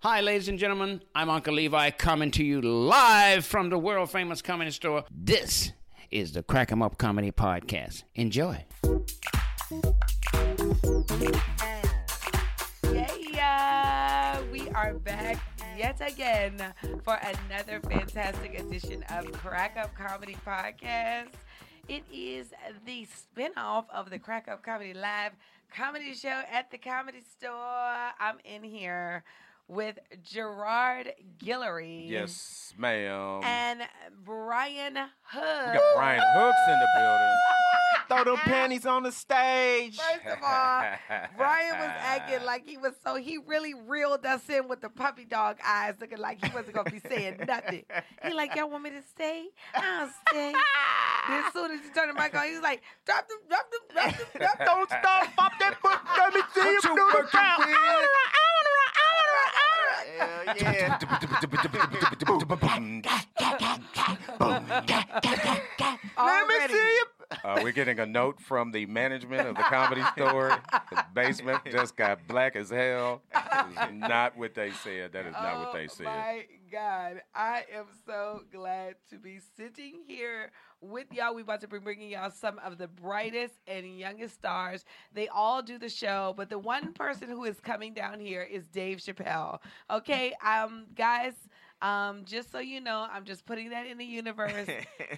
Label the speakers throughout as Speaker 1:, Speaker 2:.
Speaker 1: Hi, ladies and gentlemen. I'm Uncle Levi coming to you live from the world famous comedy store. This is the Crack 'em Up Comedy Podcast. Enjoy.
Speaker 2: Yeah, we are back yet again for another fantastic edition of Crack Up Comedy Podcast. It is the spinoff of the Crack Up Comedy Live comedy show at the comedy store. I'm in here with Gerard Guillory.
Speaker 3: Yes, ma'am.
Speaker 2: And Brian Hood.
Speaker 3: we got Brian Hooks in the building. Throw them panties on the stage.
Speaker 2: Uh-huh. First of all, Brian was acting like he was so he really reeled us in with the puppy dog eyes, looking like he wasn't gonna be saying nothing. He like, y'all want me to stay? I'll stay. then as soon as he turned the mic on, he was like, drop them, drop them, drop them, drop them.
Speaker 3: Don't stop, pop that book. Let me see you do the count.
Speaker 2: Already.
Speaker 3: Uh, we're getting a note from the management of the comedy store. The basement just got black as hell. It's not what they said. That is not what they
Speaker 2: Oh
Speaker 3: said.
Speaker 2: my God. I am so glad to be sitting here with y'all. We about to be bringing y'all some of the brightest and youngest stars. They all do the show, but the one person who is coming down here is Dave Chappelle. Okay, um, guys. Um, just so you know, I'm just putting that in the universe,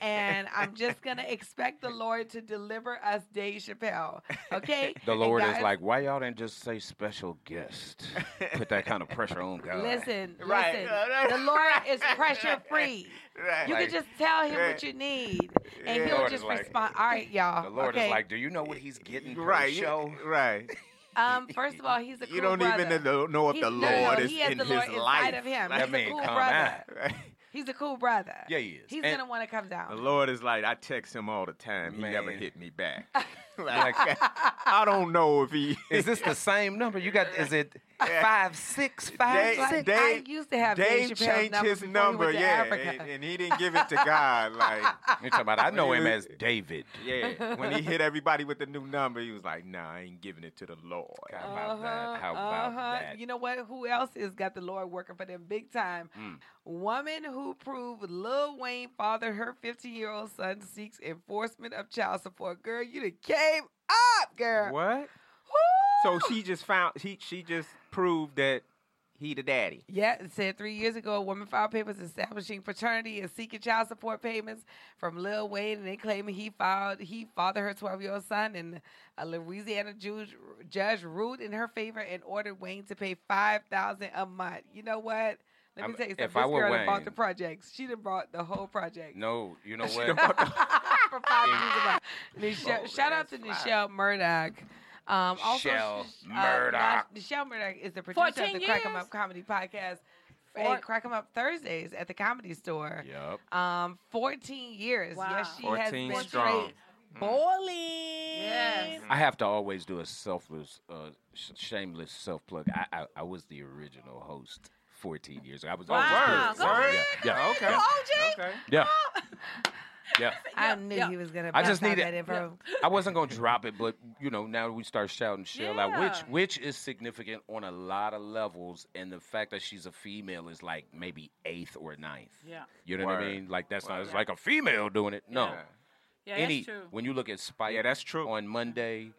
Speaker 2: and I'm just gonna expect the Lord to deliver us Dave Chappelle. Okay,
Speaker 3: The
Speaker 2: And
Speaker 3: Lord is
Speaker 2: guys,
Speaker 3: like, why y'all didn't just say special guest? Put that kind of pressure on God.
Speaker 2: Listen,
Speaker 4: Right.
Speaker 2: listen. The Lord is pressure free.
Speaker 4: Right.
Speaker 2: You
Speaker 3: Like-
Speaker 2: can just tell him
Speaker 4: Yeah.
Speaker 2: what you need, and
Speaker 4: Yeah.
Speaker 2: he'll
Speaker 3: Lord
Speaker 2: just
Speaker 3: is like-
Speaker 2: respond. All right, y'all.
Speaker 3: The Lord
Speaker 2: okay.
Speaker 3: is like, do you know what he's getting per
Speaker 4: right. you-
Speaker 3: show?
Speaker 4: Right.
Speaker 2: um, first of all, he's a cool
Speaker 4: you don't
Speaker 2: brother.
Speaker 4: even know- know if
Speaker 2: He's-
Speaker 4: the
Speaker 2: no,
Speaker 4: Lord
Speaker 2: no,
Speaker 4: is
Speaker 2: he has
Speaker 4: in
Speaker 2: the
Speaker 4: his
Speaker 2: Lord inside
Speaker 4: life.
Speaker 2: of him.
Speaker 3: That
Speaker 2: He's a
Speaker 3: man
Speaker 2: cool
Speaker 3: come
Speaker 2: brother.
Speaker 3: out.
Speaker 4: Right.
Speaker 2: He's a cool brother.
Speaker 3: Yeah, he is.
Speaker 2: He's
Speaker 4: And-
Speaker 2: gonna want to come
Speaker 4: The
Speaker 2: down.
Speaker 4: Lord is like, I text him all the time. He never
Speaker 3: Man.
Speaker 4: hit me back.
Speaker 3: Like,
Speaker 4: I don't know if he
Speaker 3: is this the same number? You got? Is it five six five
Speaker 4: Dave-
Speaker 3: six?
Speaker 4: Dave-
Speaker 2: I used to have
Speaker 4: Dave
Speaker 2: Chappelle's
Speaker 4: changed
Speaker 2: number
Speaker 4: his
Speaker 2: before he
Speaker 4: number,
Speaker 2: went to
Speaker 4: yeah,
Speaker 2: Africa.
Speaker 4: and, and he didn't give it to God. Like,
Speaker 3: You're talking about? I know him
Speaker 4: Really?
Speaker 3: as David.
Speaker 4: yeah, when he hit everybody with the new number, he was like, Nah, I ain't giving it to the Lord.
Speaker 3: How about that? How about
Speaker 2: uh-huh.
Speaker 3: that?
Speaker 2: You know what? Who else has got the Lord working for them big time?
Speaker 3: Mm.
Speaker 2: Woman who proved Lil Wayne fathered her 15 year old son seeks enforcement of child support. Girl, you done came up, girl.
Speaker 4: What? So she just found he she just proved that he the daddy.
Speaker 2: Yeah, it said three years ago, a woman filed papers establishing paternity and seeking child support payments from Lil Wayne, and they claiming he filed he fathered her twelve year old son, and a Louisiana judge, judge ruled in her favor and ordered Wayne to pay five thousand a month. You know what? Let
Speaker 3: I'm-
Speaker 2: me tell you something.
Speaker 3: if
Speaker 2: this
Speaker 3: I were
Speaker 2: girl done bought
Speaker 3: Wayne-
Speaker 2: the projects. She done bought the whole project.
Speaker 3: No, you know
Speaker 4: She done
Speaker 3: what?
Speaker 4: bought the-
Speaker 2: for five years a month. Nichelle-
Speaker 4: Oh,
Speaker 2: shout out
Speaker 4: that's
Speaker 2: to
Speaker 4: fine.
Speaker 2: Nichelle Murdoch. Um, also,
Speaker 3: Nichelle
Speaker 2: sh- uh,
Speaker 3: Murdoch.
Speaker 2: Nach- Nichelle Murdoch is the producer of
Speaker 5: 14
Speaker 2: the Crack 'Em
Speaker 5: years?
Speaker 2: Up Comedy Podcast
Speaker 5: Four-
Speaker 2: and Crack 'Em Up Thursdays at the Comedy Store.
Speaker 3: Yep.
Speaker 2: Um, 14 years.
Speaker 5: Wow.
Speaker 2: Yes, she has
Speaker 4: 14
Speaker 2: been
Speaker 4: strong.
Speaker 2: straight
Speaker 3: Mm.
Speaker 2: bowling. Yes.
Speaker 3: I have to always do a selfless, uh, sh- shameless self plug. I, I I was the original host 14 years ago. I was.
Speaker 5: Wow,
Speaker 3: Oh,
Speaker 5: go
Speaker 3: word, word.
Speaker 5: ahead, Oh,
Speaker 3: Yeah, yeah,
Speaker 4: Okay.
Speaker 3: yeah,
Speaker 5: OG.
Speaker 4: Okay.
Speaker 3: yeah.
Speaker 5: Oh.
Speaker 3: yeah.
Speaker 2: I
Speaker 5: Yeah,
Speaker 2: knew
Speaker 5: yeah.
Speaker 2: he was gonna.
Speaker 3: I just
Speaker 2: bust out
Speaker 3: needed-
Speaker 2: that info.
Speaker 3: I wasn't gonna drop it, but you know, now we start shouting shell out,
Speaker 5: Yeah.
Speaker 3: which which is significant on a lot of levels, and the fact that she's a female is like maybe eighth or ninth.
Speaker 5: Yeah.
Speaker 3: You know what I
Speaker 4: Word.
Speaker 3: mean? Like that's not it's
Speaker 5: Yeah.
Speaker 3: like a female doing it. No.
Speaker 5: Yeah. Yeah,
Speaker 3: Any
Speaker 5: that's true.
Speaker 3: when you look at Spike
Speaker 4: Yeah, that's true.
Speaker 3: on Monday,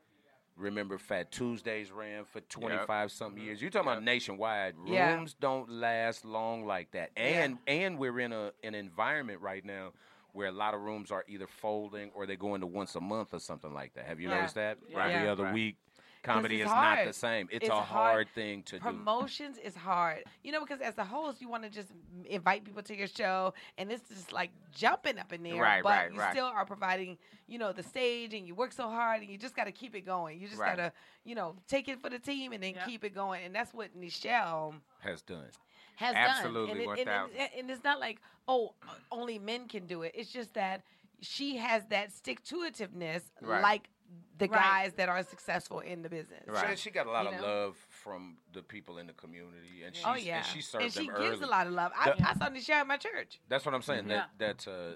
Speaker 3: remember Fat Tuesdays ran for twenty five something years. You talking about
Speaker 4: Mm-hmm. Yep.
Speaker 3: nationwide.
Speaker 2: Yeah.
Speaker 3: Rooms don't last long like that. And and we're in a an environment right now where a lot of rooms are either folding or they go into once a month or something like that. Have you
Speaker 2: Yeah.
Speaker 3: noticed that?
Speaker 5: Yeah.
Speaker 3: Every
Speaker 4: Yeah.
Speaker 3: other
Speaker 4: Right.
Speaker 3: week. Comedy
Speaker 2: it's
Speaker 3: is not
Speaker 2: hard.
Speaker 3: the same. It's,
Speaker 2: It's
Speaker 3: a
Speaker 2: hard.
Speaker 3: hard, thing to do.
Speaker 2: Promotions is hard, you know, because as a host, you want to just invite people to your show, and it's just like jumping up in the air.
Speaker 4: Right,
Speaker 2: but
Speaker 4: right,
Speaker 2: you
Speaker 4: right.
Speaker 2: still are providing, you know, the stage, and you work so hard, and you just got to keep it going. You just
Speaker 4: Right.
Speaker 2: gotta, you know, take it for the team, and then
Speaker 5: Yeah.
Speaker 2: keep it going. And that's what Nichelle
Speaker 3: Has done.
Speaker 2: has
Speaker 4: Absolutely,
Speaker 2: done. And, it- and,
Speaker 4: 1000.
Speaker 2: and, and it's not like, oh, only men can do it. It's just that she has that stick to itiveness
Speaker 4: Right.
Speaker 2: like the
Speaker 5: Right.
Speaker 2: guys that are successful in the business.
Speaker 4: Right.
Speaker 3: She, she got a lot
Speaker 2: You
Speaker 3: of
Speaker 2: know?
Speaker 3: love from the people in the community, and she's,
Speaker 2: Oh yeah,
Speaker 3: and she served
Speaker 2: And she
Speaker 3: them
Speaker 2: gives
Speaker 3: early.
Speaker 2: a lot of love. I,
Speaker 3: The-
Speaker 2: I saw Nichelle at my church. Mm-hmm.
Speaker 3: That's what I'm saying.
Speaker 5: Yeah.
Speaker 3: That that uh,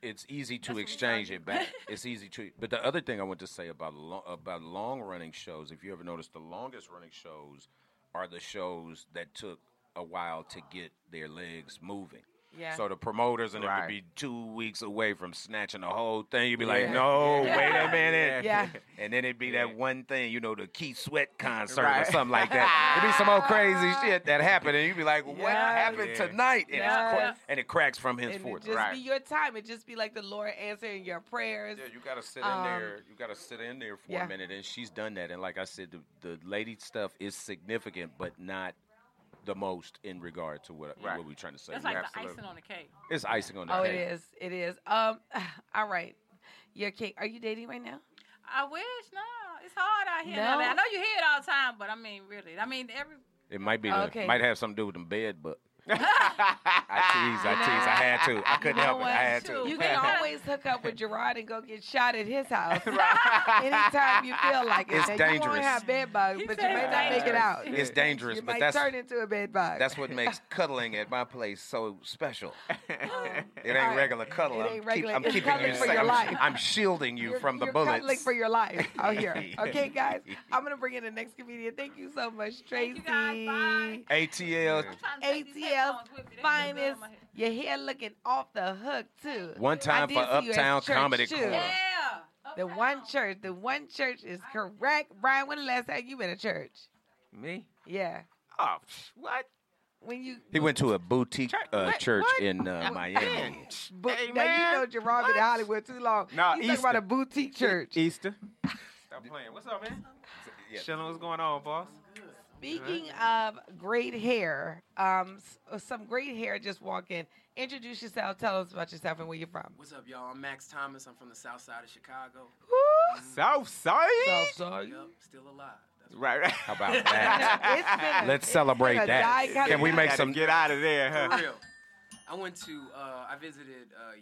Speaker 3: it's easy to
Speaker 5: That's what we
Speaker 3: exchange
Speaker 5: trying
Speaker 3: it
Speaker 5: to-
Speaker 3: back. it's easy to. But the other thing I want to say about lo- about long running shows, if you ever noticed, the longest running shows are the shows that took a while to get their legs moving.
Speaker 2: Yeah.
Speaker 3: So the promoters and them
Speaker 4: Right.
Speaker 3: to be two weeks away from snatching the whole thing. You'd be like,
Speaker 4: Yeah.
Speaker 3: no,
Speaker 2: Yeah.
Speaker 3: wait a minute.
Speaker 2: Yeah.
Speaker 3: And then it'd be that
Speaker 4: Yeah.
Speaker 3: one thing, you know, the Key Sweat concert or
Speaker 4: Right.
Speaker 3: something like that. It'd be some old crazy shit that happened, and you'd be like, what
Speaker 2: Yes.
Speaker 3: happened
Speaker 4: Yeah.
Speaker 3: tonight? And, it's cra-
Speaker 2: Yes.
Speaker 3: and it cracks from
Speaker 2: and it
Speaker 3: henceforth.
Speaker 2: just
Speaker 4: Right.
Speaker 2: be your time. It just be like the Lord answering your prayers.
Speaker 3: Yeah, you gotta sit
Speaker 2: Um,
Speaker 3: in there. You gotta sit in there for
Speaker 2: yeah.
Speaker 3: a minute, and she's done that. And like I said, the, the lady stuff is significant, but not the most in regard to what
Speaker 4: Right.
Speaker 3: what we're trying to say.
Speaker 5: That's like
Speaker 4: Absolutely.
Speaker 5: the icing on the cake.
Speaker 3: it's icing on the
Speaker 2: Oh,
Speaker 3: cake.
Speaker 2: it is. It is. Um, all right. Your cake. Are you dating right now?
Speaker 5: I wish. No, it's hard out here.
Speaker 2: No.
Speaker 5: No. I know you hear it all the time, but I mean, really, I mean, every
Speaker 3: It might be. The,
Speaker 2: Okay.
Speaker 3: Might have something to do with them bed, but I tease. I tease. I had to. I couldn't
Speaker 2: You know
Speaker 3: help it. I
Speaker 2: what?
Speaker 3: had
Speaker 5: Shoot.
Speaker 3: to.
Speaker 2: You can always hook up with Gerard and go get shot at his house. Anytime you feel like it.
Speaker 3: It's
Speaker 2: Now, You won't
Speaker 3: dangerous.
Speaker 2: have bed bugs,
Speaker 5: He
Speaker 2: but you
Speaker 5: said
Speaker 2: may
Speaker 5: it's
Speaker 2: not make it
Speaker 5: dangerous.
Speaker 2: out.
Speaker 3: It's dangerous,
Speaker 2: You
Speaker 3: but
Speaker 2: might
Speaker 3: that's
Speaker 2: turn into a bed bug.
Speaker 3: that's what makes cuddling at my place so special. It ain't
Speaker 2: Oh. all right.
Speaker 3: regular cuddle.
Speaker 2: It
Speaker 3: I'm,
Speaker 2: ain't
Speaker 3: keep-
Speaker 2: regular.
Speaker 3: I'm
Speaker 2: It's
Speaker 3: keeping
Speaker 2: cuddling
Speaker 3: you
Speaker 2: for
Speaker 3: safe.
Speaker 2: your life.
Speaker 3: I'm, I'm shielding you
Speaker 2: You're-
Speaker 3: from the
Speaker 2: you're
Speaker 3: bullets.
Speaker 2: cuddling for your life out here. Okay, guys? I'm going to bring in the next comedian. Thank you so much,
Speaker 5: Thank
Speaker 2: Tracy.
Speaker 5: you guys. Bye.
Speaker 3: ATL
Speaker 5: I'm trying to take these
Speaker 2: ATL
Speaker 5: headphones with me. They feel good on
Speaker 2: finest.
Speaker 5: my head.
Speaker 2: Your hair looking off the hook too.
Speaker 3: One time
Speaker 2: did
Speaker 3: for
Speaker 2: see you at
Speaker 3: Uptown
Speaker 2: church,
Speaker 3: Comedy
Speaker 2: too.
Speaker 3: Corner.
Speaker 5: Yeah.
Speaker 2: The
Speaker 5: Uptown.
Speaker 2: one church, the one church is correct. Brian, when the last time you been to church?
Speaker 4: Me?
Speaker 2: Yeah.
Speaker 4: Oh, psh, what?
Speaker 2: When you
Speaker 3: He went to a boutique
Speaker 4: Church-
Speaker 3: uh,
Speaker 4: what-
Speaker 3: church
Speaker 4: what?
Speaker 3: in uh, Miami.
Speaker 4: Man, psh,
Speaker 2: but
Speaker 4: hey,
Speaker 2: now you
Speaker 4: man.
Speaker 2: know Gerard been in
Speaker 4: What?
Speaker 2: Hollywood too long.
Speaker 4: Nah,
Speaker 2: you talking about
Speaker 4: Easter. E-
Speaker 2: a boutique church.
Speaker 4: Easter. Stop playing. What's up, man?
Speaker 3: Yeah.
Speaker 4: Chilling. What's going on, boss?
Speaker 2: Speaking of great hair, um, s- some great hair just walk in. Introduce yourself. Tell us about yourself and where you're from.
Speaker 6: What's up, y'all? I'm Max Thomas. I'm from the south side of Chicago.
Speaker 4: South side.
Speaker 2: So sorry.
Speaker 6: Yup, still alive. That's
Speaker 4: Right, right.
Speaker 3: How about that? Let's celebrate that. Can we make
Speaker 4: Gotta
Speaker 3: some-
Speaker 4: Get out of there,
Speaker 6: for
Speaker 4: huh?
Speaker 6: real. I went to, uh, I visited uh,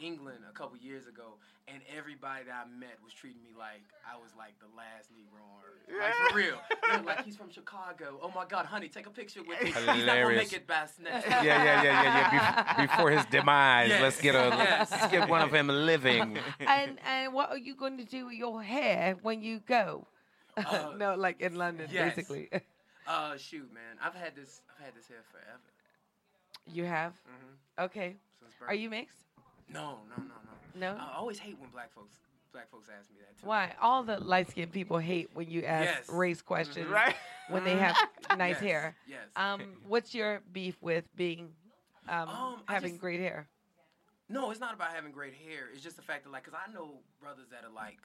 Speaker 6: England a couple years ago, and everybody that I met was treating me like I was like the last Negro on earth. Like, for real. They were like, he's from Chicago. Oh my God, honey, take a picture with me. He's not going to
Speaker 3: Hilarious.
Speaker 6: make it past next.
Speaker 3: yeah, yeah, yeah, yeah, yeah. Bef- before his demise,
Speaker 6: Yes.
Speaker 3: let's get a
Speaker 6: Yes.
Speaker 3: let's get one of him living.
Speaker 2: And and what are you going to do with your hair when you go?
Speaker 6: Uh,
Speaker 2: no, like in London,
Speaker 6: yes.
Speaker 2: basically.
Speaker 6: Uh, shoot, man. I've had this, I've had this hair forever.
Speaker 2: You have
Speaker 6: hmm
Speaker 2: okay.
Speaker 6: Since birth.
Speaker 2: Are you mixed?
Speaker 6: No, no, no, Uh,
Speaker 2: No.
Speaker 6: no. I always hate when black folks, black folks ask me that too.
Speaker 2: Why? All the light skinned people hate when you ask
Speaker 6: Yes. Mm-hmm.
Speaker 2: race questions
Speaker 4: right.
Speaker 2: when they have nice
Speaker 6: Yes,
Speaker 2: hair.
Speaker 6: Yes.
Speaker 2: Um, what's your beef with being um,
Speaker 6: Um, I
Speaker 2: having
Speaker 6: just-
Speaker 2: great hair?
Speaker 6: No, it's not about having great hair. It's just the fact that, like, because I know brothers that are like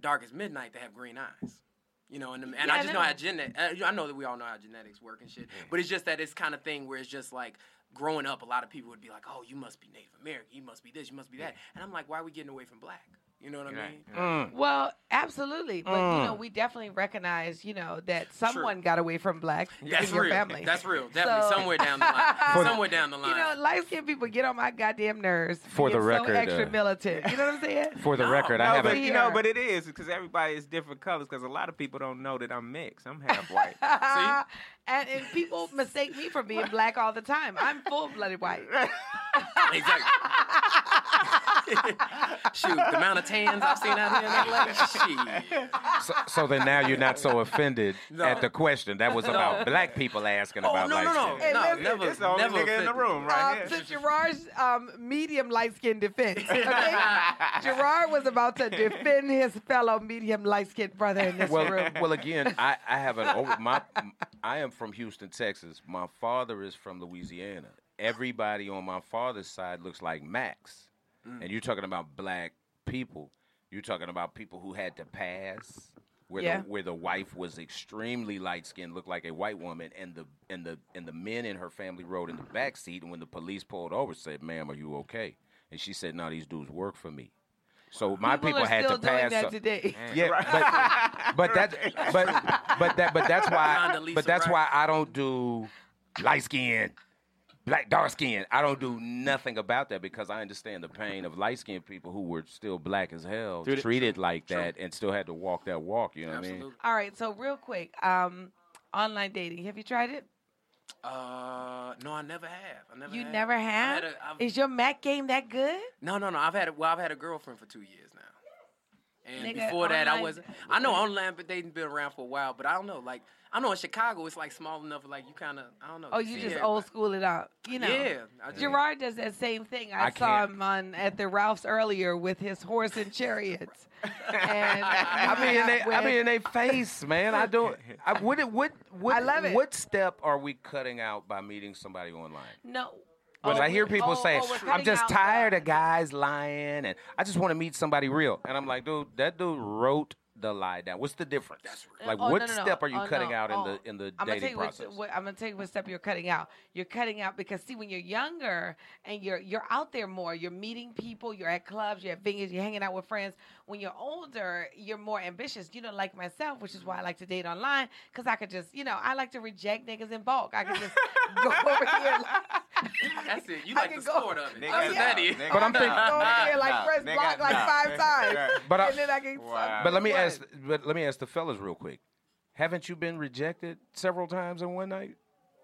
Speaker 6: dark as midnight that have green eyes. You know, and, and
Speaker 2: Yeah,
Speaker 6: I just
Speaker 2: I
Speaker 6: know
Speaker 2: know.
Speaker 6: how genet. Uh, you know, I know that we all know how genetics work and shit. But it's just that it's kind of thing where it's just like growing up, a lot of people would be like, "Oh, you must be Native American. You must be this. You must be that." And I'm like, "Why are we getting away from black?" You know what I
Speaker 4: Right.
Speaker 6: mean?
Speaker 3: Mm.
Speaker 2: Well, absolutely, but you know
Speaker 3: Mm.
Speaker 2: we definitely recognize you know that someone got away from black
Speaker 6: That's
Speaker 2: in your
Speaker 6: real.
Speaker 2: family.
Speaker 6: That's real. Definitely
Speaker 2: So-
Speaker 6: somewhere down the line.
Speaker 2: For-
Speaker 6: somewhere down the line.
Speaker 2: you know, light skinned people get on my goddamn nerves.
Speaker 3: For
Speaker 2: being
Speaker 3: the record,
Speaker 2: so extra
Speaker 3: uh,
Speaker 2: militant. You know what I'm saying?
Speaker 3: For the record, I
Speaker 4: No,
Speaker 3: have
Speaker 4: but
Speaker 3: a
Speaker 4: you know,
Speaker 2: Here.
Speaker 4: but it is because everybody is different colors. Because a lot of people don't know that I'm mixed. I'm half white.
Speaker 2: and, and people mistake me for being black all the time. I'm full blooded white.
Speaker 6: exactly. Shoot, the amount of tans I've seen out here in LA. Shit.
Speaker 3: so, so then now you're not so offended
Speaker 6: No.
Speaker 3: at the question that was about black people asking
Speaker 6: Oh
Speaker 3: about
Speaker 6: no, no, no,
Speaker 3: light
Speaker 2: Hey,
Speaker 6: no,
Speaker 2: listen,
Speaker 6: never,
Speaker 4: It's the only
Speaker 6: never
Speaker 4: nigga in the
Speaker 6: offended.
Speaker 4: room
Speaker 2: Um,
Speaker 4: right
Speaker 2: to
Speaker 4: here.
Speaker 2: Gerard's um, medium light skin defense, okay? Gerard was about to defend his fellow medium light skinned brother in this
Speaker 3: Well,
Speaker 2: room.
Speaker 3: well, again, I, I have an over my. I am from Houston, Texas. My father is from Louisiana. Everybody on my father's side looks like Max, and you're talking about black people. You're talking about people who had to pass, where
Speaker 2: Yeah.
Speaker 3: the, where the wife was extremely light skinned, looked like a white woman, and the and the and the men in her family rode in the back seat. And when the police pulled over, said, "Ma'am, are you okay?" And she said, "No, these dudes work for me." So my people,
Speaker 2: are
Speaker 3: had
Speaker 2: still
Speaker 3: to pass.
Speaker 2: doing that
Speaker 3: so-
Speaker 2: today.
Speaker 3: yeah, but but that but but that but that's why
Speaker 6: Condoleezza
Speaker 3: but that's
Speaker 6: Rice.
Speaker 3: why I don't do light skin, black dark skin. I don't do nothing about that because I understand the pain of light skinned people who were still black as hell,
Speaker 1: Dude, it-
Speaker 3: treated like that, and still had to walk that walk. You know what I mean?
Speaker 6: Absolutely.
Speaker 2: All right, so real quick um, online dating. Have you tried it?
Speaker 6: Uh, no, I never have. I never.
Speaker 2: You
Speaker 6: have.
Speaker 2: never
Speaker 6: I've
Speaker 2: have?
Speaker 6: had a- I've-
Speaker 2: Is your Mac game that good?
Speaker 6: no, no, no. I've had. a- Well, I've had a girlfriend for two years now. And
Speaker 2: Nigga,
Speaker 6: before that, I
Speaker 2: online-
Speaker 6: wasn't. I know online, but they've been around for a while. But I don't know. Like I know in Chicago, it's like small enough. Like you kind of, I don't know.
Speaker 2: Oh, you
Speaker 6: see
Speaker 2: just
Speaker 6: everybody.
Speaker 2: old school it out. You know.
Speaker 6: Yeah. I just-
Speaker 2: Gerard does that same thing. I,
Speaker 3: I
Speaker 2: saw
Speaker 3: can't.
Speaker 2: him on at the Ralph's earlier with his horse and chariots. and
Speaker 3: I mean, in they, I
Speaker 2: with-
Speaker 3: mean, in their face, man. I don't. I, what, what, what,
Speaker 2: I love it.
Speaker 3: What step are we cutting out by meeting somebody online?
Speaker 2: no.
Speaker 3: Because
Speaker 2: Oh,
Speaker 3: I hear
Speaker 2: we-
Speaker 3: people
Speaker 2: oh,
Speaker 3: saying,
Speaker 2: oh, we're
Speaker 3: "I'm just
Speaker 2: cutting out
Speaker 3: tired
Speaker 2: the-
Speaker 3: of guys lying, and I just want to meet somebody real." And I'm like, "Dude, that dude wrote the lie down. What's the difference? Like,
Speaker 2: Oh,
Speaker 3: what
Speaker 2: no, no, no.
Speaker 3: step are you
Speaker 2: Oh,
Speaker 3: cutting
Speaker 2: no.
Speaker 3: out in
Speaker 2: Oh.
Speaker 3: the in the
Speaker 2: I'm gonna tell
Speaker 3: dating
Speaker 2: you
Speaker 3: process?"
Speaker 2: What, what, I'm gonna tell you what step you're cutting out. You're cutting out because see, when you're younger and you're you're out there more, you're meeting people, you're at clubs, you're at venues, you're hanging out with friends. When you're older, you're more ambitious. You know, like myself, which is why I like to date online because I could just, you know, I like to reject niggas in bulk. I could just go over here. Like,
Speaker 6: That's it. You
Speaker 2: I
Speaker 6: like
Speaker 2: can
Speaker 6: the
Speaker 2: go-
Speaker 6: sport of it.
Speaker 4: Nigga,
Speaker 2: Oh,
Speaker 6: That's
Speaker 2: yeah.
Speaker 6: what that is.
Speaker 3: But I'm thinking-
Speaker 2: Go over here, oh, like, press block, like, five times.
Speaker 3: But I-
Speaker 2: and then I can.
Speaker 4: Wow.
Speaker 3: but let me
Speaker 2: What?
Speaker 3: ask. But let me ask the fellas real quick. Haven't you been rejected several times in one night?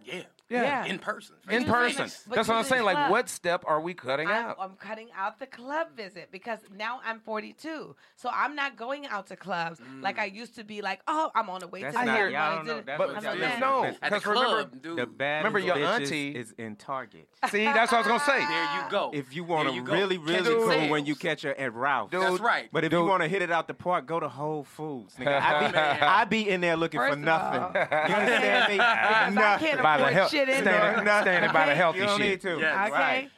Speaker 6: Yeah.
Speaker 2: Yeah.
Speaker 6: In person.
Speaker 3: In
Speaker 2: But you
Speaker 3: person.
Speaker 2: didn't- but
Speaker 3: That's
Speaker 2: you
Speaker 3: what I'm
Speaker 2: didn't
Speaker 3: saying. Like,
Speaker 2: club.
Speaker 3: what step are we cutting
Speaker 2: I'm,
Speaker 3: out?
Speaker 2: I'm cutting out the club visit because now I'm 42, so I'm not going out to clubs
Speaker 3: Mm.
Speaker 2: like I used to be. Like, oh, I'm on the way
Speaker 4: That's
Speaker 2: to
Speaker 4: not-
Speaker 2: the
Speaker 4: y'all don't know. That's
Speaker 3: But
Speaker 4: what
Speaker 2: y'all
Speaker 3: there's
Speaker 2: do.
Speaker 3: no,
Speaker 6: At the
Speaker 3: because remember,
Speaker 6: club, dude.
Speaker 4: The baddest
Speaker 3: Remember your
Speaker 4: bitches
Speaker 3: auntie-
Speaker 4: is in Target.
Speaker 3: see, that's what I was gonna say.
Speaker 6: There you go.
Speaker 4: If you
Speaker 6: There
Speaker 4: want to
Speaker 6: you go.
Speaker 4: really, really
Speaker 6: Catch
Speaker 4: cool
Speaker 6: sales.
Speaker 4: when you catch her at Ralph's.
Speaker 3: Dude.
Speaker 6: That's right.
Speaker 4: But if you want to hit it out the park, go to Whole Foods. Nigga. I, be,
Speaker 6: Man.
Speaker 4: I be in there looking
Speaker 2: First
Speaker 4: for
Speaker 2: of
Speaker 4: nothing.
Speaker 2: all,
Speaker 4: you understand me?
Speaker 2: because I
Speaker 4: Nothing.
Speaker 2: can't
Speaker 3: By the
Speaker 2: afford
Speaker 3: hell-
Speaker 2: shit in
Speaker 3: standing-
Speaker 2: there.
Speaker 3: standing by the healthy
Speaker 4: You don't
Speaker 3: shit.
Speaker 4: need to.
Speaker 6: Yeah.
Speaker 2: Okay.
Speaker 4: Right.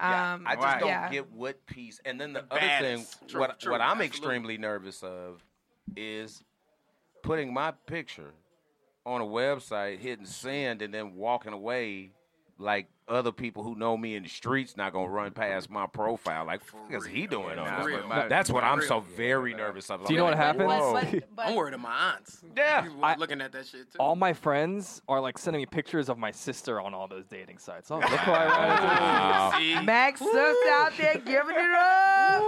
Speaker 3: Yeah,
Speaker 2: Um,
Speaker 3: I just
Speaker 4: Right.
Speaker 3: don't
Speaker 2: yeah.
Speaker 3: get what piece. And then the,
Speaker 6: The
Speaker 3: other
Speaker 6: baddest.
Speaker 3: thing,
Speaker 6: True,
Speaker 3: what
Speaker 6: true,
Speaker 3: what I'm
Speaker 6: absolutely.
Speaker 3: extremely nervous of is putting my picture on a website, hitting send, and then walking away like other people who know me in the streets not gonna run past my profile. Like, fuck is he doing
Speaker 6: For
Speaker 3: on this?
Speaker 6: real.
Speaker 3: But That's what
Speaker 6: For
Speaker 3: I'm
Speaker 6: real.
Speaker 3: so very nervous of.
Speaker 7: Do you know what
Speaker 3: Like,
Speaker 7: happens?
Speaker 3: whoa.
Speaker 2: But, but, but,
Speaker 6: I'm worried of my aunts.
Speaker 3: Yeah.
Speaker 6: People
Speaker 7: I-
Speaker 6: looking at that shit too.
Speaker 7: All my friends are like sending me pictures of my sister on all those dating sites. Oh, look who I ran into.
Speaker 6: See?
Speaker 2: Max Sus out there giving it up.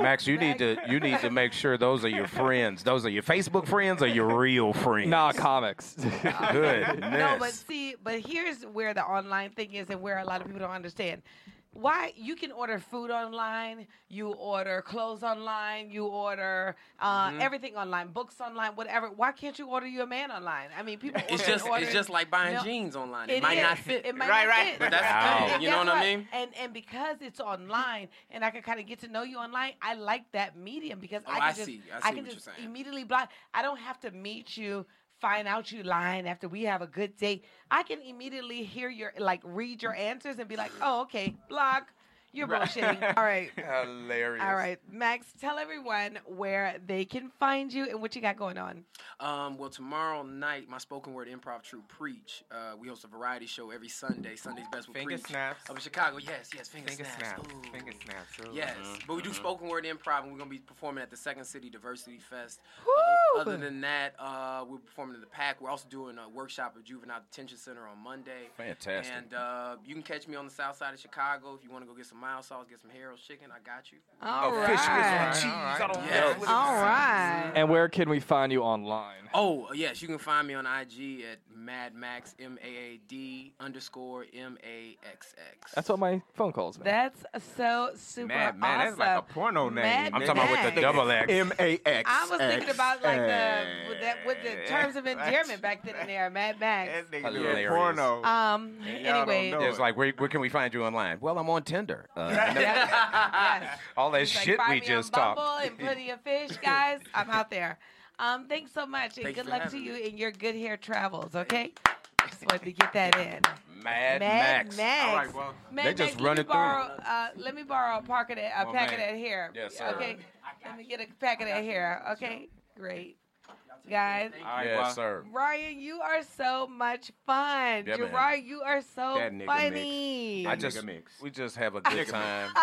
Speaker 3: Max, you need to you need to make sure those are your friends. Those are your Facebook friends or your real friends.
Speaker 7: Nah, comics.
Speaker 3: Goodness.
Speaker 2: No, but see, but here's where the online thing is, and where a lot of people don't understand. Why you can order food online, you order clothes online, you order uh,
Speaker 6: Mm-hmm.
Speaker 2: everything online, books online, whatever. Why can't you order you a man online? I mean, people.
Speaker 6: It's
Speaker 2: order-
Speaker 6: just
Speaker 2: order-
Speaker 6: it's just like buying
Speaker 2: No,
Speaker 6: jeans online. It,
Speaker 2: it
Speaker 6: might
Speaker 2: is.
Speaker 6: not fit.
Speaker 2: It might
Speaker 4: Right,
Speaker 2: not
Speaker 4: right.
Speaker 2: fit.
Speaker 6: But that's
Speaker 3: Wow.
Speaker 6: the thing.
Speaker 2: And
Speaker 6: You
Speaker 2: guess
Speaker 6: know what I
Speaker 2: what?
Speaker 6: mean?
Speaker 2: And and because it's online, and I can kind of get to know you online, I like that medium because
Speaker 6: Oh,
Speaker 2: I can
Speaker 6: I
Speaker 2: just
Speaker 6: see. I
Speaker 2: can
Speaker 6: see what you're
Speaker 2: just
Speaker 6: saying.
Speaker 2: immediately block. I don't have to meet you, find out you lying after we have a good date. I can immediately hear your like read your answers and be like, oh okay, block. You're bullshitting. All right.
Speaker 3: hilarious.
Speaker 2: All right, Max, tell everyone where they can find you and what you got going on.
Speaker 6: Um, well, tomorrow night, my spoken word improv troupe preach. Uh, we host a variety show every Sunday. Sunday's best with
Speaker 4: Finger
Speaker 6: preach.
Speaker 4: snaps.
Speaker 6: Up in Chicago, yes, yes, finger,
Speaker 4: Finger
Speaker 6: snaps.
Speaker 4: snaps.
Speaker 6: Ooh.
Speaker 4: Finger snaps. Ooh. Mm-hmm,
Speaker 6: Yes, but we do spoken word improv, and we're gonna be performing at the Second City Diversity Fest.
Speaker 2: Woo!
Speaker 6: Other than that, uh, we're performing in the pack. We're also doing a workshop at Juvenile Detention Center on Monday.
Speaker 3: Fantastic.
Speaker 6: And uh, you can catch me on the South Side of Chicago if you want to go get some mild sauce, get some Harold's chicken. I got you.
Speaker 7: Oh,
Speaker 2: All right.
Speaker 3: Fish with
Speaker 4: Alright,
Speaker 3: cheese. I
Speaker 4: alright.
Speaker 3: don't
Speaker 6: Yes.
Speaker 3: know.
Speaker 2: All right.
Speaker 7: and where can we find you online?
Speaker 6: Oh yes, you can find me on IG at Mad Max M A A D underscore M A X X.
Speaker 7: That's what my phone calls me.
Speaker 2: That's so super
Speaker 4: Mad, man, that's
Speaker 2: awesome.
Speaker 4: like a porno name.
Speaker 2: Mad
Speaker 4: nigga.
Speaker 3: I'm talking about with the double X.
Speaker 4: M A X.
Speaker 2: I was thinking about like the with that with the terms of endearment back then and there, Mad Max.
Speaker 4: That nigga doing
Speaker 3: Hilarious.
Speaker 4: porno.
Speaker 2: Um.
Speaker 4: y'all don't
Speaker 2: Anyway,
Speaker 4: know
Speaker 3: It's like, where, where can we find you online? Well, I'm on Tinder. Uh,
Speaker 2: yes.
Speaker 3: all that
Speaker 2: It's like,
Speaker 3: shit
Speaker 2: find
Speaker 3: we
Speaker 2: me
Speaker 3: just
Speaker 2: on
Speaker 3: talked.
Speaker 2: Bumble And plenty of fish, guys. I'm out there. Um. Thanks so much, and
Speaker 6: Thank you
Speaker 2: good
Speaker 6: for
Speaker 2: luck to
Speaker 6: having
Speaker 2: you
Speaker 6: me.
Speaker 2: in your good hair travels. Okay. Just wanted to get that in.
Speaker 3: Mad,
Speaker 2: Mad
Speaker 3: Max.
Speaker 4: All
Speaker 2: Max.
Speaker 4: right, well,
Speaker 2: Mad
Speaker 3: They just
Speaker 2: Max, let
Speaker 3: run
Speaker 2: me
Speaker 3: it through.
Speaker 2: borrow, Uh, let me borrow a, pack of that, a
Speaker 3: My
Speaker 2: pack of
Speaker 3: man.
Speaker 2: that hair.
Speaker 3: Yes, sir.
Speaker 2: Okay. Let me get a pack of that hair. Okay. Great. Guys,
Speaker 4: all right, well.
Speaker 3: Yes, sir.
Speaker 2: Ryan, you are so much
Speaker 3: Yeah,
Speaker 2: fun.
Speaker 3: man.
Speaker 2: Gerard, you are so
Speaker 4: That nigga mix.
Speaker 2: funny.
Speaker 3: I
Speaker 4: Nigga
Speaker 3: just,
Speaker 4: mix.
Speaker 3: we just have a good
Speaker 4: Nigga
Speaker 3: time.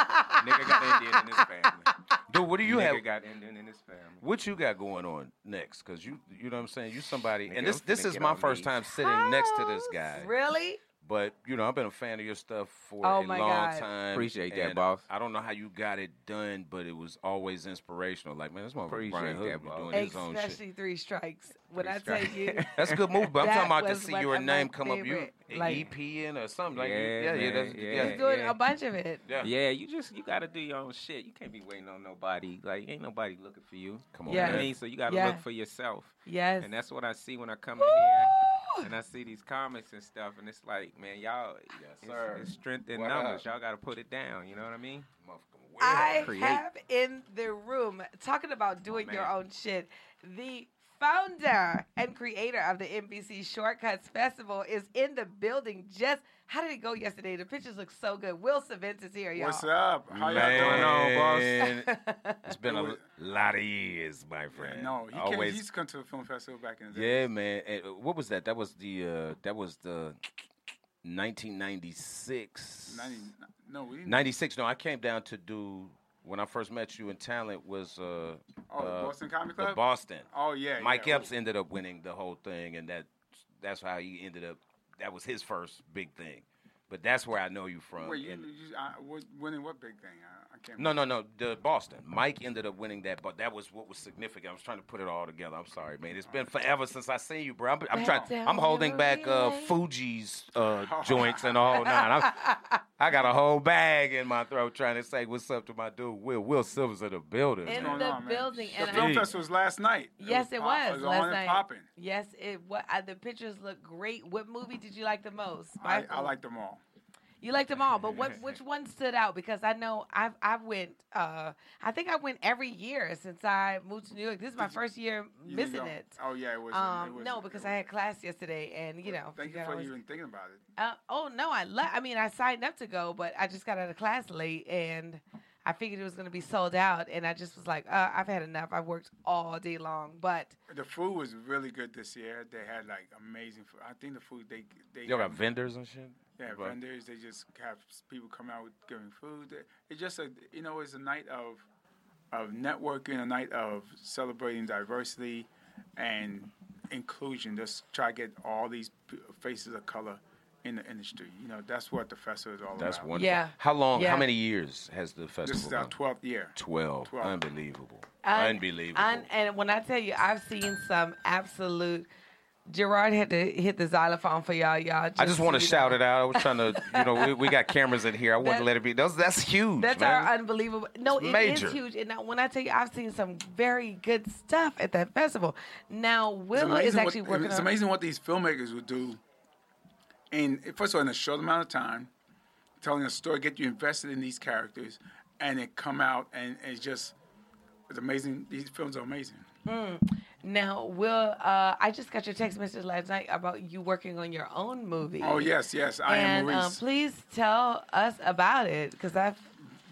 Speaker 4: nigga got Indian in his family.
Speaker 3: Dude, what do you
Speaker 4: nigga
Speaker 3: have?
Speaker 4: got Indian in his family.
Speaker 3: What you got going on next? Cause you, you know what I'm saying. You somebody,
Speaker 4: Nigga,
Speaker 3: and this,
Speaker 4: I'm
Speaker 3: this
Speaker 4: finna
Speaker 3: is
Speaker 4: get
Speaker 3: my
Speaker 4: on
Speaker 3: first
Speaker 4: these.
Speaker 3: time sitting next to this guy.
Speaker 2: Really?
Speaker 3: But you know, I've been a fan of your stuff for
Speaker 2: Oh
Speaker 3: a
Speaker 2: my
Speaker 3: long
Speaker 2: God.
Speaker 3: time.
Speaker 4: Appreciate that,
Speaker 3: and
Speaker 4: boss.
Speaker 3: I don't know how you got it done, but it was always inspirational. Like, man, this motherfucker
Speaker 4: Appreciate
Speaker 3: Brian
Speaker 4: that,
Speaker 3: Hood was
Speaker 4: boss.
Speaker 3: doing his own shit.
Speaker 2: Especially three strikes. When I tell
Speaker 4: Three
Speaker 2: you,
Speaker 3: That's a good move, but I'm talking
Speaker 2: That
Speaker 3: about to
Speaker 2: was
Speaker 3: see
Speaker 2: one
Speaker 3: your
Speaker 2: of my
Speaker 3: name come up, you
Speaker 2: favorite, like-
Speaker 4: E
Speaker 3: EPN or something like
Speaker 4: Yeah,
Speaker 3: yeah, yeah,
Speaker 4: man,
Speaker 3: that's,
Speaker 4: yeah.
Speaker 2: he's doing
Speaker 4: yeah.
Speaker 2: a bunch of it.
Speaker 3: yeah.
Speaker 4: Yeah, you just you gotta do your own shit. You can't be waiting on nobody. Like ain't nobody looking for you.
Speaker 3: Come on,
Speaker 4: You know
Speaker 2: Yeah.
Speaker 4: what I
Speaker 3: man.
Speaker 4: mean? So you gotta
Speaker 2: Yeah.
Speaker 4: look for yourself.
Speaker 2: Yes.
Speaker 4: And that's what I see when I come in here
Speaker 2: Woo!
Speaker 4: and I see these comics and stuff and it's like, man, y'all
Speaker 3: Yes,
Speaker 4: it's,
Speaker 3: sir.
Speaker 4: it's strength in
Speaker 3: What
Speaker 4: numbers.
Speaker 3: up?
Speaker 4: Y'all gotta put it down, you know what I mean?
Speaker 3: Motherfucker, where?
Speaker 2: I
Speaker 4: create.
Speaker 2: have in the room talking
Speaker 8: Oh,
Speaker 2: about doing your
Speaker 4: man.
Speaker 2: own shit. The founder and creator of the NBC Shortcuts Festival is in the building. Just how did it go yesterday? The pictures look so good. Will Savint is here, y'all.
Speaker 8: What's up? How
Speaker 4: doing,
Speaker 8: y'all
Speaker 4: old boss?
Speaker 3: Man, It's been a
Speaker 8: It was-
Speaker 3: lot of years, my friend.
Speaker 8: doing? No, he came, he
Speaker 3: always.
Speaker 8: used to come to a film festival back in the day.
Speaker 3: yeah, man. And, uh, what was that? That was the uh, that was the 1996.
Speaker 8: 90, no, we didn't.
Speaker 3: 96. No, I came down to do when I first met you in talent was uh,
Speaker 8: oh,
Speaker 3: uh,
Speaker 8: Boston Comedy
Speaker 3: the
Speaker 8: Club?
Speaker 3: Boston.
Speaker 8: oh, yeah.
Speaker 3: Mike
Speaker 8: yeah.
Speaker 3: Epps ended up winning the whole thing, and that that's how he ended up. That was his first big thing. But that's where I know you from.
Speaker 8: Wait, you,
Speaker 3: and-
Speaker 8: you, I, what, winning what big thing? I, I can't
Speaker 3: No, no, no. The Boston. Mike ended up winning that, but that was what was significant. I was trying to put it all together. I'm sorry, man. It's been forever since I seen you, bro. I'm, I'm trying. I'm holding back uh, Fuji's uh, joints and all nine. I'm, I got a whole bag in my throat trying to say what's up to my dude Will. Will Silver's in the building. man.
Speaker 2: In
Speaker 8: going
Speaker 2: the
Speaker 8: on, man?
Speaker 2: building,
Speaker 8: The
Speaker 2: and
Speaker 8: film
Speaker 3: I-
Speaker 8: festival was last night.
Speaker 2: Yes, it
Speaker 8: pop-
Speaker 2: was, last
Speaker 8: on and
Speaker 2: night.
Speaker 8: popping.
Speaker 2: Yes, it. What I, the pictures look great. What movie did you like the most?
Speaker 8: I, I
Speaker 2: Michael?
Speaker 8: like them all.
Speaker 2: You liked them all, but what which one stood out? Because I know I've I went uh I think I went every year since I moved to New York. This is my
Speaker 8: Did you-
Speaker 2: first year
Speaker 8: You didn't
Speaker 2: missing
Speaker 8: go-
Speaker 2: it.
Speaker 8: Oh, yeah, it was. it
Speaker 2: Um
Speaker 8: was
Speaker 2: no,
Speaker 8: it
Speaker 2: because
Speaker 8: was-
Speaker 2: I had class yesterday and you know
Speaker 8: Thank you
Speaker 2: gotta
Speaker 8: for
Speaker 2: always-
Speaker 8: even thinking about it.
Speaker 2: uh, oh no, I le- I mean I signed up to go, but I just got out of class late and I figured it was gonna be sold out and I just was like, uh, I've had enough. I've worked all day long, but
Speaker 8: The food was really good this year. They had like amazing food. I think the food they they
Speaker 3: Y'all
Speaker 8: had-
Speaker 3: got vendors and shit.
Speaker 8: Yeah,
Speaker 3: Right.
Speaker 8: vendors. They just have s- people come out with giving food. They- It's just a you know it's a night of of networking, a night of celebrating diversity and inclusion. Just try to get all these p- faces of color in the industry. You know that's what the festival is all
Speaker 3: That's
Speaker 8: about.
Speaker 3: wonderful.
Speaker 2: Yeah.
Speaker 3: How long?
Speaker 2: Yeah.
Speaker 3: How many years has the festival?
Speaker 8: This is our
Speaker 3: run?
Speaker 8: twelfth year.
Speaker 3: 12.
Speaker 8: 12.
Speaker 3: Unbelievable.
Speaker 2: Un-
Speaker 3: Unbelievable.
Speaker 2: un- and when I tell you, I've seen some absolute. Gerard had to hit the xylophone for y'all, y'all.
Speaker 3: I just want to shout it out. I was trying to, you know, we, we got cameras in here. I wouldn't
Speaker 2: That-
Speaker 3: let it be. That's, that's huge,
Speaker 2: That's
Speaker 3: man.
Speaker 2: our uh, unbelievable. No, it
Speaker 3: It's
Speaker 2: is
Speaker 3: major.
Speaker 2: huge. And now, when I tell you, I've seen some very good stuff at that festival. Now, Willow is
Speaker 8: amazing
Speaker 2: actually
Speaker 8: what,
Speaker 2: working.
Speaker 8: It's
Speaker 2: on,
Speaker 8: amazing what these filmmakers would do. In first of all, in a short amount of time, telling a story, get you invested in these characters, and it come out and it's just it's amazing. These films are amazing.
Speaker 2: Mm. Now, Will, uh, I just got your text message last night about you working on your own movie.
Speaker 8: Oh yes, yes. I am
Speaker 2: and um,
Speaker 8: Maurice.
Speaker 2: please tell us about it because I've.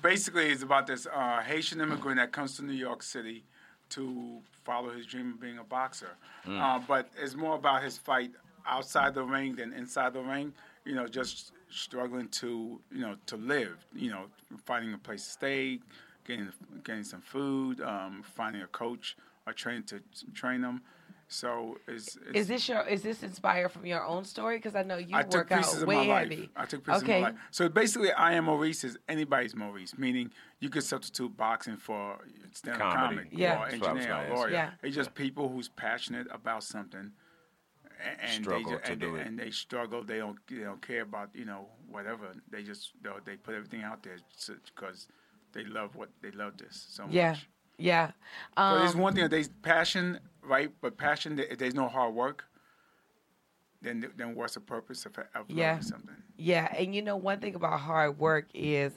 Speaker 8: Basically, it's about this uh, Haitian immigrant that comes to New York City to follow his dream of being a boxer. Uh, but it's more about his fight outside the ring than inside the ring. You know, just struggling to you know to live. You know, finding a place to stay, getting getting some food, um, finding a coach or train to train them. So it's, it's
Speaker 2: Is this your? Is this inspired from your own story? Because I know you
Speaker 8: I
Speaker 2: work
Speaker 8: took pieces
Speaker 2: out
Speaker 8: of
Speaker 2: way
Speaker 8: my life.
Speaker 2: heavy.
Speaker 8: I took pieces
Speaker 2: okay.
Speaker 8: of my life. So basically, I am Maurice is anybody's Maurice, meaning you could substitute boxing for stand up
Speaker 3: Comedy.
Speaker 8: comic
Speaker 2: Yeah.
Speaker 8: or
Speaker 3: That's what I was
Speaker 8: engineer
Speaker 3: gonna
Speaker 8: or lawyer.
Speaker 2: ask. Yeah.
Speaker 8: It's just people who's passionate about something. a- And
Speaker 3: Struggle
Speaker 8: they just,
Speaker 3: to
Speaker 8: and,
Speaker 3: do
Speaker 8: they,
Speaker 3: it.
Speaker 8: and they struggle. They don't. They don't care about you know whatever. They just they'll- they put everything out there because they love what they love this so
Speaker 2: Yeah.
Speaker 8: much.
Speaker 2: Yeah.
Speaker 8: But it's
Speaker 2: Um,
Speaker 8: one thing. There's passion, right? But passion. there- If there's no hard work, then then what's the purpose of, of
Speaker 2: Yeah.
Speaker 8: loving something?
Speaker 2: yeah, and you know one thing about hard work is.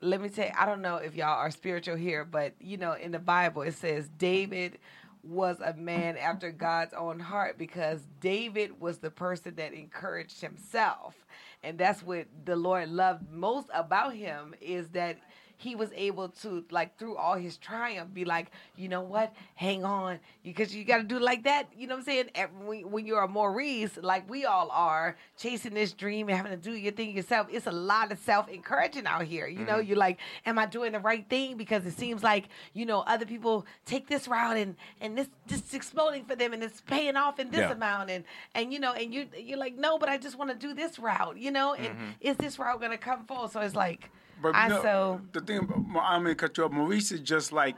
Speaker 2: Let me tell you, I don't know if y'all are spiritual here, but you know, in the Bible it says David was a man after God's own heart because David was the person that encouraged himself. And that's what the Lord loved most about him is that he was able to like through all his triumph be like, you know what, hang on, because you got to do it like that. You know what I'm saying? Ev- When, when you're a Maurice, like we all are, chasing this dream and having to do your thing yourself, it's a lot of self encouraging out here. You know, you're like, am I doing the right thing? Because it seems like you know other people take this route and and this this is exploding for them and it's paying off in this
Speaker 3: Yeah.
Speaker 2: amount and and you know and you you're like no but I just want to do this route you know and is this route gonna come full so it's like
Speaker 8: But
Speaker 2: I
Speaker 8: no,
Speaker 2: so
Speaker 8: the thing, about- Ma- I'm gonna cut you off. Maurice is just like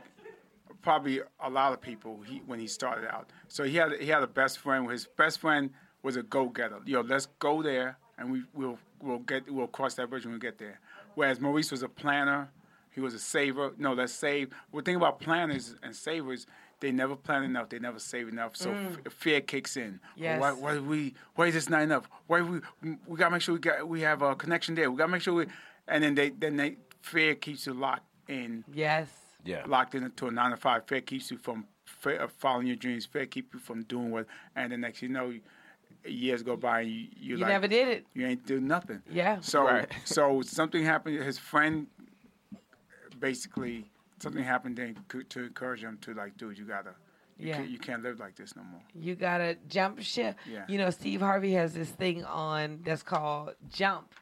Speaker 8: probably a lot of people he, when he started out. So he had he had a best friend. His best friend was a go-getter. Yo, let's go there, and we will we'll get we'll cross that bridge when we get there. Whereas Maurice was a planner. He was a saver. No, let's save. Well, thing about planners and savers, they never plan enough. They never save enough. So f- fear kicks in.
Speaker 2: Mm. Yes.
Speaker 8: Why, why we? Why is this not enough? Why we? We gotta make sure we got we have a connection there. We gotta make sure we. And then they then they fear keeps you locked in
Speaker 2: yes
Speaker 3: Yeah.
Speaker 8: locked into a nine to five. Fear keeps you from fear of following your dreams. Fear keeps you from doing what. And the next you know, years go by and you you,
Speaker 2: you
Speaker 8: like,
Speaker 2: never did it
Speaker 8: You ain't do nothing.
Speaker 2: Yeah.
Speaker 8: So so something happened. His friend basically something happened then co- to encourage him to like, dude, you gotta. You,
Speaker 2: Yeah.
Speaker 8: can't, you can't live like this no more.
Speaker 2: you gotta jump ship
Speaker 8: Yeah.
Speaker 2: you know Steve Harvey has this thing on that's called jump.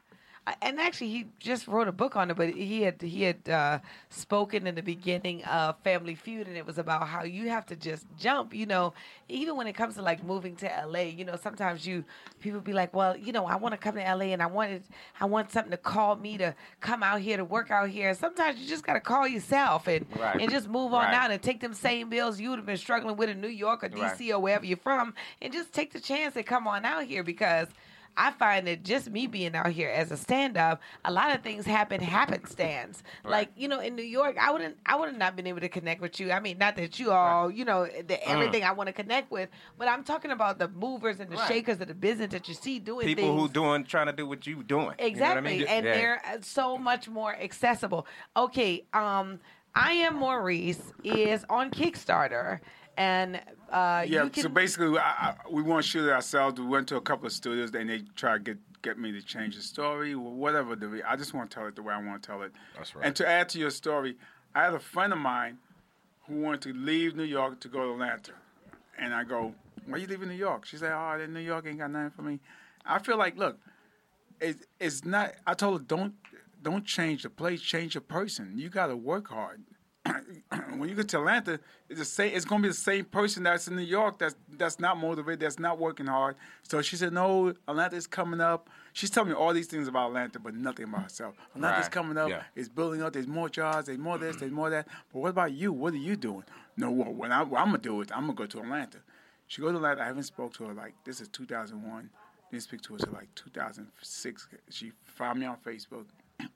Speaker 2: I- And actually, he just wrote a book on it, but he had he had uh, spoken in the beginning of Family Feud, and it was about how you have to just jump. You know, even when it comes to like moving to LA, you know, sometimes you people be like, well, you know, I want to come to LA, and I wanted I want something to call me to come out here to work out here. Sometimes you just gotta call yourself and
Speaker 4: Right.
Speaker 2: and just move on
Speaker 4: Right.
Speaker 2: out and take them same bills you would have been struggling with in New York or DC
Speaker 4: Right.
Speaker 2: or wherever you're from, and just take the chance and come on out here because I find that just me being out here as a stand-up, a lot of things happen happenstance. Like you know, in New York, I wouldn't, I would have not been able to connect with you. I mean, not that you all, you know,
Speaker 4: Mm.
Speaker 2: the, everything I want to connect with, but I'm talking about the movers and the shakers of the business that you see doing
Speaker 4: People
Speaker 2: things.
Speaker 4: who doing trying to do what you doing. You know what I
Speaker 2: Exactly.
Speaker 4: mean?
Speaker 2: And
Speaker 4: Yeah.
Speaker 2: they're uh, so much more accessible. Okay, um, I Am Maurice is on Kickstarter. And uh,
Speaker 8: Yeah.
Speaker 2: you can,
Speaker 8: so basically, I, I, we weren't sure that ourselves. We went to a couple of studios and they tried to get get me to change the story, wh- whatever. The re- I just want to tell it the way I want to tell it.
Speaker 3: That's right.
Speaker 8: And to add to your story, I had a friend of mine who wanted to leave New York to go to Atlanta, and I go, "Why you leaving New York?" She said, "Oh, that New York ain't got nothing for me." I feel like, look, it's it's not. I told her, "Don't don't change the place, change the person. You got to work hard." when you get to Atlanta, it's the same. It's gonna be the same person that's in New York that's that's not motivated, that's not working hard. So she said, "No, Atlanta's coming up." She's telling me all these things about Atlanta, but nothing about herself. Atlanta's
Speaker 4: Right.
Speaker 8: coming up.
Speaker 3: Yeah.
Speaker 8: It's building up. There's more jobs. There's more this. There's more that. But what about you? What are you doing? No, well, when I, what I'm gonna do is I'm gonna go to Atlanta. She goes to Atlanta. I haven't spoke to her like this is 2001. Didn't speak to her till like 2006. She found me on Facebook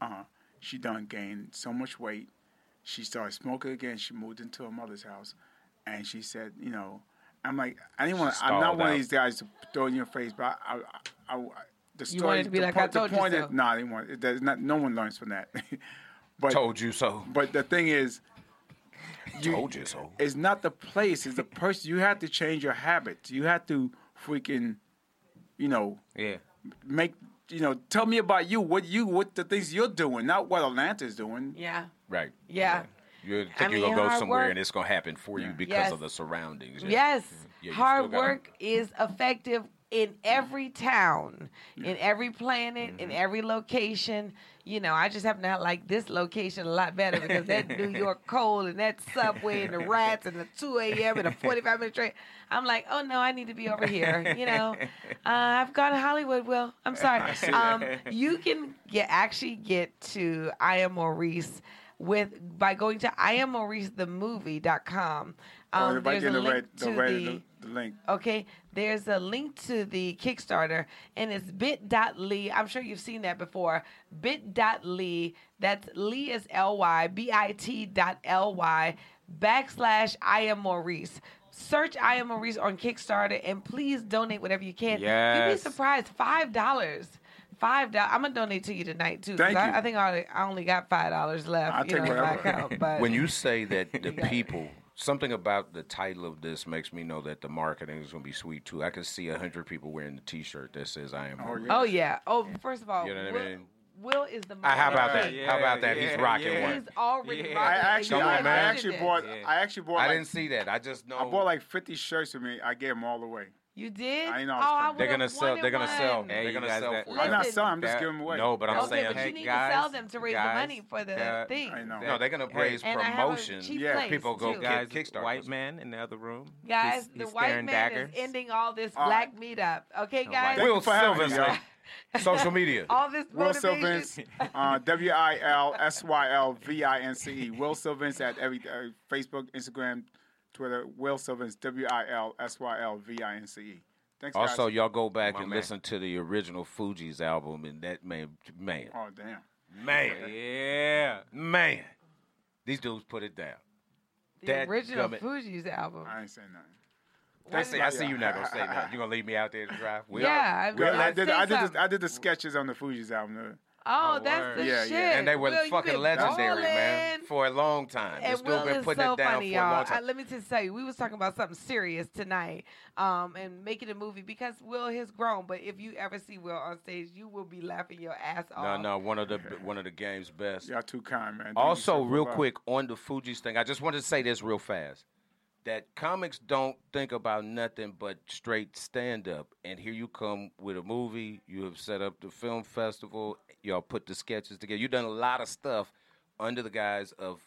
Speaker 8: uh, she done gained so much weight. She started smoking again. She moved into her mother's house, and she said, you know, I'm like, I didn't want. to I'm not
Speaker 3: stalled
Speaker 8: one
Speaker 3: out.
Speaker 8: of these guys to throw in your face, but I, I, I, I the story.
Speaker 2: You wanted to be
Speaker 8: the
Speaker 2: like,
Speaker 8: point,
Speaker 2: "I told
Speaker 8: the
Speaker 2: you
Speaker 8: point
Speaker 2: so."
Speaker 8: Is, no, I didn't want. It, there's not. No one learns from that. but
Speaker 3: Told you so.
Speaker 8: but the thing is,
Speaker 3: Told you so.
Speaker 8: it's not the place. It's the person. You have to change your habits. You have to freaking, you know,
Speaker 4: Yeah.
Speaker 8: make. You know, tell me about you. What you, what the things you're doing, not what Atlanta's doing.
Speaker 2: yeah,
Speaker 3: Right.
Speaker 2: yeah.
Speaker 3: You think
Speaker 2: I
Speaker 3: you're
Speaker 2: mean,
Speaker 3: gonna go
Speaker 2: hard
Speaker 3: somewhere
Speaker 2: work-
Speaker 3: and it's gonna happen for you because
Speaker 2: Yes.
Speaker 3: of the surroundings.
Speaker 2: Yes.
Speaker 3: Yeah, you still
Speaker 2: Hard
Speaker 3: gotta-
Speaker 2: work is effective in every town, in every planet, in every location. You know, I just happen to like this location a lot better because that New York cold and that subway and the rats and the 2 a.m. and the 45 minute train. I'm like, oh no, I need to be over here. You know, uh, I've gone to Hollywood. Well, I'm sorry. Um, you can get actually get to I Am Maurice with by going to I am Maurice the movie.com.
Speaker 8: Or
Speaker 2: Um,
Speaker 8: if I
Speaker 2: there's
Speaker 8: get
Speaker 2: a
Speaker 8: the
Speaker 2: link
Speaker 8: red,
Speaker 2: to
Speaker 8: the red,
Speaker 2: the-
Speaker 8: the, the link.
Speaker 2: Okay, there's a link to the Kickstarter, and it's bit.ly. I'm sure you've seen that before. Bit.ly. That's Lee is L Y B I T dot L Y backslash I am Maurice. Search I am Maurice on Kickstarter, and please donate whatever you can. You'd be
Speaker 4: Yes.
Speaker 2: surprised. Five dollars. Five dollars. I'm gonna donate to you tonight too. 'cause
Speaker 8: Thank
Speaker 2: I,
Speaker 8: you.
Speaker 2: I think I, I only got five dollars left.
Speaker 8: I'll
Speaker 2: you
Speaker 8: take
Speaker 2: know, in my
Speaker 8: whatever.
Speaker 2: account, but
Speaker 3: When you say that the
Speaker 2: got it.
Speaker 3: people, something about the title of this makes me know that the marketing is gonna be sweet too. I can see a hundred people wearing the T-shirt that says "I am."
Speaker 8: Oh,
Speaker 3: Hungry.
Speaker 8: yeah.
Speaker 2: Oh yeah. Oh, first of all,
Speaker 3: You know what I
Speaker 2: we'll-
Speaker 3: mean?
Speaker 2: Will is the.
Speaker 3: Ah, how about
Speaker 2: model.
Speaker 3: that? how about that? He's
Speaker 4: yeah,
Speaker 3: rocking
Speaker 4: yeah.
Speaker 2: He's
Speaker 3: one.
Speaker 2: already.
Speaker 4: Yeah.
Speaker 2: rocking
Speaker 8: I
Speaker 2: it.
Speaker 8: actually,
Speaker 2: You
Speaker 3: Come on,
Speaker 8: I, I
Speaker 3: man.
Speaker 8: actually
Speaker 2: it.
Speaker 8: bought.
Speaker 4: Yeah.
Speaker 8: I actually bought.
Speaker 3: I
Speaker 8: like,
Speaker 3: didn't see that. I just know.
Speaker 8: I bought like 50 shirts with me. I gave them all away.
Speaker 2: You did.
Speaker 8: I know I was
Speaker 2: Oh, I
Speaker 8: coming.
Speaker 3: they're gonna
Speaker 2: would've
Speaker 3: sell. They're gonna
Speaker 2: wanted
Speaker 3: sell.
Speaker 2: one.
Speaker 4: Hey,
Speaker 3: they're
Speaker 4: you
Speaker 3: gonna
Speaker 4: guys
Speaker 3: sell
Speaker 4: got-
Speaker 3: for
Speaker 8: I'm not
Speaker 2: Listen.
Speaker 8: selling. I'm just
Speaker 4: That-
Speaker 8: giving them away.
Speaker 3: No, but I'm
Speaker 2: Okay,
Speaker 3: saying,
Speaker 2: but you need to
Speaker 4: guys,
Speaker 2: sell them to raise the
Speaker 4: guys,
Speaker 2: money for the
Speaker 4: guys,
Speaker 2: thing.
Speaker 8: I know.
Speaker 3: no, they're gonna raise
Speaker 2: And I have a
Speaker 3: promotion.
Speaker 2: cheap
Speaker 8: Yeah.
Speaker 2: place,
Speaker 3: People go
Speaker 2: too.
Speaker 3: get-
Speaker 4: guys,
Speaker 3: Kickstarters.
Speaker 4: white man in the other room.
Speaker 2: Guys,
Speaker 4: he's,
Speaker 2: the
Speaker 4: he's
Speaker 2: white
Speaker 4: staring
Speaker 2: man
Speaker 4: daggers.
Speaker 2: is ending all this
Speaker 8: All
Speaker 2: black
Speaker 8: right.
Speaker 2: meetup. Okay,
Speaker 4: All
Speaker 2: guys.
Speaker 4: right.
Speaker 3: Will
Speaker 8: Thank you for having me,
Speaker 3: Sylvester. Social media.
Speaker 2: All this
Speaker 8: Will
Speaker 2: motivation.
Speaker 8: Sylvans, uh, W I L S Y L V I N C E. Will Sylvans at every uh, Facebook, Instagram, Twitter. Will Sylvans, W I L S Y L V I N C E. Thanks, guys.
Speaker 3: Also, y'all go back
Speaker 4: My
Speaker 3: and
Speaker 4: man.
Speaker 3: listen to the original Fuji's album, and that man, man,
Speaker 8: Oh damn.
Speaker 3: man,
Speaker 4: Yeah.
Speaker 3: man, these dudes put it down.
Speaker 2: The
Speaker 3: Dad
Speaker 2: original
Speaker 3: gummit.
Speaker 2: Fuji's album.
Speaker 8: I ain't saying nothing.
Speaker 3: I see, I see you not gonna say nothing. You gonna leave me out there to drive? Will?
Speaker 2: Yeah,
Speaker 8: Well, I
Speaker 2: I
Speaker 8: did. I
Speaker 2: seen
Speaker 8: did.
Speaker 2: something.
Speaker 8: The, I did the sketches on the Fuji's album. uh,
Speaker 2: Oh,
Speaker 4: Oh,
Speaker 2: that's
Speaker 4: word.
Speaker 2: the
Speaker 8: Yeah, yeah.
Speaker 2: shit.
Speaker 3: and they were
Speaker 2: Will, you
Speaker 3: fucking
Speaker 2: been
Speaker 3: legendary, man,
Speaker 2: ballin'.
Speaker 3: for a long time.
Speaker 2: And
Speaker 3: this dude
Speaker 2: Will
Speaker 3: been
Speaker 2: is so
Speaker 3: putting it down
Speaker 2: funny,
Speaker 3: for a long
Speaker 2: y'all. I,
Speaker 3: time.
Speaker 2: let me just tell you, we was talking about something serious tonight, um, and making a movie because Will has grown. But if you ever see Will on stage, you will be laughing your ass
Speaker 3: No,
Speaker 2: off.
Speaker 3: no, one of the one of the game's best.
Speaker 8: Y'all too kind, man. Thank you
Speaker 3: Also,
Speaker 8: so
Speaker 3: real
Speaker 8: much.
Speaker 3: quick on the Fuji's thing, I just wanted to say this real fast. That comics don't think about nothing but straight stand up. And here you come with a movie. You have set up the film festival. Y'all put the sketches together. You've done a lot of stuff under the guise of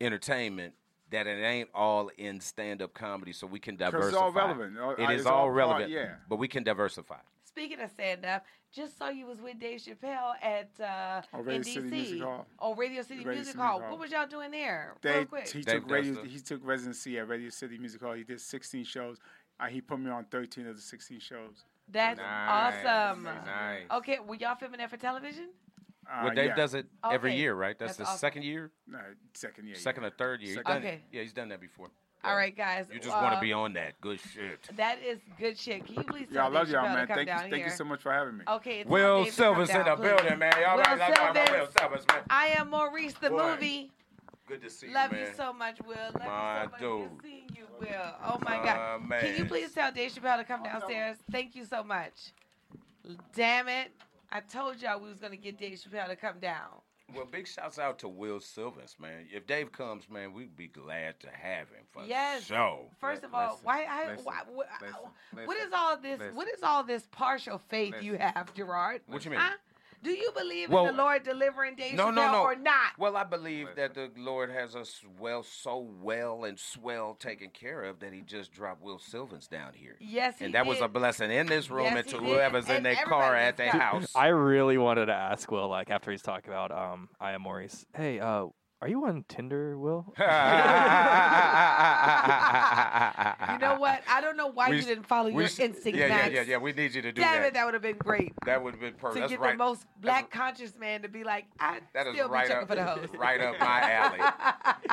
Speaker 3: entertainment that it ain't all in stand up comedy. So we can diversify.
Speaker 8: it's all relevant. All-
Speaker 3: It is
Speaker 8: it's
Speaker 3: all,
Speaker 8: all part-
Speaker 3: relevant.
Speaker 8: yeah.
Speaker 3: But we can diversify.
Speaker 2: Speaking of stand up, just saw you was with Dave Chappelle at uh,
Speaker 8: On Radio
Speaker 2: in DC.
Speaker 8: City Music Hall.
Speaker 2: On Radio City
Speaker 8: Radio
Speaker 2: Music
Speaker 8: City
Speaker 2: Hall.
Speaker 8: Hall.
Speaker 2: What was y'all doing there?
Speaker 8: They,
Speaker 2: Real quick.
Speaker 8: he
Speaker 3: Dave
Speaker 8: took radio,
Speaker 3: Desta.
Speaker 8: he took residency at Radio City Music Hall. He did 16 shows. Uh, he put me on 13 of the 16 shows.
Speaker 2: That's
Speaker 4: Nice,
Speaker 2: awesome.
Speaker 4: nice.
Speaker 2: Okay, were y'all filming that for television?
Speaker 8: Uh,
Speaker 3: well, Dave
Speaker 8: yeah.
Speaker 3: does it every
Speaker 2: Okay.
Speaker 3: year, right? That's,
Speaker 2: That's
Speaker 3: the
Speaker 2: awesome.
Speaker 3: second year,
Speaker 8: Uh, second year.
Speaker 3: second or third year. He's
Speaker 8: Second.
Speaker 3: done it.
Speaker 2: Okay.
Speaker 3: Yeah, he's done that before.
Speaker 2: All right, guys.
Speaker 3: You just want
Speaker 2: uh,
Speaker 3: to be on that. Good shit.
Speaker 2: That is good shit. Can you please
Speaker 8: Yeah, I
Speaker 2: tell
Speaker 8: love
Speaker 2: Dave
Speaker 8: y'all,
Speaker 2: Chappelle to
Speaker 8: man.
Speaker 2: come
Speaker 8: Thank you,
Speaker 2: down
Speaker 8: thank you
Speaker 2: here?
Speaker 8: so much for having me.
Speaker 2: Okay, it's
Speaker 3: Will
Speaker 2: Dave to come
Speaker 3: Silvers in
Speaker 2: down,
Speaker 3: the
Speaker 2: please.
Speaker 3: building, man. Y'all
Speaker 2: Will
Speaker 3: right, like my man,
Speaker 2: Silvers.
Speaker 3: Will Silvers, man.
Speaker 2: I am Maurice the
Speaker 3: Boy.
Speaker 2: movie.
Speaker 3: Good to see
Speaker 2: Love
Speaker 3: you, man.
Speaker 2: you so much, Will. Love
Speaker 3: My
Speaker 2: you so much.
Speaker 3: dude.
Speaker 2: Good seeing you, Will. Oh my
Speaker 3: My
Speaker 2: God. Can you
Speaker 3: man.
Speaker 2: please tell Dave Chappelle to
Speaker 8: Oh,
Speaker 2: come downstairs? Thank you so much. Damn it. I told y'all we was gonna get Dave Chappelle to come down.
Speaker 3: Well, big shouts out to Will Silvers, man. If Dave comes, man, we'd be glad to have him for
Speaker 2: Yes.
Speaker 3: sure.
Speaker 2: First
Speaker 4: Li-
Speaker 2: of all,
Speaker 4: listen,
Speaker 2: why I
Speaker 4: listen,
Speaker 2: why, wh- I-
Speaker 4: listen,
Speaker 2: what
Speaker 4: listen,
Speaker 2: is all this what is all this partial faith you
Speaker 4: Listen.
Speaker 2: have, Gerard?
Speaker 3: What you mean?
Speaker 2: Huh? Do you believe
Speaker 3: Well-
Speaker 2: in the Lord delivering Dave
Speaker 3: No,
Speaker 2: Chappelle
Speaker 3: no, no.
Speaker 2: or not?
Speaker 3: Well, I believe that the Lord has us well, so well and swell taken care of that He just dropped Will Silvers down here.
Speaker 2: Yes, he
Speaker 3: and that was a
Speaker 2: did.
Speaker 3: blessing in this room
Speaker 2: Yes,
Speaker 3: and
Speaker 2: he
Speaker 3: to
Speaker 2: did.
Speaker 3: whoever's in
Speaker 2: And
Speaker 3: their car
Speaker 2: everybody
Speaker 3: at their
Speaker 2: was
Speaker 3: house.
Speaker 7: I really wanted to ask Will, like after he's talking about um, I am Maurice. Hey, uh, are you on Tinder, Will?
Speaker 2: You know what? I don't know why
Speaker 3: We
Speaker 2: you
Speaker 3: s-
Speaker 2: didn't follow
Speaker 3: We
Speaker 2: your
Speaker 3: s-
Speaker 2: instinct,
Speaker 3: Yeah, yeah,
Speaker 2: Max.
Speaker 3: yeah, yeah. We need you to do
Speaker 2: Damn
Speaker 3: that.
Speaker 2: it, that would have been great
Speaker 3: That would have been perfect.
Speaker 2: to
Speaker 3: That's
Speaker 2: get
Speaker 3: right.
Speaker 2: the most black conscious man to be like, I
Speaker 3: that is
Speaker 2: still
Speaker 3: right
Speaker 2: be checking
Speaker 3: up,
Speaker 2: for the hoes.
Speaker 3: right up my alley.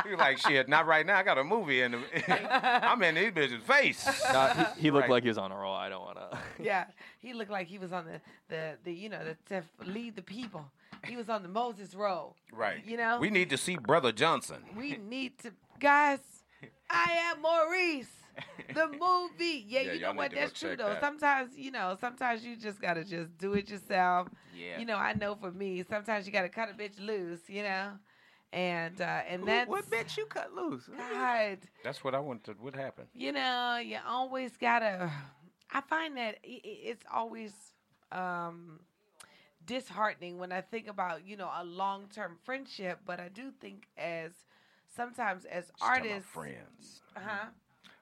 Speaker 3: You're like, shit, not right now. I got a movie in the. I'm in these bitches' face.
Speaker 7: Uh, he, he looked
Speaker 3: Right.
Speaker 7: like he was on a roll. I don't want to.
Speaker 2: Yeah, he looked like he was on the the, the you know the to lead the people. He was on the Moses roll.
Speaker 3: right.
Speaker 2: You know
Speaker 3: We need to see Brother Johnson.
Speaker 2: we need to guys. I am Maurice. The movie. Yeah,
Speaker 3: Yeah,
Speaker 2: you know
Speaker 3: y'all need
Speaker 2: what?
Speaker 3: to go
Speaker 2: That's true
Speaker 3: check
Speaker 2: though.
Speaker 3: that.
Speaker 2: Sometimes, you know, sometimes you just gotta just do it yourself.
Speaker 4: Yeah.
Speaker 2: You know, I know for me, sometimes you gotta cut a bitch loose, you know? And uh and that's
Speaker 4: what bitch you cut loose?
Speaker 2: God,
Speaker 3: That's what I want to. What happened?
Speaker 2: you know, you always gotta. I find that i- i- it's always um, disheartening when I think about you know a long term friendship, but I do think as sometimes as artists,
Speaker 3: friends. Mm-hmm.
Speaker 2: huh?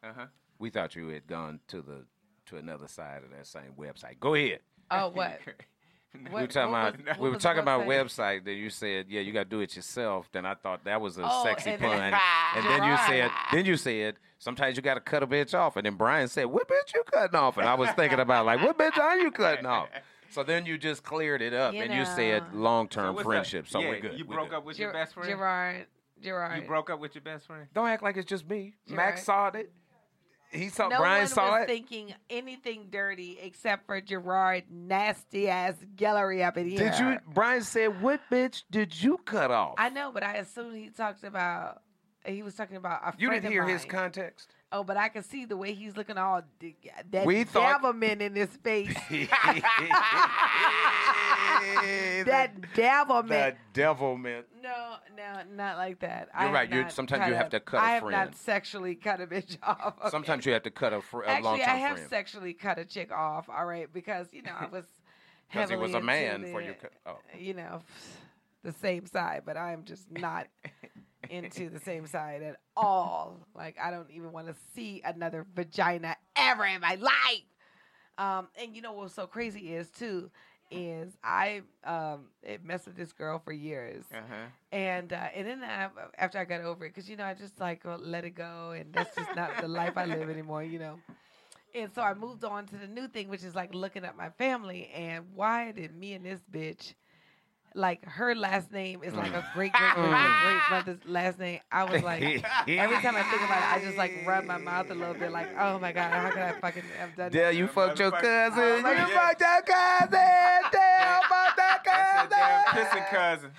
Speaker 4: Uh-huh.
Speaker 3: We thought you had gone to the to another side of that same website. Go ahead.
Speaker 2: Oh, what?
Speaker 3: we were talking
Speaker 2: what
Speaker 3: about
Speaker 2: was-
Speaker 3: we
Speaker 2: what
Speaker 3: were
Speaker 2: was the
Speaker 3: talking about
Speaker 2: website?
Speaker 3: website. Then you said, "Yeah, you got to do it yourself." Then I thought that was a
Speaker 2: Oh,
Speaker 3: sexy
Speaker 2: and
Speaker 3: pun.
Speaker 2: then-
Speaker 3: and then you
Speaker 2: Gerard.
Speaker 3: said, "Then you said sometimes you got to cut a bitch off." And then Brian said, "What bitch you cutting off?" And I was thinking about like, "What bitch are you cutting off?" So then you just cleared it up
Speaker 2: You
Speaker 3: and you said
Speaker 2: know.
Speaker 3: long
Speaker 4: So
Speaker 3: term
Speaker 4: what's up?
Speaker 3: friendship. So
Speaker 4: yeah,
Speaker 3: we're good.
Speaker 4: You
Speaker 3: we're
Speaker 4: broke
Speaker 3: good.
Speaker 4: up with your
Speaker 2: Ger-
Speaker 4: best friend.
Speaker 2: Gerard, Gerard.
Speaker 4: You broke up with your best friend.
Speaker 3: Don't act like it's just me.
Speaker 2: You're
Speaker 3: Max
Speaker 2: right.
Speaker 3: saw it. He saw
Speaker 2: no
Speaker 3: Brian
Speaker 2: one
Speaker 3: saw
Speaker 2: was
Speaker 3: it.
Speaker 2: thinking anything dirty except for Gerard, nasty ass gallery up in here.
Speaker 3: Did you? Brian said, "What bitch did you cut off?"
Speaker 2: I know, but I assume he talked about. He was talking about a
Speaker 3: you
Speaker 2: friend
Speaker 3: didn't
Speaker 2: of
Speaker 3: hear his
Speaker 2: mine.
Speaker 3: context.
Speaker 2: Oh, but I can see the way he's looking all d- that
Speaker 3: We thought-
Speaker 2: devilment in his face.
Speaker 3: that
Speaker 2: that devilment.
Speaker 3: the devil man.
Speaker 2: No, no, not like that.
Speaker 3: You're
Speaker 2: have
Speaker 3: right. You-
Speaker 2: not
Speaker 3: sometimes you have to cut a
Speaker 2: I have
Speaker 3: friend.
Speaker 2: not sexually cut a bitch off. okay?
Speaker 3: Sometimes you have to cut a, fr- a long
Speaker 2: Actually,
Speaker 3: time
Speaker 2: I have
Speaker 3: friend.
Speaker 2: sexually cut a chick off. All right, because you know I was
Speaker 3: Because
Speaker 2: heavily
Speaker 3: he was a
Speaker 2: into
Speaker 3: man
Speaker 2: the,
Speaker 3: for you. cut- Oh.
Speaker 2: You know, the same side, but I am just not into the same side at all. Like I don't even want to see another vagina ever in my life. Um, and you know what's so crazy is too is I um it messed with this girl for years
Speaker 4: Uh-huh.
Speaker 2: and uh, and then I, after I got over it, because you know I just like uh, let it go, and that's just not the life I live anymore, you know. And so I moved on to the new thing, which is like looking up my family and why did me and this bitch, like her last name is like a
Speaker 3: Mm.
Speaker 2: great great great great great mother's last name. I was like, every time I think about it, I just like rub my mouth a little bit, like, oh my god, how could I fucking have done Oh
Speaker 3: Dell,
Speaker 2: that?
Speaker 3: you fucked your
Speaker 8: Motherfucker.
Speaker 3: cousin. You
Speaker 8: Yeah.
Speaker 3: fucked your cousin. Dell fucked
Speaker 4: That's a damn
Speaker 3: your
Speaker 4: pissing cousin.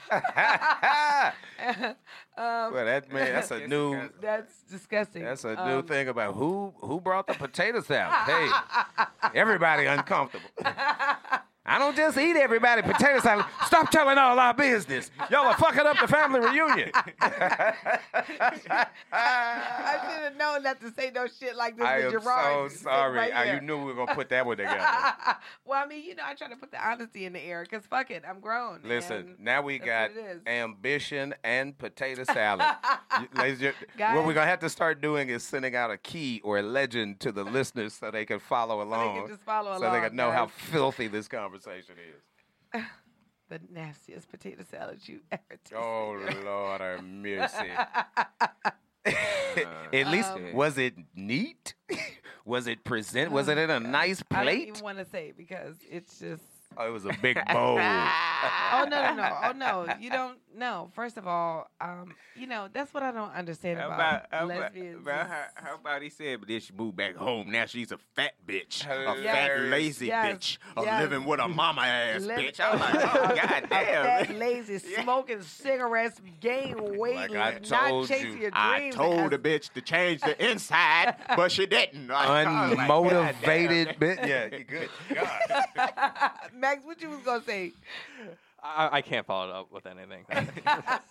Speaker 3: cousin.
Speaker 2: um,
Speaker 3: well, that man, that's a
Speaker 4: Pissing
Speaker 3: new.
Speaker 4: cousin.
Speaker 2: that's disgusting.
Speaker 3: That's a new
Speaker 2: Um,
Speaker 3: thing about who who brought the potatoes out. Hey, everybody uncomfortable. I don't just eat everybody potato salad. Stop telling all our business. Y'all are fucking up the family reunion.
Speaker 2: I should have known not to say no shit like this
Speaker 3: I
Speaker 2: to
Speaker 3: am so
Speaker 2: Gerard. Sit
Speaker 3: sorry.
Speaker 2: right
Speaker 3: I-
Speaker 2: there.
Speaker 3: you knew we were gonna put that one together.
Speaker 2: well, I mean, you know, I try to put the honesty in the air because fuck it, I'm grown.
Speaker 3: Listen,
Speaker 2: and
Speaker 3: now we got
Speaker 2: that's what it is.
Speaker 3: ambition and potato salad. You- ladies and gen- what we're
Speaker 2: Guys.
Speaker 3: gonna have to start doing is sending out a key or a legend to the listeners so they can follow
Speaker 2: they
Speaker 3: along,
Speaker 2: can just follow
Speaker 3: so they
Speaker 2: along,
Speaker 3: can know how
Speaker 2: guys.
Speaker 3: filthy this conversation is.
Speaker 2: the nastiest potato salad you ever tasted.
Speaker 3: Oh Lord, have mercy. At least
Speaker 2: Uh,
Speaker 3: was it neat? was it present? Was it in a nice
Speaker 2: Uh, Oh, I don't
Speaker 3: plate?
Speaker 2: even want to say because it's just.
Speaker 3: Oh, it was a big bowl.
Speaker 2: Oh no no no! Oh no! You don't know. First of all, um, you know that's what I don't understand
Speaker 4: How
Speaker 2: about,
Speaker 4: about, how about,
Speaker 2: lesbians.
Speaker 4: about
Speaker 2: is-
Speaker 4: her, how about he said, but then she moved back home. Now she's a fat bitch. A fat
Speaker 2: Hilarious.
Speaker 4: lazy
Speaker 2: Yes,
Speaker 4: bitch. A
Speaker 2: yes.
Speaker 4: living with a mama ass
Speaker 2: Liv-
Speaker 4: bitch. I was like, oh, god
Speaker 2: Fat,
Speaker 4: damn.
Speaker 2: lazy, smoking cigarettes, gain weight,
Speaker 3: Like I
Speaker 2: not
Speaker 3: told
Speaker 2: chasing
Speaker 3: you.
Speaker 2: your dreams.
Speaker 4: I
Speaker 2: and
Speaker 4: told the
Speaker 2: that's-
Speaker 4: bitch to change the inside, but she didn't. Like, I was like, "God damn."
Speaker 3: Unmotivated Oh, bit. Yeah, you good. God.
Speaker 2: Max, what you was gonna say?
Speaker 7: I, I can't follow it up with anything.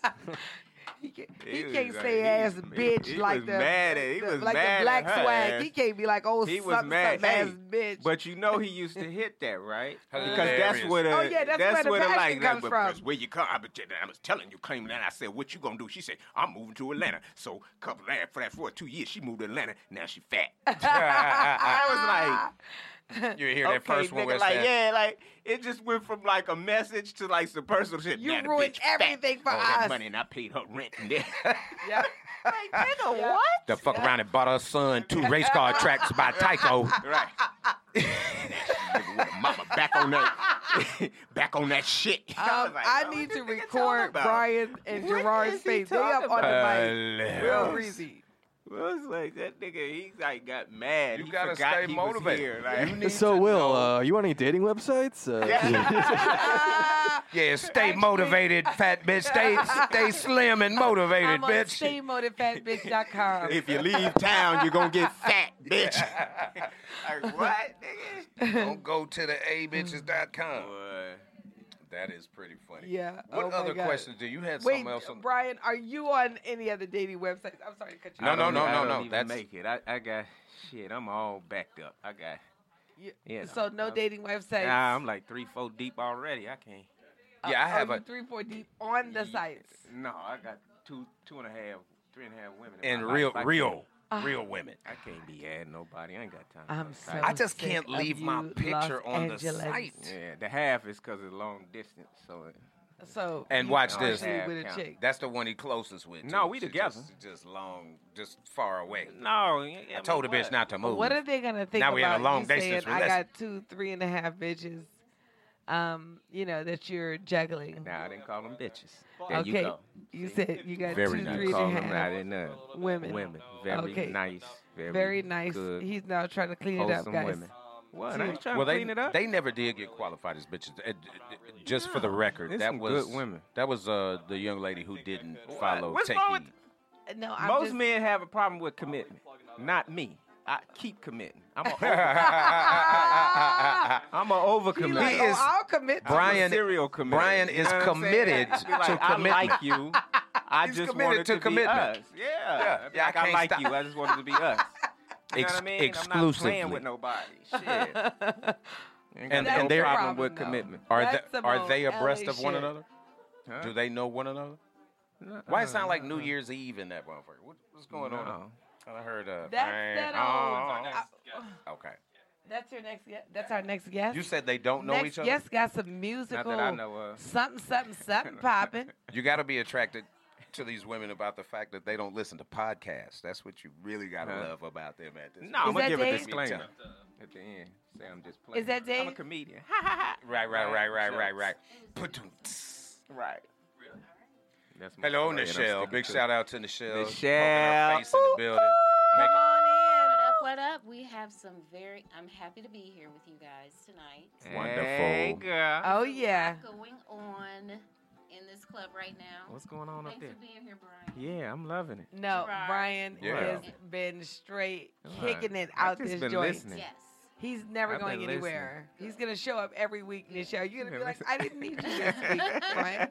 Speaker 2: He can't, he
Speaker 4: was
Speaker 2: can't
Speaker 4: like-
Speaker 2: say
Speaker 4: he-
Speaker 2: ass
Speaker 4: he-
Speaker 2: bitch
Speaker 4: he
Speaker 2: like
Speaker 4: was
Speaker 2: the
Speaker 4: mad at- he
Speaker 2: the-
Speaker 4: was
Speaker 2: like
Speaker 4: mad
Speaker 2: the
Speaker 4: at
Speaker 2: black
Speaker 4: her
Speaker 2: swag.
Speaker 4: ass.
Speaker 2: He can't be like oh
Speaker 4: He was
Speaker 2: something,
Speaker 4: mad.
Speaker 2: something ass
Speaker 4: Hey,
Speaker 2: bitch.
Speaker 4: But you know he used to hit that, right? Because
Speaker 3: Hilarious.
Speaker 4: that's where the
Speaker 2: Oh, yeah, that's where the passion
Speaker 4: like
Speaker 2: comes
Speaker 4: but-
Speaker 2: from.
Speaker 4: because where you come. I, bet you- I was telling you, claiming that I said, "What you gonna do?" She said, "I'm moving to Atlanta." So couple of for that for two years, she moved to Atlanta. Now she fat. I
Speaker 3: You hear
Speaker 4: was
Speaker 3: that
Speaker 4: like, okay,
Speaker 3: first one?
Speaker 4: nigga,
Speaker 3: where it
Speaker 4: like
Speaker 3: said,
Speaker 4: yeah, like it just went from like a message to like some personal shit.
Speaker 2: You
Speaker 4: Now the
Speaker 2: ruined
Speaker 4: bitch fat.
Speaker 2: everything for
Speaker 4: All that
Speaker 2: us.
Speaker 4: money, and I paid her rent. And then
Speaker 2: yeah.
Speaker 4: nigga,
Speaker 2: Yeah.
Speaker 4: what?
Speaker 3: The fuck around and bought her son two race car tracks by Tyco.
Speaker 4: Right. Nigga with a mama back on that, back on that shit. I,
Speaker 2: Um,
Speaker 4: was like,
Speaker 2: I
Speaker 4: "Yo, what
Speaker 2: need
Speaker 4: this
Speaker 2: to
Speaker 4: nigga talking
Speaker 2: record
Speaker 4: about?"
Speaker 2: Brian and
Speaker 4: What
Speaker 2: Gerard's
Speaker 4: is he
Speaker 2: face. They up
Speaker 4: talking
Speaker 2: on the mic,
Speaker 3: Hilarious.
Speaker 2: real greasy.
Speaker 4: Well, it's like that nigga, he like got mad.
Speaker 3: You
Speaker 4: he
Speaker 3: gotta
Speaker 4: forgot
Speaker 3: stay
Speaker 4: he
Speaker 3: motivated.
Speaker 4: Was here. Like,
Speaker 3: You need
Speaker 7: so,
Speaker 3: to
Speaker 7: Will,
Speaker 3: know.
Speaker 7: uh, are you on any dating websites? Uh,
Speaker 3: yeah, stay motivated, fat bitch. Stay, stay slim and motivated,
Speaker 2: I'm on
Speaker 3: bitch.
Speaker 2: staymotivefatbitch.com.
Speaker 4: Uh, if you leave town, you're gonna get fat, bitch. Oh, like what, nigga?
Speaker 3: Don't go to the abitches.com.
Speaker 4: Boy.
Speaker 3: That is pretty funny.
Speaker 2: Yeah,
Speaker 3: What
Speaker 2: oh my
Speaker 3: other
Speaker 2: God.
Speaker 3: questions do you have?
Speaker 2: Wait,
Speaker 3: Something else? On...
Speaker 2: Brian, are you on any other dating websites? I'm sorry to cut you
Speaker 3: No,
Speaker 4: I
Speaker 2: off.
Speaker 3: no,
Speaker 4: don't-
Speaker 3: no,
Speaker 4: I
Speaker 3: no,
Speaker 4: don't
Speaker 3: no,
Speaker 4: Even
Speaker 3: that's-
Speaker 4: make it. I, I got shit. I'm all backed up. I got.
Speaker 2: You-
Speaker 4: Yeah.
Speaker 2: So no
Speaker 4: I'm-
Speaker 2: dating websites.
Speaker 4: Nah, I'm like three, four deep already. I can't.
Speaker 3: Yeah, I
Speaker 2: Uh, Are
Speaker 3: have
Speaker 2: oh, you
Speaker 3: a.
Speaker 2: three, four deep on the
Speaker 4: Ye-
Speaker 2: sites.
Speaker 4: No, I got two, two and a half, three and a half women.
Speaker 3: And
Speaker 4: my
Speaker 3: real,
Speaker 4: life. I
Speaker 3: real,
Speaker 4: can't-
Speaker 3: real women.
Speaker 4: I can't be adding nobody. I ain't got time. for
Speaker 2: Ah. I'm
Speaker 4: no
Speaker 2: so.
Speaker 4: type.
Speaker 3: I just
Speaker 2: sick
Speaker 3: can't
Speaker 2: of
Speaker 3: leave my
Speaker 2: you,
Speaker 3: picture
Speaker 2: Los
Speaker 3: on
Speaker 2: Angeles.
Speaker 3: the site.
Speaker 4: Yeah, the half is because it's long distance. So it,
Speaker 2: So
Speaker 3: And
Speaker 2: you
Speaker 3: watch
Speaker 2: are
Speaker 3: this.
Speaker 2: actually With a
Speaker 4: Yeah.
Speaker 2: chick.
Speaker 3: That's the one he closest with.
Speaker 4: No,
Speaker 3: too.
Speaker 4: we
Speaker 3: She
Speaker 4: together.
Speaker 3: Just, just long, just far away.
Speaker 4: no, yeah,
Speaker 3: I told the
Speaker 4: mean,
Speaker 3: bitch
Speaker 4: what?
Speaker 3: not to move.
Speaker 2: What are they gonna think
Speaker 3: Now we in a
Speaker 2: about
Speaker 3: long
Speaker 2: you saying
Speaker 3: distance
Speaker 2: I
Speaker 3: relationship."
Speaker 2: got two, three and a half bitches? Um, you know that you're juggling.
Speaker 4: Nah, I didn't call them bitches. There
Speaker 2: okay,
Speaker 4: you go.
Speaker 2: said you got
Speaker 3: Very
Speaker 2: two,
Speaker 3: nice.
Speaker 2: three and
Speaker 4: Call
Speaker 2: a
Speaker 4: them
Speaker 2: half
Speaker 4: out in uh,
Speaker 2: women.
Speaker 4: women. Very
Speaker 2: Okay.
Speaker 4: nice. Very,
Speaker 2: Very nice.
Speaker 4: Good,
Speaker 2: He's now trying to clean it up,
Speaker 4: wholesome
Speaker 2: guys.
Speaker 4: women. Um, What? I ain't trying
Speaker 3: Well,
Speaker 4: to
Speaker 3: they
Speaker 4: clean it up.
Speaker 3: they never did get qualified as bitches. Uh, d- d- Just for the record,
Speaker 4: There's
Speaker 3: that
Speaker 4: some
Speaker 3: was
Speaker 4: good women.
Speaker 3: That was uh, the young lady who didn't follow.
Speaker 4: What's
Speaker 3: Take
Speaker 4: wrong with-
Speaker 3: Heed.
Speaker 2: no, I'm
Speaker 3: Most
Speaker 2: just,
Speaker 3: men have a problem with commitment. Not me. I keep committing. I'm a
Speaker 2: Ah!
Speaker 3: I'm a overcommit.
Speaker 2: He like, oh, I'll commit. To
Speaker 3: Brian-
Speaker 2: it.
Speaker 3: I'm a
Speaker 4: serial committed.
Speaker 3: Brian is committed Be like, to commitment.
Speaker 4: I like
Speaker 3: you. I
Speaker 4: He's
Speaker 3: just
Speaker 4: committed
Speaker 3: wanted to,
Speaker 4: to
Speaker 3: be
Speaker 4: commitment.
Speaker 3: us. Yeah.
Speaker 4: Yeah.
Speaker 3: Be Like,
Speaker 4: Yeah, I
Speaker 3: I
Speaker 4: can't
Speaker 3: like
Speaker 4: stop.
Speaker 3: you. I just wanted to be us. You know
Speaker 4: Ex-
Speaker 3: what I mean? I'm not
Speaker 4: exclusively.
Speaker 3: playing with nobody. Shit. Ain't got
Speaker 4: And-
Speaker 3: no
Speaker 2: That's the
Speaker 3: problem,
Speaker 2: problem,
Speaker 3: with
Speaker 2: though.
Speaker 3: commitment.
Speaker 4: Are
Speaker 2: That's
Speaker 4: they,
Speaker 2: some
Speaker 4: are
Speaker 2: old
Speaker 4: they
Speaker 2: LA
Speaker 4: abreast of one
Speaker 2: shit.
Speaker 4: another?
Speaker 3: Huh?
Speaker 4: Do they know one another? Uh-huh.
Speaker 3: Why it sound like New Year's Eve in that motherfucker? What, what's going on?
Speaker 4: I done heard
Speaker 3: uh,
Speaker 4: of.
Speaker 2: That's that old.
Speaker 4: Oh,
Speaker 2: I-
Speaker 4: okay.
Speaker 2: that's your next. guest. That's our next guest.
Speaker 3: You said they don't know
Speaker 2: next
Speaker 3: each other.
Speaker 2: guest got some musical.
Speaker 3: Not that I know of.
Speaker 2: Something, something, something popping.
Speaker 3: You got to be attracted to these women about the fact that they don't listen to podcasts. That's what you really got to
Speaker 4: Huh.
Speaker 3: love about them at this.
Speaker 4: No, I'm
Speaker 2: Is
Speaker 4: gonna
Speaker 2: that
Speaker 4: give a
Speaker 2: Dave?
Speaker 4: disclaimer
Speaker 3: at the end, say I'm just playing.
Speaker 2: Is that
Speaker 3: I'm a
Speaker 2: Dave?
Speaker 3: comedian. right, right, right, right, right, right. Patoots.
Speaker 4: Right. That's my
Speaker 3: Hello,
Speaker 4: story, and I'm
Speaker 3: Nichelle.
Speaker 4: sticking
Speaker 3: Big
Speaker 4: to it.
Speaker 3: shout out to Nichelle. Poking her
Speaker 4: Nichelle.
Speaker 3: face in the building. Make
Speaker 2: Come
Speaker 3: it-
Speaker 2: on
Speaker 5: What up?
Speaker 2: in.
Speaker 5: What up? We have some very. I'm happy to be here with you guys tonight.
Speaker 3: Wonderful.
Speaker 4: Hey, girl.
Speaker 2: Oh
Speaker 5: There's a lot
Speaker 2: yeah.
Speaker 5: Going on in this club right now.
Speaker 4: What's going on up
Speaker 5: Thanks
Speaker 4: there?
Speaker 5: for being here, Brian.
Speaker 4: Yeah, I'm loving it.
Speaker 2: No,
Speaker 5: Gerard.
Speaker 2: Brian
Speaker 3: Yeah.
Speaker 2: has been straight
Speaker 4: Come on.
Speaker 2: kicking it
Speaker 4: I've
Speaker 2: out
Speaker 4: just
Speaker 2: this
Speaker 4: been
Speaker 2: joint.
Speaker 4: listening.
Speaker 5: Yes.
Speaker 2: He's never
Speaker 4: I've been
Speaker 2: going
Speaker 4: listening.
Speaker 2: anywhere. He's gonna show up every week, Nichelle. You're gonna be like, I didn't need you this
Speaker 5: listening.
Speaker 2: week, Brian.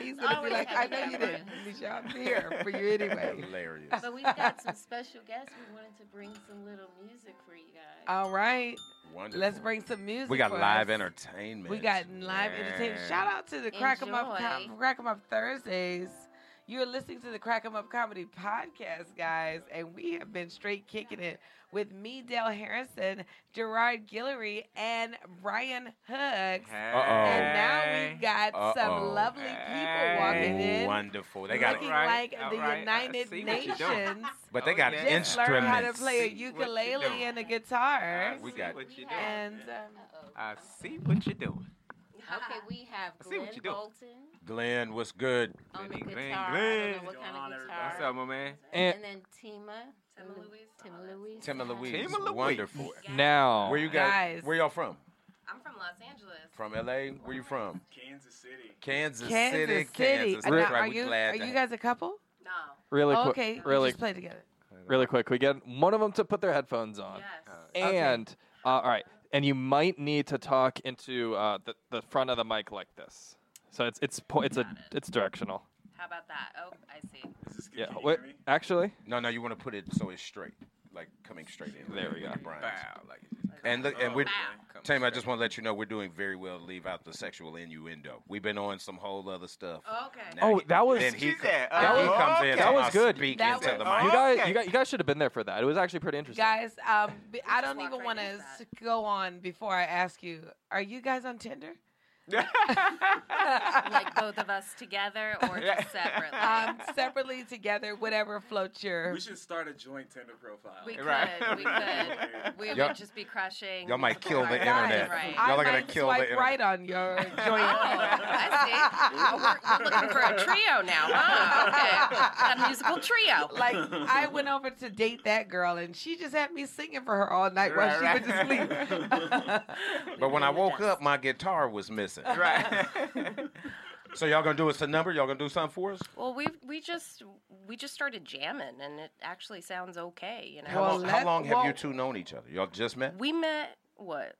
Speaker 2: He's gonna be
Speaker 5: Always
Speaker 2: like, I
Speaker 5: happy to
Speaker 2: know
Speaker 5: have
Speaker 2: you
Speaker 5: you.
Speaker 2: didn't, Nichelle. I'm here for you anyway.
Speaker 3: Hilarious.
Speaker 5: But we've got some special guests. We wanted to bring some little music for you guys.
Speaker 2: All right,
Speaker 3: Wonderful.
Speaker 2: let's bring some music.
Speaker 3: We got
Speaker 2: for
Speaker 3: live
Speaker 2: us.
Speaker 3: entertainment.
Speaker 2: We got live entertainment. Shout out to the Crack 'em Up
Speaker 5: Enjoy.
Speaker 2: Com- Crack 'em Up Thursdays. You're listening to the Crack 'em Up Comedy Podcast, guys, and we have been straight kicking it with me, Dale Harrison, Gerard Guillory, and Brian Hooks. And now we've got
Speaker 3: Uh-oh.
Speaker 2: some lovely people walking in,
Speaker 3: Wonderful. They got
Speaker 2: looking
Speaker 4: All right,
Speaker 2: like
Speaker 4: all
Speaker 2: the
Speaker 4: right. I
Speaker 2: United
Speaker 4: see what you're
Speaker 2: Nations.
Speaker 4: doing.
Speaker 3: But they
Speaker 4: Oh,
Speaker 3: got
Speaker 4: yeah.
Speaker 2: Just learn how to
Speaker 3: instruments.
Speaker 2: play a
Speaker 4: See what you're
Speaker 2: ukulele
Speaker 4: doing.
Speaker 2: and a guitar.
Speaker 3: we got-
Speaker 4: what you
Speaker 5: Yeah.
Speaker 2: And um,
Speaker 5: Uh-oh.
Speaker 4: I see what you're doing.
Speaker 5: Okay, we have
Speaker 4: I see what
Speaker 5: Glenn
Speaker 4: you do.
Speaker 5: Bolton
Speaker 3: Glenn, what's good?
Speaker 5: on the
Speaker 4: Glenn,
Speaker 5: guitar. I
Speaker 4: Glenn.
Speaker 5: don't know what
Speaker 6: Going
Speaker 5: kind of
Speaker 6: on, everybody.
Speaker 5: guitar.
Speaker 4: What's up, my man?
Speaker 7: And
Speaker 5: And then Tima.
Speaker 6: Tima Louise.
Speaker 5: Tima Louise.
Speaker 3: Tim and Louise.
Speaker 4: Tim and Louise.
Speaker 3: Wonderful.
Speaker 7: now,
Speaker 3: Where you
Speaker 2: Guys.
Speaker 3: guys? Where y'all from?
Speaker 5: I'm from Los Angeles.
Speaker 3: From LA? Where you from?
Speaker 8: Kansas City.
Speaker 3: Kansas,
Speaker 2: Kansas City.
Speaker 3: City, Kansas City.
Speaker 2: Now,
Speaker 3: That's right.
Speaker 2: are
Speaker 3: We
Speaker 2: you
Speaker 3: glad
Speaker 2: are
Speaker 3: to
Speaker 2: you
Speaker 3: have-
Speaker 2: guys a couple?
Speaker 5: No.
Speaker 7: really
Speaker 2: Oh,
Speaker 7: quick,
Speaker 2: okay, you
Speaker 7: really,
Speaker 2: just play together.
Speaker 7: really quick. We get one of them to put their headphones on,
Speaker 5: Yes.
Speaker 2: Okay.
Speaker 7: and uh, all right, and you might need to talk into uh, the the front of the mic like this. So it's it's po- it's a it's directional.
Speaker 5: How about that? Oh, I see.
Speaker 8: Is this good?
Speaker 7: Yeah.
Speaker 8: Can you
Speaker 7: Wait,
Speaker 8: hear me?
Speaker 7: actually,
Speaker 3: No, no, you want to put it so it's straight, like coming straight in.
Speaker 7: There we
Speaker 3: Like
Speaker 7: go.
Speaker 3: Brian's.
Speaker 4: Bow, like it just
Speaker 3: And look, and
Speaker 4: Oh,
Speaker 3: we,
Speaker 5: Bow.
Speaker 4: come
Speaker 3: Tame, I
Speaker 4: straight.
Speaker 3: just want to let you know we're doing very well. to Leave out the sexual innuendo. We've been on some whole other stuff.
Speaker 5: Okay.
Speaker 3: Now
Speaker 7: Oh,
Speaker 3: he-
Speaker 7: that was-
Speaker 3: then he,
Speaker 4: She
Speaker 3: co-
Speaker 4: said,
Speaker 3: then
Speaker 7: oh,
Speaker 3: he comes in.
Speaker 4: okay.
Speaker 7: That was
Speaker 3: about
Speaker 7: good.
Speaker 3: Speaking
Speaker 2: That
Speaker 3: to
Speaker 2: was-
Speaker 3: the
Speaker 4: Oh,
Speaker 7: you
Speaker 3: mic.
Speaker 7: guys
Speaker 4: okay.
Speaker 7: you guys you guys should have been there for that. It was actually pretty interesting.
Speaker 2: Guys, um, b- I
Speaker 5: just
Speaker 2: don't
Speaker 5: walk
Speaker 2: even
Speaker 5: right
Speaker 2: want to
Speaker 5: into that.
Speaker 2: go on before I ask you. Are you guys on Tinder?
Speaker 5: like both of us together or just separately?
Speaker 2: um, separately, together, whatever floats your.
Speaker 8: We should start a joint Tinder profile.
Speaker 5: we could.
Speaker 4: Right.
Speaker 5: We could. We
Speaker 3: Y'all-
Speaker 5: would just be crushing.
Speaker 3: y'all might kill the
Speaker 5: Right.
Speaker 3: internet.
Speaker 5: Right.
Speaker 3: Y'all
Speaker 2: I
Speaker 3: are gonna
Speaker 2: might
Speaker 3: kill the
Speaker 2: swipe
Speaker 3: internet.
Speaker 2: right on your
Speaker 5: Oh,
Speaker 2: joint.
Speaker 5: I see. We're, we're looking for a trio now. Huh? Oh, Okay. Got a musical trio.
Speaker 2: Like I went over to date that girl, and she just had me singing for her all night while
Speaker 4: Right,
Speaker 2: she went to sleep.
Speaker 3: But when I woke up, my guitar was missing.
Speaker 4: Right.
Speaker 3: So y'all gonna do us a number? Y'all gonna do something for us?
Speaker 5: Well, we we just we just started jamming, and it actually sounds okay. You know,
Speaker 3: How
Speaker 2: Well,
Speaker 3: long,
Speaker 2: let-
Speaker 3: how long have
Speaker 2: well-
Speaker 3: you two known each other? Y'all just met?
Speaker 5: we met what?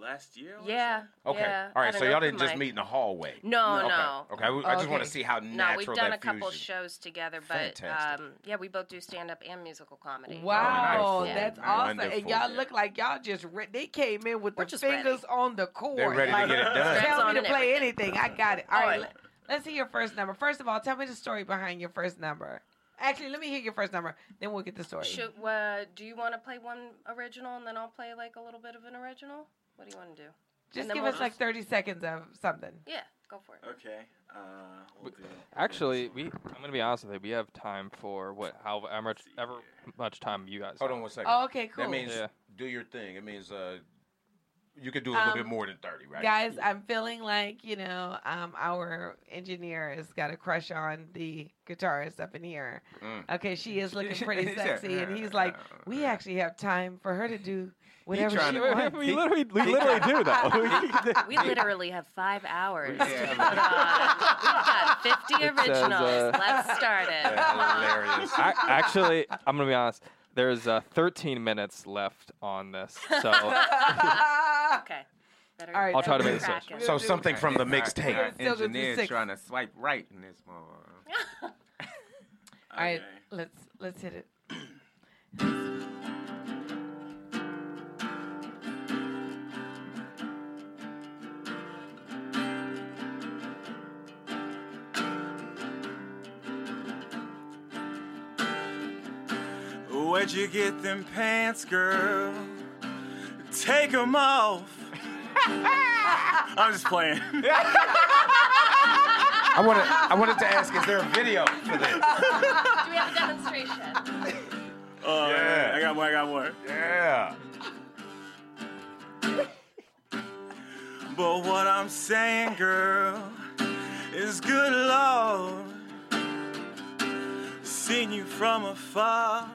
Speaker 8: Last year? I wanna
Speaker 5: Yeah.
Speaker 3: Okay.
Speaker 5: yeah,
Speaker 3: All right.
Speaker 5: at
Speaker 3: So
Speaker 5: an
Speaker 3: y'all
Speaker 5: open
Speaker 3: didn't just
Speaker 5: mic.
Speaker 3: meet in the hallway.
Speaker 5: No,
Speaker 3: Okay.
Speaker 5: no.
Speaker 3: Okay. I, I just want
Speaker 2: Okay.
Speaker 3: to see how
Speaker 5: No,
Speaker 3: natural
Speaker 5: we've done a
Speaker 3: that
Speaker 5: couple
Speaker 3: fusion.
Speaker 5: shows together, but
Speaker 3: Fantastic.
Speaker 5: um, yeah, we both do stand up and musical comedy.
Speaker 3: Wonderful,
Speaker 2: Wow, Oh, that's
Speaker 3: Oh, wonderful.
Speaker 2: awesome! And y'all look like y'all just re- they came in with
Speaker 5: We're
Speaker 2: the
Speaker 5: just
Speaker 2: fingers
Speaker 5: ready.
Speaker 2: on the cord.
Speaker 3: They're ready to
Speaker 2: Like,
Speaker 3: get it done.
Speaker 5: Straps
Speaker 2: Tell me
Speaker 5: on
Speaker 2: to
Speaker 5: and
Speaker 2: play
Speaker 5: everything.
Speaker 2: anything. I got it. All
Speaker 5: All
Speaker 2: right,
Speaker 5: right.
Speaker 2: let- let's hear your first number. First of all, tell me the story behind your first number. Actually, let me hear your first number, then we'll get the story.
Speaker 5: Should, uh, do you want to play one original and then I'll play like a little bit of an original? What do you want to do?
Speaker 2: Just
Speaker 5: then
Speaker 2: give
Speaker 5: we'll
Speaker 2: us like
Speaker 5: just-
Speaker 2: thirty seconds of something.
Speaker 5: Yeah, go for it.
Speaker 8: say. Okay. Uh,
Speaker 9: um,
Speaker 8: we'll do-
Speaker 7: Actually, we I'm gonna be honest with you. We have time for what how, how much ever much time you guys.
Speaker 3: Hold
Speaker 7: have.
Speaker 3: on one second.
Speaker 2: Oh, okay, cool.
Speaker 3: That means
Speaker 7: Yeah.
Speaker 3: do your thing. It means uh, You could do a little
Speaker 2: Um,
Speaker 3: bit more than thirty, right?
Speaker 2: Guys,
Speaker 5: uh,
Speaker 2: I'm feeling like, you know, um, our engineer has got a crush on the guitarist up in here.
Speaker 3: Mm.
Speaker 2: Okay, she is looking pretty
Speaker 3: He said, "Uh,
Speaker 2: sexy. And he's like, we actually have time for her to do whatever
Speaker 3: trying
Speaker 2: she
Speaker 3: to-
Speaker 2: wants.
Speaker 7: we literally, we literally do though.
Speaker 5: We literally have five hours to
Speaker 3: Yeah.
Speaker 5: put on. We've got 50
Speaker 7: It
Speaker 5: originals.
Speaker 7: says, uh,
Speaker 5: Let's start it.
Speaker 3: That's
Speaker 5: Come on.
Speaker 3: hilarious.
Speaker 7: I, actually, I'm gonna be honest. There's uh, 13 minutes left on this, so I'll
Speaker 5: Okay. Better
Speaker 2: All right,
Speaker 7: try to make
Speaker 5: crack
Speaker 7: this.
Speaker 5: it.
Speaker 3: so something from the mixtape.
Speaker 2: Still good to
Speaker 3: Engineer
Speaker 2: six.
Speaker 3: trying to swipe right in this mother.
Speaker 2: All right, let's let's hit it.
Speaker 9: Where'd you get them pants, girl? Take 'em off. I'm just playing.
Speaker 3: I wanted, I wanted to ask, is there a video for this?
Speaker 5: Do we have a demonstration?
Speaker 9: Oh,
Speaker 3: Yeah.
Speaker 9: I got one. I got one.
Speaker 3: Yeah.
Speaker 9: But what I'm saying, girl, is good Lord, seeing you from afar,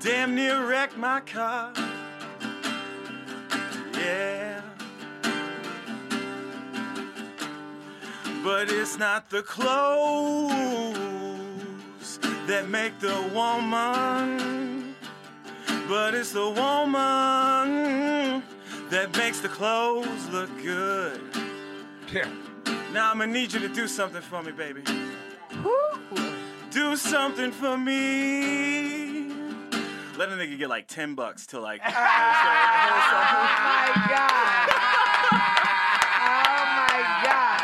Speaker 9: damn near wrecked my car. Yeah. But it's not the clothes that make the woman, but it's the woman that makes the clothes look good.
Speaker 3: Yeah.
Speaker 9: Now I'm gonna need you to do something for me, baby. Do something for me. Let a nigga get like 10 bucks to like. uh,
Speaker 2: My God. Oh my God.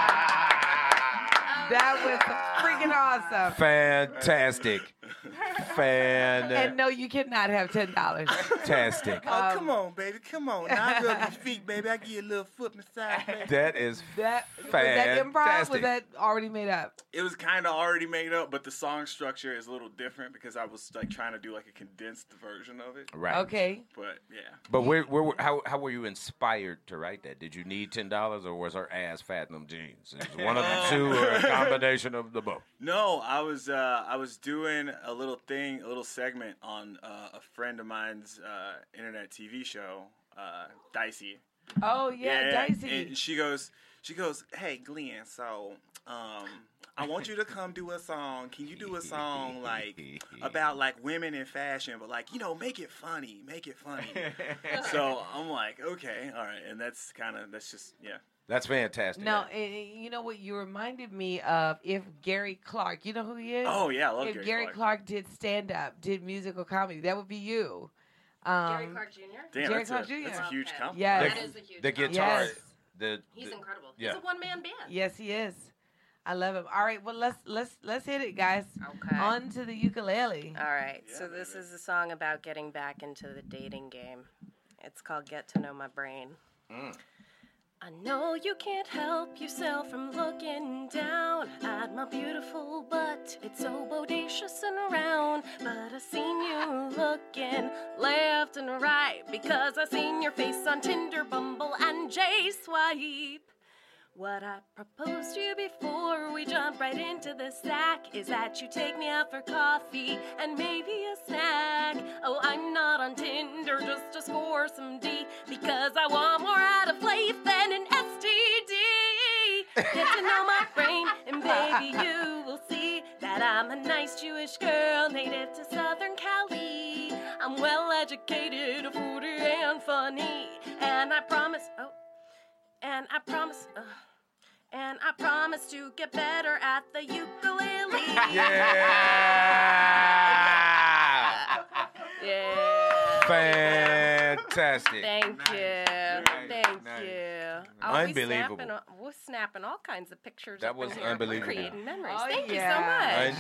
Speaker 2: That was freaking awesome.
Speaker 3: Fantastic.
Speaker 2: And
Speaker 3: Fantastic.
Speaker 2: no, you cannot have ten dollars.
Speaker 10: Um,
Speaker 9: oh, come on, baby. Come on. Now I rub your feet, baby. I give you a little foot massage, baby.
Speaker 3: That is
Speaker 2: That was that improv? Was
Speaker 3: Fantastic.
Speaker 2: that already made up?
Speaker 9: It was kind of already made up, but the song structure is a little different because I was like trying to do like a condensed version of it.
Speaker 3: right.
Speaker 2: Okay.
Speaker 9: But yeah.
Speaker 3: But where, where, how, how were you inspired to write that? Did you need ten dollars, or was her ass fat in them jeans? Is one of the two, or a combination of the both?
Speaker 9: No, I was uh, I was doing a little thing, a little segment on uh, a friend of mine's uh, internet TV show, uh, Dicey.
Speaker 2: Oh yeah,
Speaker 9: And
Speaker 2: Dicey.
Speaker 9: she goes, she goes, hey Glenn, so um, I want you to come do a song. Can you do a song like about like women in fashion, but like you know, make it funny, make it funny. so I'm like, okay, all right, and that's kind of that's just yeah.
Speaker 3: That's fantastic.
Speaker 2: No, eh, eh, you know what? You reminded me of if Gary Clark. You know who he is?
Speaker 9: Oh yeah, I love
Speaker 2: if
Speaker 9: Gary, Clark.
Speaker 2: did stand up, did musical comedy, that would be you. Um,
Speaker 5: Gary Clark Jr.
Speaker 9: Damn,
Speaker 2: Gary
Speaker 9: that's,
Speaker 2: Clark
Speaker 9: a,
Speaker 2: Jr.
Speaker 9: that's a huge
Speaker 5: Okay.
Speaker 9: compliment.
Speaker 2: Yes.
Speaker 5: That is a huge
Speaker 3: the
Speaker 5: compliment.
Speaker 3: guitar,
Speaker 2: Yes.
Speaker 3: the,
Speaker 5: He's
Speaker 3: the-
Speaker 5: incredible.
Speaker 3: yeah.
Speaker 5: He's a one man band.
Speaker 2: Yes, he is. I love him. All right, well let's let's let's hit it, guys.
Speaker 5: Okay.
Speaker 2: On to the ukulele.
Speaker 5: All right.
Speaker 9: Yeah,
Speaker 5: so this
Speaker 9: baby.
Speaker 5: is a song about getting back into the dating game. It's called Get to Know My Brain. I know you can't help yourself from looking down at my beautiful butt. It's so bodacious and round, but I seen you looking left and right because I seen your face on Tinder, Bumble, and J Swipe. What I proposed to you before we jump right into the sack is that you take me out for coffee and maybe a snack. Oh, I'm not on Tinder just to score some D because I want more out of life than an STD. Get to know my brain and baby you will see that I'm a nice Jewish girl native to Southern Cali. I'm well educated, a foodie, and funny, and I promise. Oh. And I promise. ugh. and I promise to get better at the ukulele.
Speaker 3: yeah,
Speaker 5: Yeah.
Speaker 3: fantastic.
Speaker 5: Thank you.
Speaker 3: Nice.
Speaker 5: Thank
Speaker 3: Nice.
Speaker 5: you.
Speaker 3: Unbelievable.
Speaker 5: We're snapping, all- we're snapping all kinds of pictures.
Speaker 3: That
Speaker 5: up in
Speaker 3: was
Speaker 5: here. We're
Speaker 3: unbelievable.
Speaker 5: creating memories.
Speaker 2: Oh,
Speaker 5: Thank you
Speaker 2: yeah.
Speaker 5: so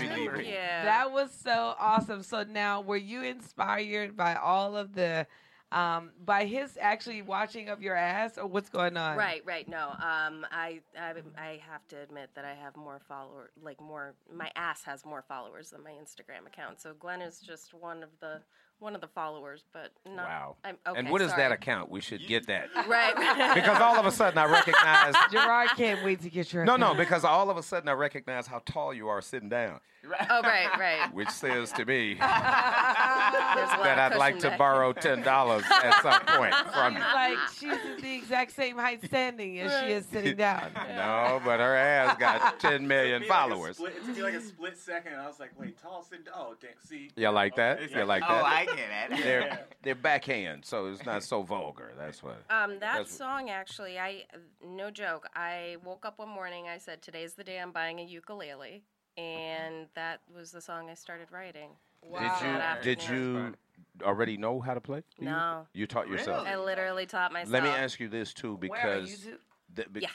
Speaker 5: much.
Speaker 3: Unbelievable.
Speaker 5: Thank you.
Speaker 2: That was so awesome. So now, were you inspired by all of the, um, by his actually watching of your ass, or what's going on?
Speaker 5: Right, right. No, um, I, I, I have to admit that I have more follower, like more. My ass has more followers than my Instagram account. So Glenn is just one of the one of the followers, but not.
Speaker 3: Wow.
Speaker 5: I'm, okay,
Speaker 3: and what is that
Speaker 5: sorry.
Speaker 3: account? We should get that.
Speaker 5: Right.
Speaker 3: Because all of a sudden I recognize.
Speaker 2: Gerard can't wait to get your
Speaker 3: No, no, because all of a sudden I recognize how tall you are sitting down,
Speaker 5: oh, right, right.
Speaker 3: which says to me
Speaker 5: There's a lot
Speaker 3: that
Speaker 5: of
Speaker 3: I'd like
Speaker 5: cushion
Speaker 3: to
Speaker 5: back.
Speaker 3: borrow ten dollars at some point from you.
Speaker 2: She's like she's at the exact same height standing as she is sitting down.
Speaker 3: No, but her ass got ten million followers.
Speaker 9: Like a split, it took me like a split second. and I was like, wait, tall sitting. Oh, damn. See,
Speaker 3: You like that? You like
Speaker 4: Oh,
Speaker 3: that?
Speaker 4: I get it.
Speaker 3: They're they're backhand, so it's not so vulgar. That's what.
Speaker 5: Um, that
Speaker 3: That's-
Speaker 5: song actually, I no joke. I woke up one morning. I said, "Today's the day I'm buying a ukulele," and that was the song I started writing. Wow.
Speaker 3: Did you did you already know how to play? You-
Speaker 5: No.
Speaker 3: You taught yourself.
Speaker 5: I literally taught myself.
Speaker 3: Let me ask you this too,
Speaker 2: Where are you
Speaker 3: because
Speaker 2: two?
Speaker 3: the, be-
Speaker 5: Yeah,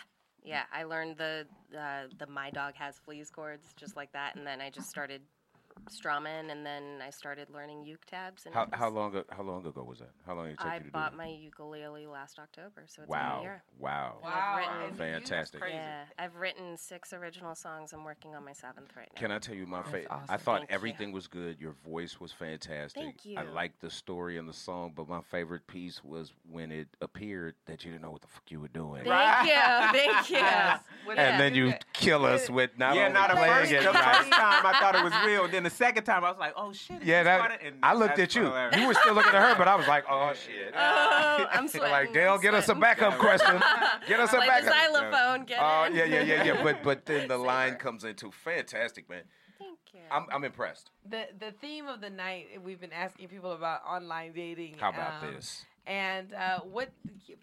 Speaker 5: yeah. I learned the uh, the my dog has fleas chords just like that, and then I just started strumming, and then I started learning uke tabs. And it
Speaker 3: how
Speaker 5: was-
Speaker 3: how long a- how long ago was that? How long did it take
Speaker 5: I
Speaker 3: you to do
Speaker 5: bought
Speaker 3: that?
Speaker 5: my ukulele last October, so it's been a
Speaker 3: Wow!
Speaker 5: year.
Speaker 3: Wow!
Speaker 5: I've written-
Speaker 2: And you-
Speaker 3: Fantastic.
Speaker 2: crazy.
Speaker 5: Yeah, I've written six original songs. I'm working on my seventh right now.
Speaker 3: Can I tell you my favorite? I
Speaker 2: awesome.
Speaker 3: thought
Speaker 5: Thank you.
Speaker 3: everything was good. Your voice was fantastic.
Speaker 5: Thank
Speaker 3: I
Speaker 5: you.
Speaker 3: liked the story and the song, but my favorite piece was when it appeared that you didn't know what the fuck you were doing.
Speaker 5: Thank you, thank you.
Speaker 2: When
Speaker 3: And
Speaker 2: I
Speaker 3: then
Speaker 2: do
Speaker 3: you
Speaker 2: that-
Speaker 3: kill us with not
Speaker 4: Yeah,
Speaker 3: only
Speaker 4: now the
Speaker 3: playing
Speaker 4: first,
Speaker 3: it
Speaker 4: the
Speaker 3: right.
Speaker 4: first time I thought it was real. Then the second time I was like, oh shit. it
Speaker 3: Yeah,
Speaker 4: just
Speaker 3: that,
Speaker 4: started, and
Speaker 3: I looked at
Speaker 4: that's
Speaker 3: you.
Speaker 4: hilarious.
Speaker 3: You were still looking at her, but I was like, oh shit.
Speaker 5: Oh, I'm
Speaker 3: So,
Speaker 5: sweating.
Speaker 3: like Dale,
Speaker 5: I'm
Speaker 3: get us a
Speaker 5: sweating.
Speaker 3: backup question. Get us a
Speaker 5: Like the
Speaker 3: backup.
Speaker 5: xylophone. Get
Speaker 3: Oh
Speaker 5: it?
Speaker 3: yeah, yeah, yeah, yeah. But but then the line comes into fantastic, man.
Speaker 5: Thank you.
Speaker 3: I'm I'm impressed.
Speaker 2: the the theme of the night we've been asking people about online dating.
Speaker 3: How about
Speaker 2: um,
Speaker 3: this?
Speaker 2: And uh, what?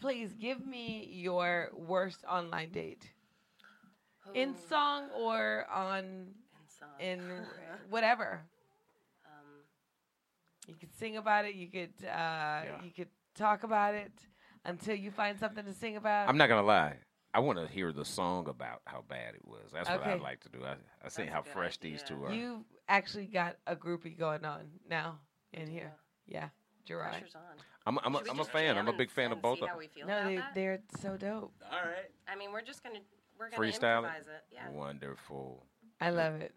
Speaker 2: Please give me your worst online date in
Speaker 5: Ooh,
Speaker 2: song or on
Speaker 5: Oh. in song.
Speaker 2: in whatever.
Speaker 5: Um,
Speaker 2: You could sing about it. You could uh, you could talk about it until you find something to sing about.
Speaker 3: I'm not gonna lie. I want to hear the song about how bad it was. That's what
Speaker 2: Okay.
Speaker 3: I'd like to do. I, I seen
Speaker 5: That's a
Speaker 3: how
Speaker 5: good
Speaker 3: fresh these
Speaker 5: idea.
Speaker 3: two are.
Speaker 2: you actually got a groupie going on now in here. Yeah, Gerard.
Speaker 5: pressure's on.
Speaker 3: I'm, I'm,
Speaker 5: Should
Speaker 3: a,
Speaker 5: we
Speaker 3: I'm a
Speaker 5: just
Speaker 3: fan.
Speaker 5: jam
Speaker 3: I'm a
Speaker 5: and-
Speaker 3: big fan of
Speaker 5: and
Speaker 3: both
Speaker 5: see
Speaker 3: of
Speaker 5: how
Speaker 3: them.
Speaker 5: we feel
Speaker 2: No,
Speaker 5: about
Speaker 2: they,
Speaker 5: that?
Speaker 2: they're so dope.
Speaker 9: all right.
Speaker 5: I mean, we're just gonna we're gonna
Speaker 3: Freestyle it?
Speaker 5: improvise it. Yeah.
Speaker 3: Wonderful.
Speaker 2: I love it.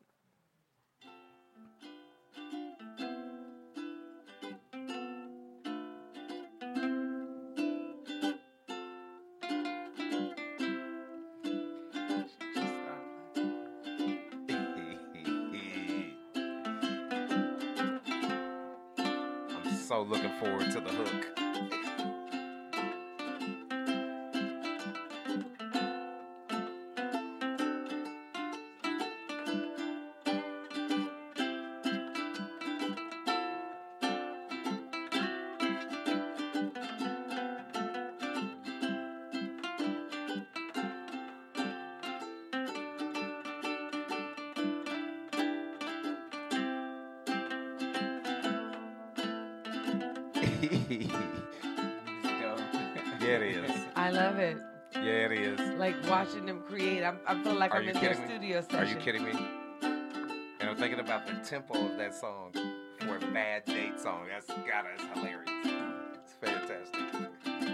Speaker 3: I'm so looking forward to the hook. yeah, it is.
Speaker 2: I love it.
Speaker 3: Yeah, it is.
Speaker 2: Like watching them create. I'm, I feel like
Speaker 3: Are
Speaker 2: I'm
Speaker 3: you
Speaker 2: in their
Speaker 3: kidding me?
Speaker 2: studio session.
Speaker 3: Are you kidding me? And I'm thinking about the tempo of that song for a bad date song. That's gotta, it's hilarious. It's fantastic.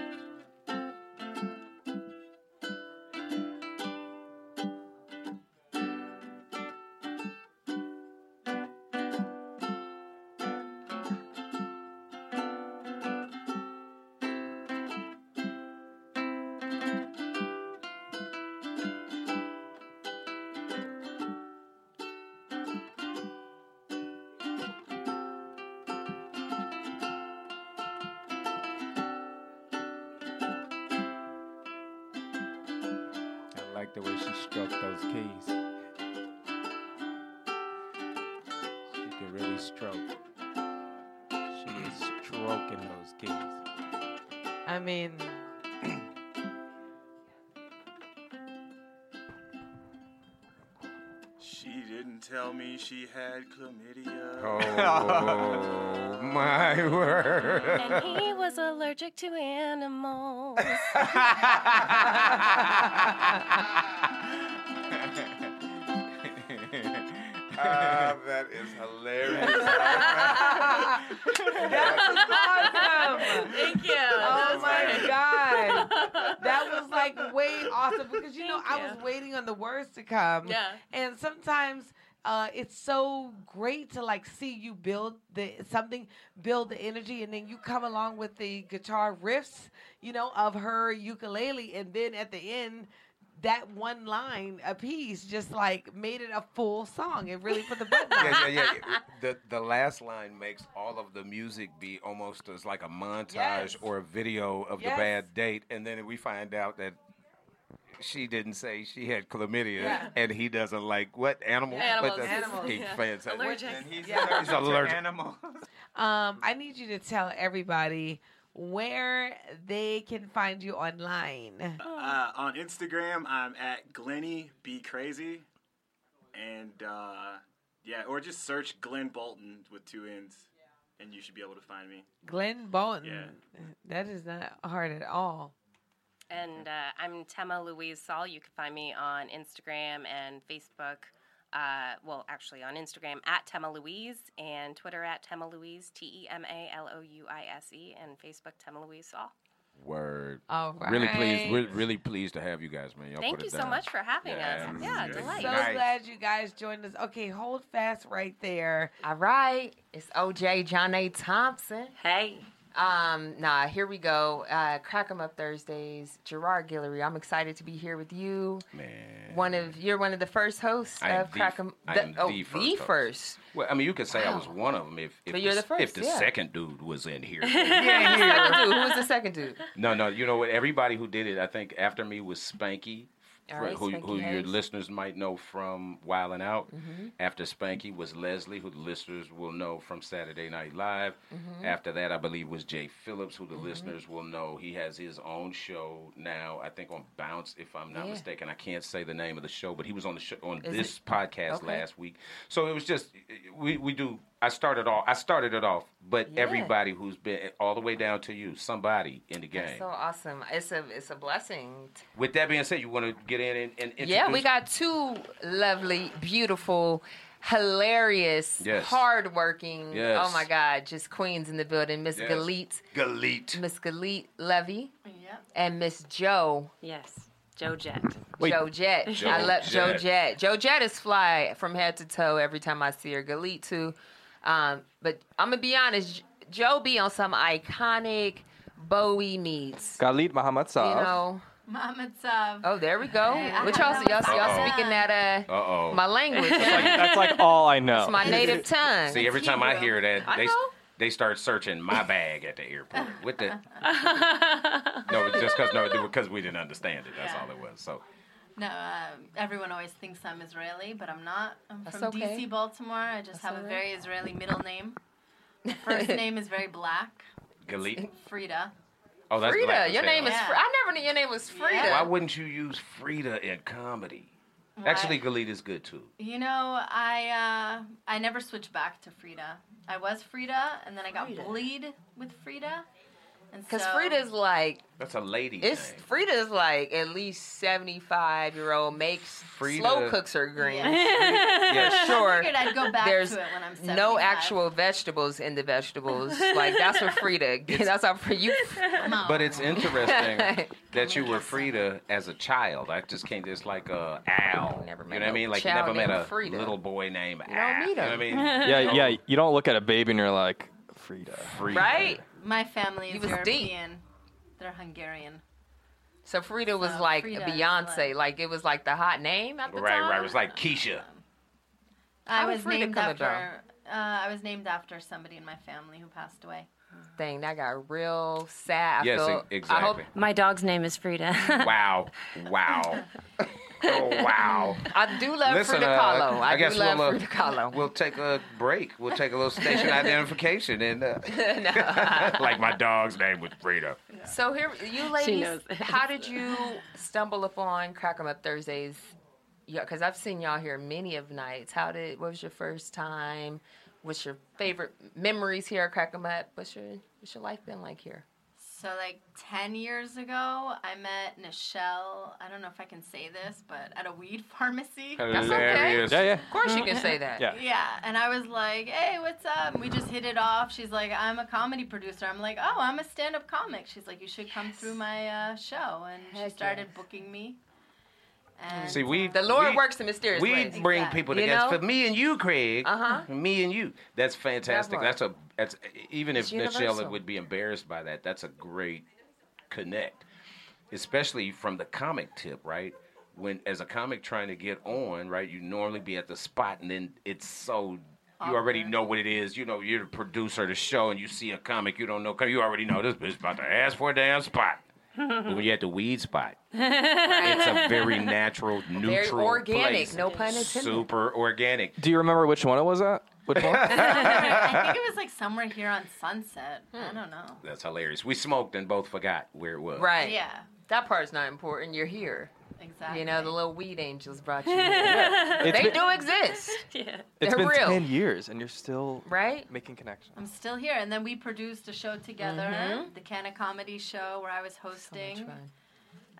Speaker 9: I like the way she struck those keys. She could really stroke. She was stroking those keys.
Speaker 2: I mean,
Speaker 9: She didn't tell me she had chlamydia.
Speaker 3: Oh my word.
Speaker 5: And he was allergic to animals.
Speaker 3: Ah, that is hilarious.
Speaker 2: awesome.
Speaker 5: Thank you.
Speaker 2: Oh my god, that was like way awesome because you know
Speaker 5: Thank
Speaker 2: I
Speaker 5: you.
Speaker 2: was waiting on the words to come.
Speaker 5: Yeah.
Speaker 2: And sometimes uh, it's so great to like see you build the something, build the energy, and then you come along with the guitar riffs, you know, of her ukulele, and then at the end. That one line a piece just like made it a full song. It really put the button on.
Speaker 3: yeah, yeah, yeah. The the last line makes all of the music be almost as like a montage
Speaker 2: Yes.
Speaker 3: or a video of
Speaker 2: Yes.
Speaker 3: the bad date, and then we find out that she didn't say she had chlamydia,
Speaker 2: Yeah.
Speaker 3: and he doesn't like what animal?
Speaker 5: Animals.
Speaker 3: But that's
Speaker 2: Animals,
Speaker 3: he
Speaker 5: yeah.
Speaker 3: fans it.
Speaker 5: Allergic.
Speaker 9: And he's
Speaker 2: Yeah.
Speaker 9: allergic
Speaker 3: He's
Speaker 9: to
Speaker 3: allergic.
Speaker 9: animals.
Speaker 2: Um, I need you to tell everybody where they can find you online.
Speaker 9: Uh, on Instagram, I'm at Glenny Be Crazy, and uh, yeah, or just search Glenn Bolton with two N's, and you should be able to find me.
Speaker 2: Glenn Bolton.
Speaker 9: Yeah.
Speaker 2: That is not hard at all.
Speaker 5: And uh, I'm Tema Louise Saul. You can find me on Instagram and Facebook. Uh, well, actually, on Instagram at Tema Louise and Twitter at Tema Louise, T E M A L O U I S E, and Facebook Tema Louise Saul.
Speaker 3: Word.
Speaker 2: All right.
Speaker 3: Really pleased, re- really pleased to have you guys, man. Y'all
Speaker 5: Thank
Speaker 3: put
Speaker 5: you
Speaker 3: it
Speaker 5: so
Speaker 3: down.
Speaker 5: much for having
Speaker 3: Yeah,
Speaker 5: us.
Speaker 3: I'm
Speaker 5: Yeah,
Speaker 3: really
Speaker 5: delight.
Speaker 2: So
Speaker 3: Nice.
Speaker 2: glad you guys joined us. Okay, hold fast right there.
Speaker 11: All right, it's OJ John A. Thompson.
Speaker 5: Hey,
Speaker 11: Um, nah, here we go. Uh, Crack 'em up Thursdays. Gerard Guillory, I'm excited to be here with you.
Speaker 3: Man.
Speaker 11: One of you're one of the first hosts
Speaker 3: I am
Speaker 11: of
Speaker 3: the-
Speaker 11: Crack 'em.
Speaker 3: I am
Speaker 11: oh,
Speaker 3: the first
Speaker 11: the
Speaker 3: host.
Speaker 11: first.
Speaker 3: Well, I mean, you could say I was one of them if if
Speaker 11: But you're
Speaker 3: the,
Speaker 11: the first,
Speaker 3: if the
Speaker 11: yeah.
Speaker 3: second dude was in here.
Speaker 11: Second dude. Who was the second dude?
Speaker 3: No, no. You know what? Everybody who did it, I think after me was Spanky,
Speaker 11: All
Speaker 3: fr-
Speaker 11: right,
Speaker 3: who, who
Speaker 11: Spanky
Speaker 3: your
Speaker 11: Hayes. Mm-hmm.
Speaker 3: listeners might know from Wildin' Out. After Spanky was Leslie, who the listeners will know from Saturday Night Live.
Speaker 11: Mm-hmm.
Speaker 3: After that, I believe was Jay Phillips, who the listeners will know. He has his own show now. I think on Bounce, if I'm not
Speaker 11: Yeah.
Speaker 3: mistaken. I can't say the name of the show, but he was on the show on
Speaker 11: Is
Speaker 3: this
Speaker 11: it-
Speaker 3: podcast
Speaker 11: okay.
Speaker 3: last week. So it was just we we do. I started off. I started it off, but
Speaker 11: Yeah.
Speaker 3: everybody who's been all the way down to you, somebody in the game.
Speaker 11: That's so awesome. It's a it's a blessing.
Speaker 3: With that being said, you want to get in and, and introduce?
Speaker 11: Yeah, we got two lovely, beautiful, hilarious,
Speaker 3: Yes.
Speaker 11: hardworking.
Speaker 3: Yes.
Speaker 11: Oh my God, just queens in the building. Miss
Speaker 3: Yes.
Speaker 11: Galit,
Speaker 3: Galit.
Speaker 11: Miss Galit Levy, and Miss Joe.
Speaker 5: yes, Joe Jet.
Speaker 7: Wait.
Speaker 11: Joe Jet. I love Joe
Speaker 3: Jett.
Speaker 11: Jet. Joe Jet is fly from head to toe every time I see her. Galit too. Um, but I'm gonna be honest, J- Joe be on some iconic Bowie meets.
Speaker 7: Khalid Muhammad
Speaker 11: You
Speaker 7: Saab.
Speaker 11: know.
Speaker 12: Mama uh, Tov.
Speaker 11: Oh, there we go.
Speaker 12: I
Speaker 11: But y'all
Speaker 12: have
Speaker 11: y'all, y'all,
Speaker 3: Uh-oh.
Speaker 11: speaking that
Speaker 3: Uh
Speaker 11: uh
Speaker 3: oh.
Speaker 11: my language.
Speaker 7: Like, that's like all I know.
Speaker 11: It's my native tongue.
Speaker 3: See, every time I hear that,
Speaker 11: I
Speaker 3: they
Speaker 11: know.
Speaker 3: they start searching my bag at the airport. With the no, it's just because no, because we didn't understand it. That's
Speaker 12: Yeah.
Speaker 3: all it was. So
Speaker 12: No, uh, everyone always thinks I'm Israeli, but I'm not. I'm
Speaker 11: That's
Speaker 12: from
Speaker 11: okay.
Speaker 12: DC, Baltimore. I just have a
Speaker 11: all right.
Speaker 12: very Israeli middle name. The first name is very black,
Speaker 3: Galit.
Speaker 12: Frida.
Speaker 3: Oh, that's black
Speaker 11: Frida,
Speaker 3: as
Speaker 11: your
Speaker 3: hell.
Speaker 11: name is.
Speaker 12: Yeah.
Speaker 11: Fr- I never knew your name was Frida.
Speaker 3: Why wouldn't you use Frida in comedy? Actually, Galit is good too.
Speaker 12: You know, I uh, I never switched back to Frida. I was Frida, and then I got bullied with Frida. and
Speaker 11: Because
Speaker 12: so-
Speaker 11: Frida's like,
Speaker 3: That's a lady
Speaker 11: it's
Speaker 3: name.
Speaker 11: Frida's like at least seventy five year old makes
Speaker 3: Frida-
Speaker 11: slow cooks her green.
Speaker 12: Yeah.
Speaker 3: Yes.
Speaker 12: I
Speaker 11: Sure,
Speaker 12: figured I'd go back
Speaker 11: There's
Speaker 12: to it when I'm 75.
Speaker 11: no actual vegetables in the vegetables. Like that's what Frida. that's how for you.
Speaker 12: No.
Speaker 3: But it's interesting that you were Frida as a child. I just can't. It's like uh, Al.
Speaker 11: Never met
Speaker 3: you know what I
Speaker 11: no
Speaker 3: mean? Like you
Speaker 11: child
Speaker 3: never met
Speaker 11: named
Speaker 3: a
Speaker 11: Frida.
Speaker 3: little boy named Al.
Speaker 11: don't meet him.
Speaker 3: You know what I mean?
Speaker 7: Yeah, yeah. You don't look at a baby and you're like Frida.
Speaker 3: Frida.
Speaker 11: Right.
Speaker 12: My family
Speaker 11: You
Speaker 12: is
Speaker 11: was
Speaker 12: European.
Speaker 11: deep.
Speaker 12: They're Hungarian.
Speaker 11: So Frida was
Speaker 12: So
Speaker 11: like
Speaker 12: Frida is
Speaker 11: Beyonce.
Speaker 12: like-
Speaker 11: like it was like the hot name at the
Speaker 3: Right,
Speaker 11: time.
Speaker 3: right. It was like Keisha.
Speaker 12: I
Speaker 11: How did
Speaker 12: was
Speaker 11: Frida
Speaker 12: named
Speaker 11: come
Speaker 12: after. Uh, I was named after somebody in my family who passed away.
Speaker 11: Thing that got real sad. I
Speaker 3: Yes,
Speaker 11: feel-
Speaker 3: e- exactly.
Speaker 11: I hope
Speaker 5: My dog's name is Frida.
Speaker 3: Wow. Wow. oh, wow.
Speaker 11: I do love
Speaker 3: Listen,
Speaker 11: Frida
Speaker 3: uh,
Speaker 11: Kahlo. I,
Speaker 3: I guess
Speaker 11: do love
Speaker 3: we'll, uh,
Speaker 11: Frida Kahlo.
Speaker 3: We'll take a break. We'll take a little station identification. and uh, Like my dog's name was Frida.
Speaker 11: so here, you
Speaker 5: knows
Speaker 11: ladies,
Speaker 5: this.
Speaker 11: how did you stumble upon Crack 'Em Up Thursdays? Because I've seen y'all here many of nights. How did? What was your first time? What's your favorite memories here at Crack 'Em Up? What's your What's your life been like here?
Speaker 12: So like ten years ago, I met Nichelle. I don't know if I can say this, but at a weed pharmacy. Mm-hmm.
Speaker 3: Hilarious.
Speaker 7: Yeah, yeah.
Speaker 11: Of course, you can say that.
Speaker 7: Yeah.
Speaker 12: Yeah, and I was like, "Hey, what's up?" We just hit it off. She's like, "I'm a comedy producer." I'm like, "Oh, I'm a stand-up comic." She's like, "You should come through my uh, show," and
Speaker 11: Heck
Speaker 12: she started
Speaker 11: yes.
Speaker 12: booking me. And
Speaker 3: See, we
Speaker 11: The Lord
Speaker 3: we-
Speaker 11: works in mysterious
Speaker 3: we
Speaker 11: ways.
Speaker 3: bring people
Speaker 11: You
Speaker 3: together.
Speaker 11: know?
Speaker 3: For me and you, Craig.
Speaker 11: Uh-huh.
Speaker 3: Me and you. That's fantastic.
Speaker 11: part.
Speaker 3: that's a that's even
Speaker 11: It's
Speaker 3: if Nichelle
Speaker 11: universal.
Speaker 3: would be embarrassed by that. That's a great connect, especially from the comic tip, right? When as a comic trying to get on, right? You normally be at the spot, and then it's so. You already know what it is. You know, you're the producer of the show, and you see a comic you don't know. 'cause You already know this bitch about to ask for a damn spot. but when you're at the weed spot, it's a very natural, neutral,
Speaker 11: organic,
Speaker 3: place.
Speaker 11: no pun intended.
Speaker 3: Super organic.
Speaker 7: Do you remember which one it was at? Which one?
Speaker 12: I think it was like somewhere here on Sunset.
Speaker 11: Hmm.
Speaker 12: I don't know.
Speaker 3: That's hilarious. We smoked and both forgot where it was.
Speaker 11: Right.
Speaker 12: Yeah.
Speaker 11: That part's not important. You're here.
Speaker 12: Exactly.
Speaker 11: You know, the little weed angels brought you here.
Speaker 7: It's
Speaker 11: they
Speaker 7: been-
Speaker 11: do exist.
Speaker 12: yeah.
Speaker 7: It's
Speaker 11: They're
Speaker 7: been
Speaker 11: real.
Speaker 7: ten years, and you're still
Speaker 11: Right?
Speaker 7: making connections.
Speaker 12: I'm still here. And then we produced a show together,
Speaker 11: Mm-hmm.
Speaker 12: the Can of Comedy show, where I was hosting
Speaker 11: fun.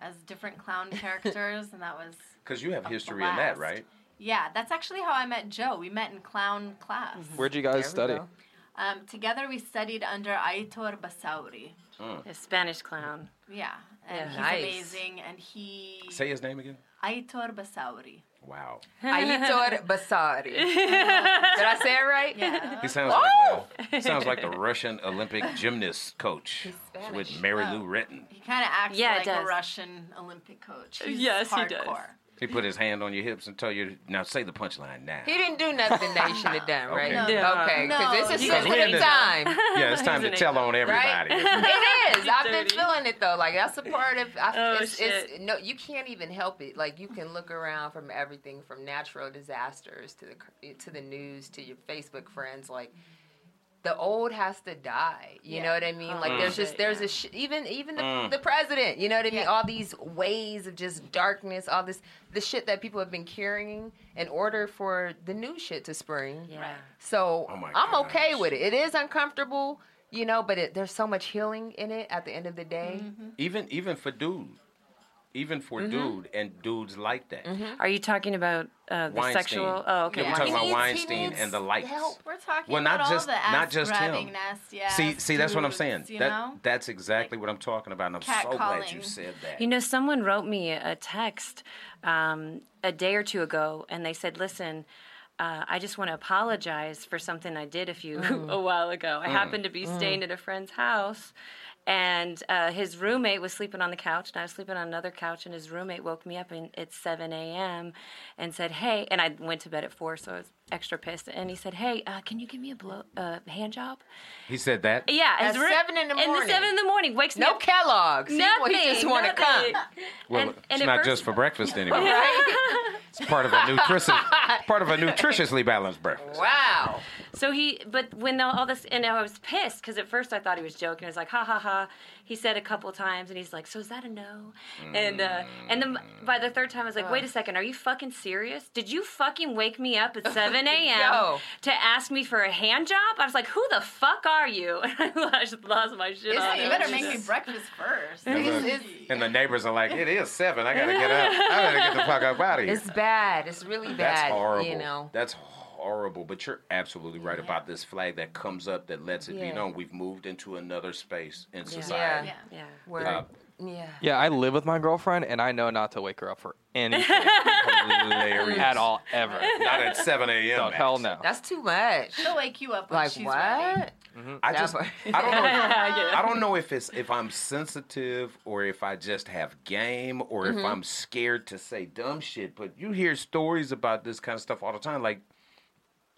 Speaker 12: as different clown characters. and that was,
Speaker 3: Because you have history in that,
Speaker 12: blast.
Speaker 3: right?
Speaker 12: yeah, that's actually how I met Joe. We met in clown class.
Speaker 7: Where'd you guys
Speaker 11: Mm-hmm. There we
Speaker 7: study?
Speaker 11: go.
Speaker 12: Um, together we studied under Aitor Basauri.
Speaker 13: A Spanish clown.
Speaker 12: Yeah. And
Speaker 11: Yeah,
Speaker 12: he's
Speaker 11: nice.
Speaker 12: amazing. And he,
Speaker 3: Say his name again.
Speaker 12: Aitor Basauri.
Speaker 3: Wow.
Speaker 11: Aitor Basari. Did I say it right? Oh!
Speaker 12: Yeah.
Speaker 3: He sounds like the, sounds like the Russian Olympic gymnast coach with Mary
Speaker 11: Oh.
Speaker 3: Lou Retton.
Speaker 12: He kind of acts
Speaker 13: Yeah, it
Speaker 12: like a
Speaker 13: does.
Speaker 12: Russian Olympic coach. He's
Speaker 13: Yes, he
Speaker 12: hardcore.
Speaker 13: does.
Speaker 3: He put his hand on your hips and tell you, now say the punchline now.
Speaker 11: He didn't do nothing that he should have done, right?
Speaker 3: Okay.
Speaker 13: No.
Speaker 11: Okay, because
Speaker 12: No.
Speaker 11: it's a
Speaker 12: You
Speaker 3: guys
Speaker 11: sensitive
Speaker 3: did it.
Speaker 11: time.
Speaker 3: Yeah, it's time to
Speaker 13: He's an
Speaker 3: tell on everybody.
Speaker 11: It is. I've been
Speaker 13: Dirty.
Speaker 11: feeling it though. Like that's a part of. I,
Speaker 13: Oh,
Speaker 11: it's, It's, no, you can't even help it. Like you can look around from everything from natural disasters to the cr- eh, to the news to your Facebook friends. Like the old has to die. You
Speaker 12: Yeah.
Speaker 11: know what I mean? Like
Speaker 13: Oh,
Speaker 11: there's just
Speaker 13: shit,
Speaker 11: there's
Speaker 13: yeah.
Speaker 11: a sh- even even the,
Speaker 3: Mm.
Speaker 11: the president. You know what I mean?
Speaker 12: Yeah.
Speaker 11: All these ways of just darkness. All this the shit that people have been carrying in order for the new shit to spring.
Speaker 13: Yeah.
Speaker 12: Right.
Speaker 11: So
Speaker 3: Oh my
Speaker 11: I'm okay
Speaker 3: gosh.
Speaker 11: with it. It is uncomfortable, you know, but it, there's so much healing in it at the end of the day.
Speaker 12: Mm-hmm.
Speaker 3: Even even for dude. Even for
Speaker 11: Mm-hmm.
Speaker 3: dude and dudes like that.
Speaker 13: Are you talking about uh, the
Speaker 3: Weinstein.
Speaker 13: sexual? Oh, okay.
Speaker 3: Yeah, we're
Speaker 11: He
Speaker 3: talking about
Speaker 11: needs- he
Speaker 3: Weinstein
Speaker 11: needs
Speaker 3: and the lights.
Speaker 11: help.
Speaker 12: We're talking
Speaker 3: Well,
Speaker 12: about
Speaker 3: not just-
Speaker 12: all the ass
Speaker 3: not just him.
Speaker 12: grabbing, nasty ass
Speaker 3: See, see, that's what I'm
Speaker 12: dudes,
Speaker 3: saying.
Speaker 12: You
Speaker 3: that,
Speaker 12: know?
Speaker 3: That's exactly what I'm talking about, and I'm so glad you
Speaker 12: catcalling.
Speaker 3: said that.
Speaker 13: You know, someone wrote me a text um, a day or two ago, and they said, "Listen." Uh, I just want to apologize for something I did a few a while ago.
Speaker 3: Mm.
Speaker 13: I happened to be staying at a friend's house, and uh, his roommate was sleeping on the couch, and I was sleeping on another couch. And his roommate woke me up in, at 7 a.m. and said, "Hey," and I went to bed at four, so I was extra pissed. And he said, "Hey, uh, can you give me a blow, uh, hand job?"
Speaker 3: he said that.
Speaker 13: Yeah,
Speaker 11: At
Speaker 13: his roo-
Speaker 11: seven in the morning.
Speaker 13: And seven in the morning wakes me
Speaker 11: No
Speaker 13: up.
Speaker 11: Kellogg's. He wa-
Speaker 13: Nothing.
Speaker 11: He, just want to come.
Speaker 13: nothing.
Speaker 3: Well,
Speaker 13: And- and
Speaker 3: it's
Speaker 13: at
Speaker 3: not
Speaker 13: first-
Speaker 3: just for breakfast anymore. It's part of a nutritious, part of a nutritiously balanced breakfast.
Speaker 11: Wow.
Speaker 13: So he, but when all all this, and I was pissed because at first I thought he was joking. I was like, ha ha ha. He said a couple times, and he's like, so is that a no? And uh, and then by the third time, I was like, wait a second, are you fucking serious? Did you fucking wake me up at seven a.m.
Speaker 11: Yo.
Speaker 13: to ask me for a hand job? I was like, who the fuck are you? And I just lost my shit.
Speaker 11: Isn't
Speaker 13: on
Speaker 12: Yeah,
Speaker 13: him.
Speaker 12: you better make me breakfast first.
Speaker 3: It's-
Speaker 11: it's-
Speaker 3: And the neighbors are like, "It is seven. I gotta get up. I gotta get the fuck up out of here."
Speaker 11: It's bad. It's really bad.
Speaker 3: That's horrible.
Speaker 11: You know.
Speaker 3: That's horrible. But you're absolutely right about this flag that comes up that lets it
Speaker 11: Yeah.
Speaker 3: be known we've moved into another space in
Speaker 11: Yeah.
Speaker 3: society.
Speaker 12: Yeah.
Speaker 13: Yeah.
Speaker 11: Where,
Speaker 3: Uh,
Speaker 11: yeah.
Speaker 7: Yeah, I live with my girlfriend, and I know not to wake her up for anything
Speaker 3: Hilarious.
Speaker 7: at all, ever.
Speaker 3: Not at seven a.m.
Speaker 7: No,
Speaker 3: Max.
Speaker 7: hell no.
Speaker 11: That's too much.
Speaker 12: She'll wake you up when
Speaker 11: Like
Speaker 12: she's
Speaker 11: what?
Speaker 12: ready.
Speaker 3: I
Speaker 11: That
Speaker 3: just
Speaker 11: part.
Speaker 3: I don't know.
Speaker 13: Yeah.
Speaker 3: I don't know if it's if I'm sensitive or if I just have game or if I'm scared to say dumb shit. But you hear stories about this kind of stuff all the time. Like,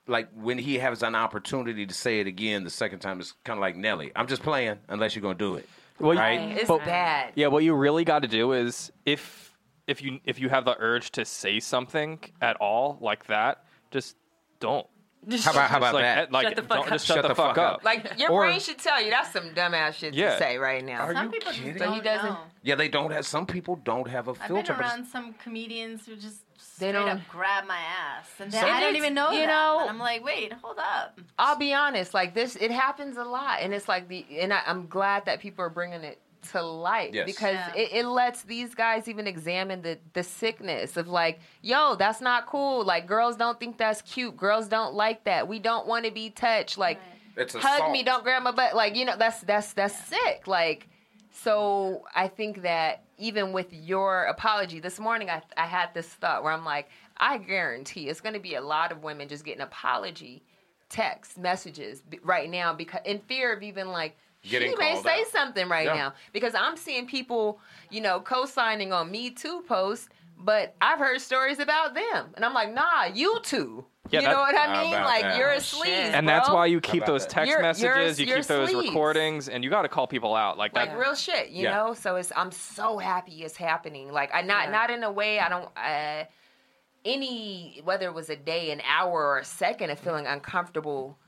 Speaker 3: like when he has an opportunity to say it again the second time, it's kind of like Nelly. I'm just playing unless you're gonna do it.
Speaker 7: Well,
Speaker 3: Right.
Speaker 11: It's
Speaker 7: But-
Speaker 11: bad.
Speaker 7: Yeah, what you really got to do is if if you if you have the urge to say something at all like that, just don't.
Speaker 3: How about how
Speaker 7: Just
Speaker 3: about
Speaker 7: like,
Speaker 3: that?
Speaker 7: eh, Like,
Speaker 13: Shut the fuck
Speaker 7: don't-
Speaker 13: up.
Speaker 7: Just shut, the fuck up.
Speaker 11: Like your
Speaker 7: Or-
Speaker 11: brain should tell you that's some dumbass shit
Speaker 7: Yeah.
Speaker 11: to say right now.
Speaker 3: Are
Speaker 12: Some
Speaker 3: you
Speaker 12: people just
Speaker 3: kidding?
Speaker 12: don't
Speaker 11: He doesn't-
Speaker 12: know.
Speaker 3: yeah, they don't have. Some people don't have a
Speaker 12: I've been
Speaker 3: filter. but it's-
Speaker 12: around some comedians who just
Speaker 11: They
Speaker 12: straight up
Speaker 11: don't-
Speaker 12: grab my ass, and then
Speaker 11: Some-
Speaker 12: I didn't even know
Speaker 11: You
Speaker 12: them.
Speaker 11: know-
Speaker 12: And I'm like, wait, hold up.
Speaker 11: I'll be honest, like this, it happens a lot, and it's like the, and I, I'm glad that people are bringing it to light
Speaker 3: Yes.
Speaker 11: because
Speaker 12: Yeah.
Speaker 11: it, it lets these guys even examine the the sickness of like, yo, that's not cool. Like girls don't think that's cute. Girls don't like that. We don't want to be touched. Like,
Speaker 3: It's
Speaker 11: hug
Speaker 3: assault.
Speaker 11: me, don't grab my butt. Like you know, that's that's that's sick. Like, so I think that even with your apology this morning, I, I had this thought where I'm like, I guarantee it's going to be a lot of women just getting apology texts, messages b- right now because in fear of even like
Speaker 13: Getting
Speaker 11: she may
Speaker 13: called
Speaker 11: say
Speaker 13: out.
Speaker 11: something right
Speaker 13: Yeah.
Speaker 11: now because I'm seeing people, you know, co-signing on Me Too posts, but I've heard stories about them, and I'm like, nah, you too.
Speaker 7: Yeah,
Speaker 11: you
Speaker 7: that-
Speaker 11: know what
Speaker 7: How
Speaker 11: I mean?
Speaker 7: about
Speaker 11: Like
Speaker 7: that?
Speaker 11: you're
Speaker 7: Oh,
Speaker 11: a
Speaker 7: shit.
Speaker 11: sleaze,
Speaker 7: and that's
Speaker 11: bro.
Speaker 7: why you keep those text
Speaker 11: You're- you're-
Speaker 7: messages, you
Speaker 11: you're
Speaker 7: keep those
Speaker 11: sleaze.
Speaker 7: recordings, and you got to call people out like
Speaker 11: like
Speaker 7: that.
Speaker 11: real shit you
Speaker 7: Yeah.
Speaker 11: know so it's i'm so happy it's happening like i not
Speaker 7: Yeah.
Speaker 11: not in a way i don't uh any whether it was a day an hour or a second of feeling uncomfortable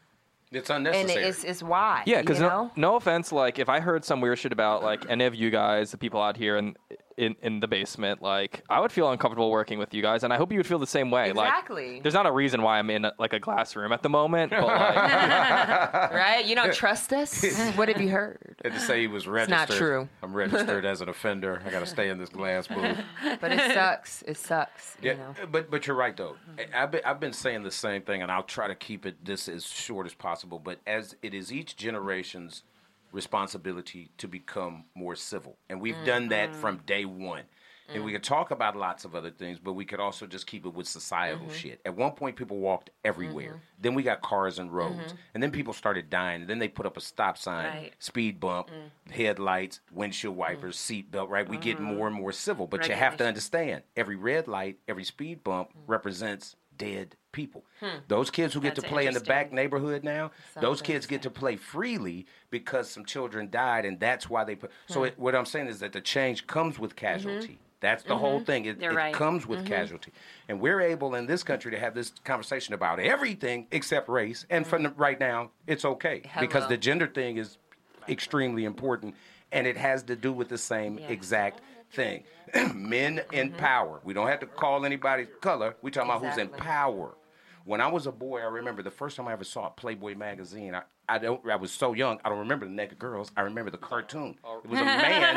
Speaker 3: It's
Speaker 11: and
Speaker 3: unnecessary.
Speaker 11: it's it's why
Speaker 7: Yeah, because
Speaker 11: you
Speaker 7: no,
Speaker 11: know
Speaker 7: no offense, like if I heard some weird shit about like any of you guys, the people out here in in in the basement, like I would feel uncomfortable working with you guys, and I hope you would feel the same way.
Speaker 11: Exactly.
Speaker 7: Like, there's not a reason why I'm in like a glass room at the moment, but like,
Speaker 11: right you don't trust us what have you heard
Speaker 3: Had to say he was
Speaker 11: It's
Speaker 3: registered.
Speaker 11: not true.
Speaker 3: I'm registered as an offender. I got to stay in this glass booth.
Speaker 11: but it sucks it sucks
Speaker 3: Yeah, uh,
Speaker 11: you know Mm-hmm.
Speaker 3: but but you're right though. I- I've been, I've been saying the same thing, and I'll try to keep it this as short as possible. But as it is each generation's responsibility to become more civil, and we've done that
Speaker 11: Mm-hmm.
Speaker 4: Mhm.
Speaker 3: from day one. And
Speaker 11: Mm.
Speaker 3: we could talk about lots of other things, but we could also just keep it with societal
Speaker 11: Mm-hmm.
Speaker 4: Mhm.
Speaker 3: shit. At one point, people walked everywhere.
Speaker 4: Mhm.
Speaker 3: Then we got cars and roads,
Speaker 11: Mm-hmm.
Speaker 4: Mhm.
Speaker 3: and then people started dying. And then they put up a stop sign,
Speaker 4: Right.
Speaker 3: speed bump,
Speaker 4: Mm.
Speaker 3: headlights, windshield wipers, seatbelt. Right? We get
Speaker 4: Mhm.
Speaker 3: more and more civil, but you have to
Speaker 4: Mm. Regulation. Mm.
Speaker 3: understand understand every red light, every speed bump represents dead people.
Speaker 4: Hmm.
Speaker 3: Those kids who get
Speaker 4: That's
Speaker 3: to play in the back neighborhood now, those
Speaker 4: Sounds
Speaker 3: kids get to play freely because some children died, and that's why they put. So,
Speaker 4: Hmm.
Speaker 3: it, what I'm saying is that the change comes with casualty. That's the whole
Speaker 4: Mhm.
Speaker 3: thing. It,
Speaker 4: You're
Speaker 3: it
Speaker 4: right.
Speaker 3: comes with
Speaker 4: Mhm.
Speaker 3: casualty. And we're able in this country to have this conversation about everything except race. And for the, right now, it's okay because
Speaker 4: Mm-hmm. Hello.
Speaker 3: the gender thing is extremely important and it has to do with the same
Speaker 4: Yeah.
Speaker 3: exact thing. Men in power. We don't have to call anybody's color. we talking about who's in
Speaker 4: Exactly.
Speaker 3: power. When I was a boy, I remember the first time I ever saw a Playboy magazine. I, I don't. I was so young. I don't remember the naked girls. I remember the cartoon. It was a man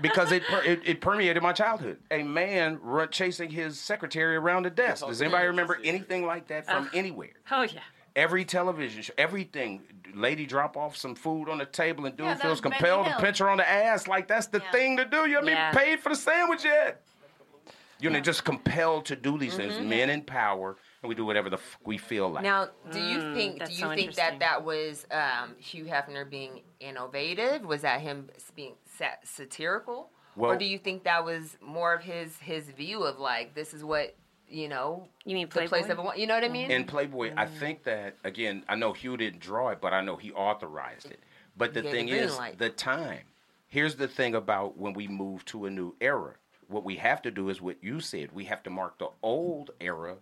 Speaker 3: because it, per- it it permeated my childhood. A man run, chasing his secretary around the desk. Does anybody remember anything like that from
Speaker 13: Ugh.
Speaker 3: anywhere?
Speaker 13: Oh yeah.
Speaker 3: Every television show, everything. Lady drop off some food on the table, and dude
Speaker 13: Yeah, that
Speaker 3: feels
Speaker 13: was Beverly
Speaker 3: compelled to
Speaker 13: Hills.
Speaker 3: pinch her on the ass. Like that's the thing to do. You haven't
Speaker 13: Yeah.
Speaker 3: even paid for the sandwich yet. You know, just compelled to do these
Speaker 11: Mhm.
Speaker 3: things. Men in power, and we do whatever the f- we feel like.
Speaker 11: now do you
Speaker 13: Mm,
Speaker 11: think do
Speaker 13: that's
Speaker 11: you
Speaker 13: so
Speaker 11: think that that was um, hugh hefner being innovative was that him being sat- satirical
Speaker 13: Well-
Speaker 11: or do you think that was more of his his view of like this is what you know
Speaker 13: you mean
Speaker 11: the place
Speaker 13: Playboy?
Speaker 11: of a wo- you know what i mean
Speaker 3: In Playboy, I think that again, I know Hugh didn't draw it, but I know he authorized it. But the
Speaker 4: He gave
Speaker 3: thing
Speaker 4: the green
Speaker 3: is,
Speaker 4: light.
Speaker 3: the time. Here's the thing about when we move to a new era. What we have to do is what you said. We have to mark the old era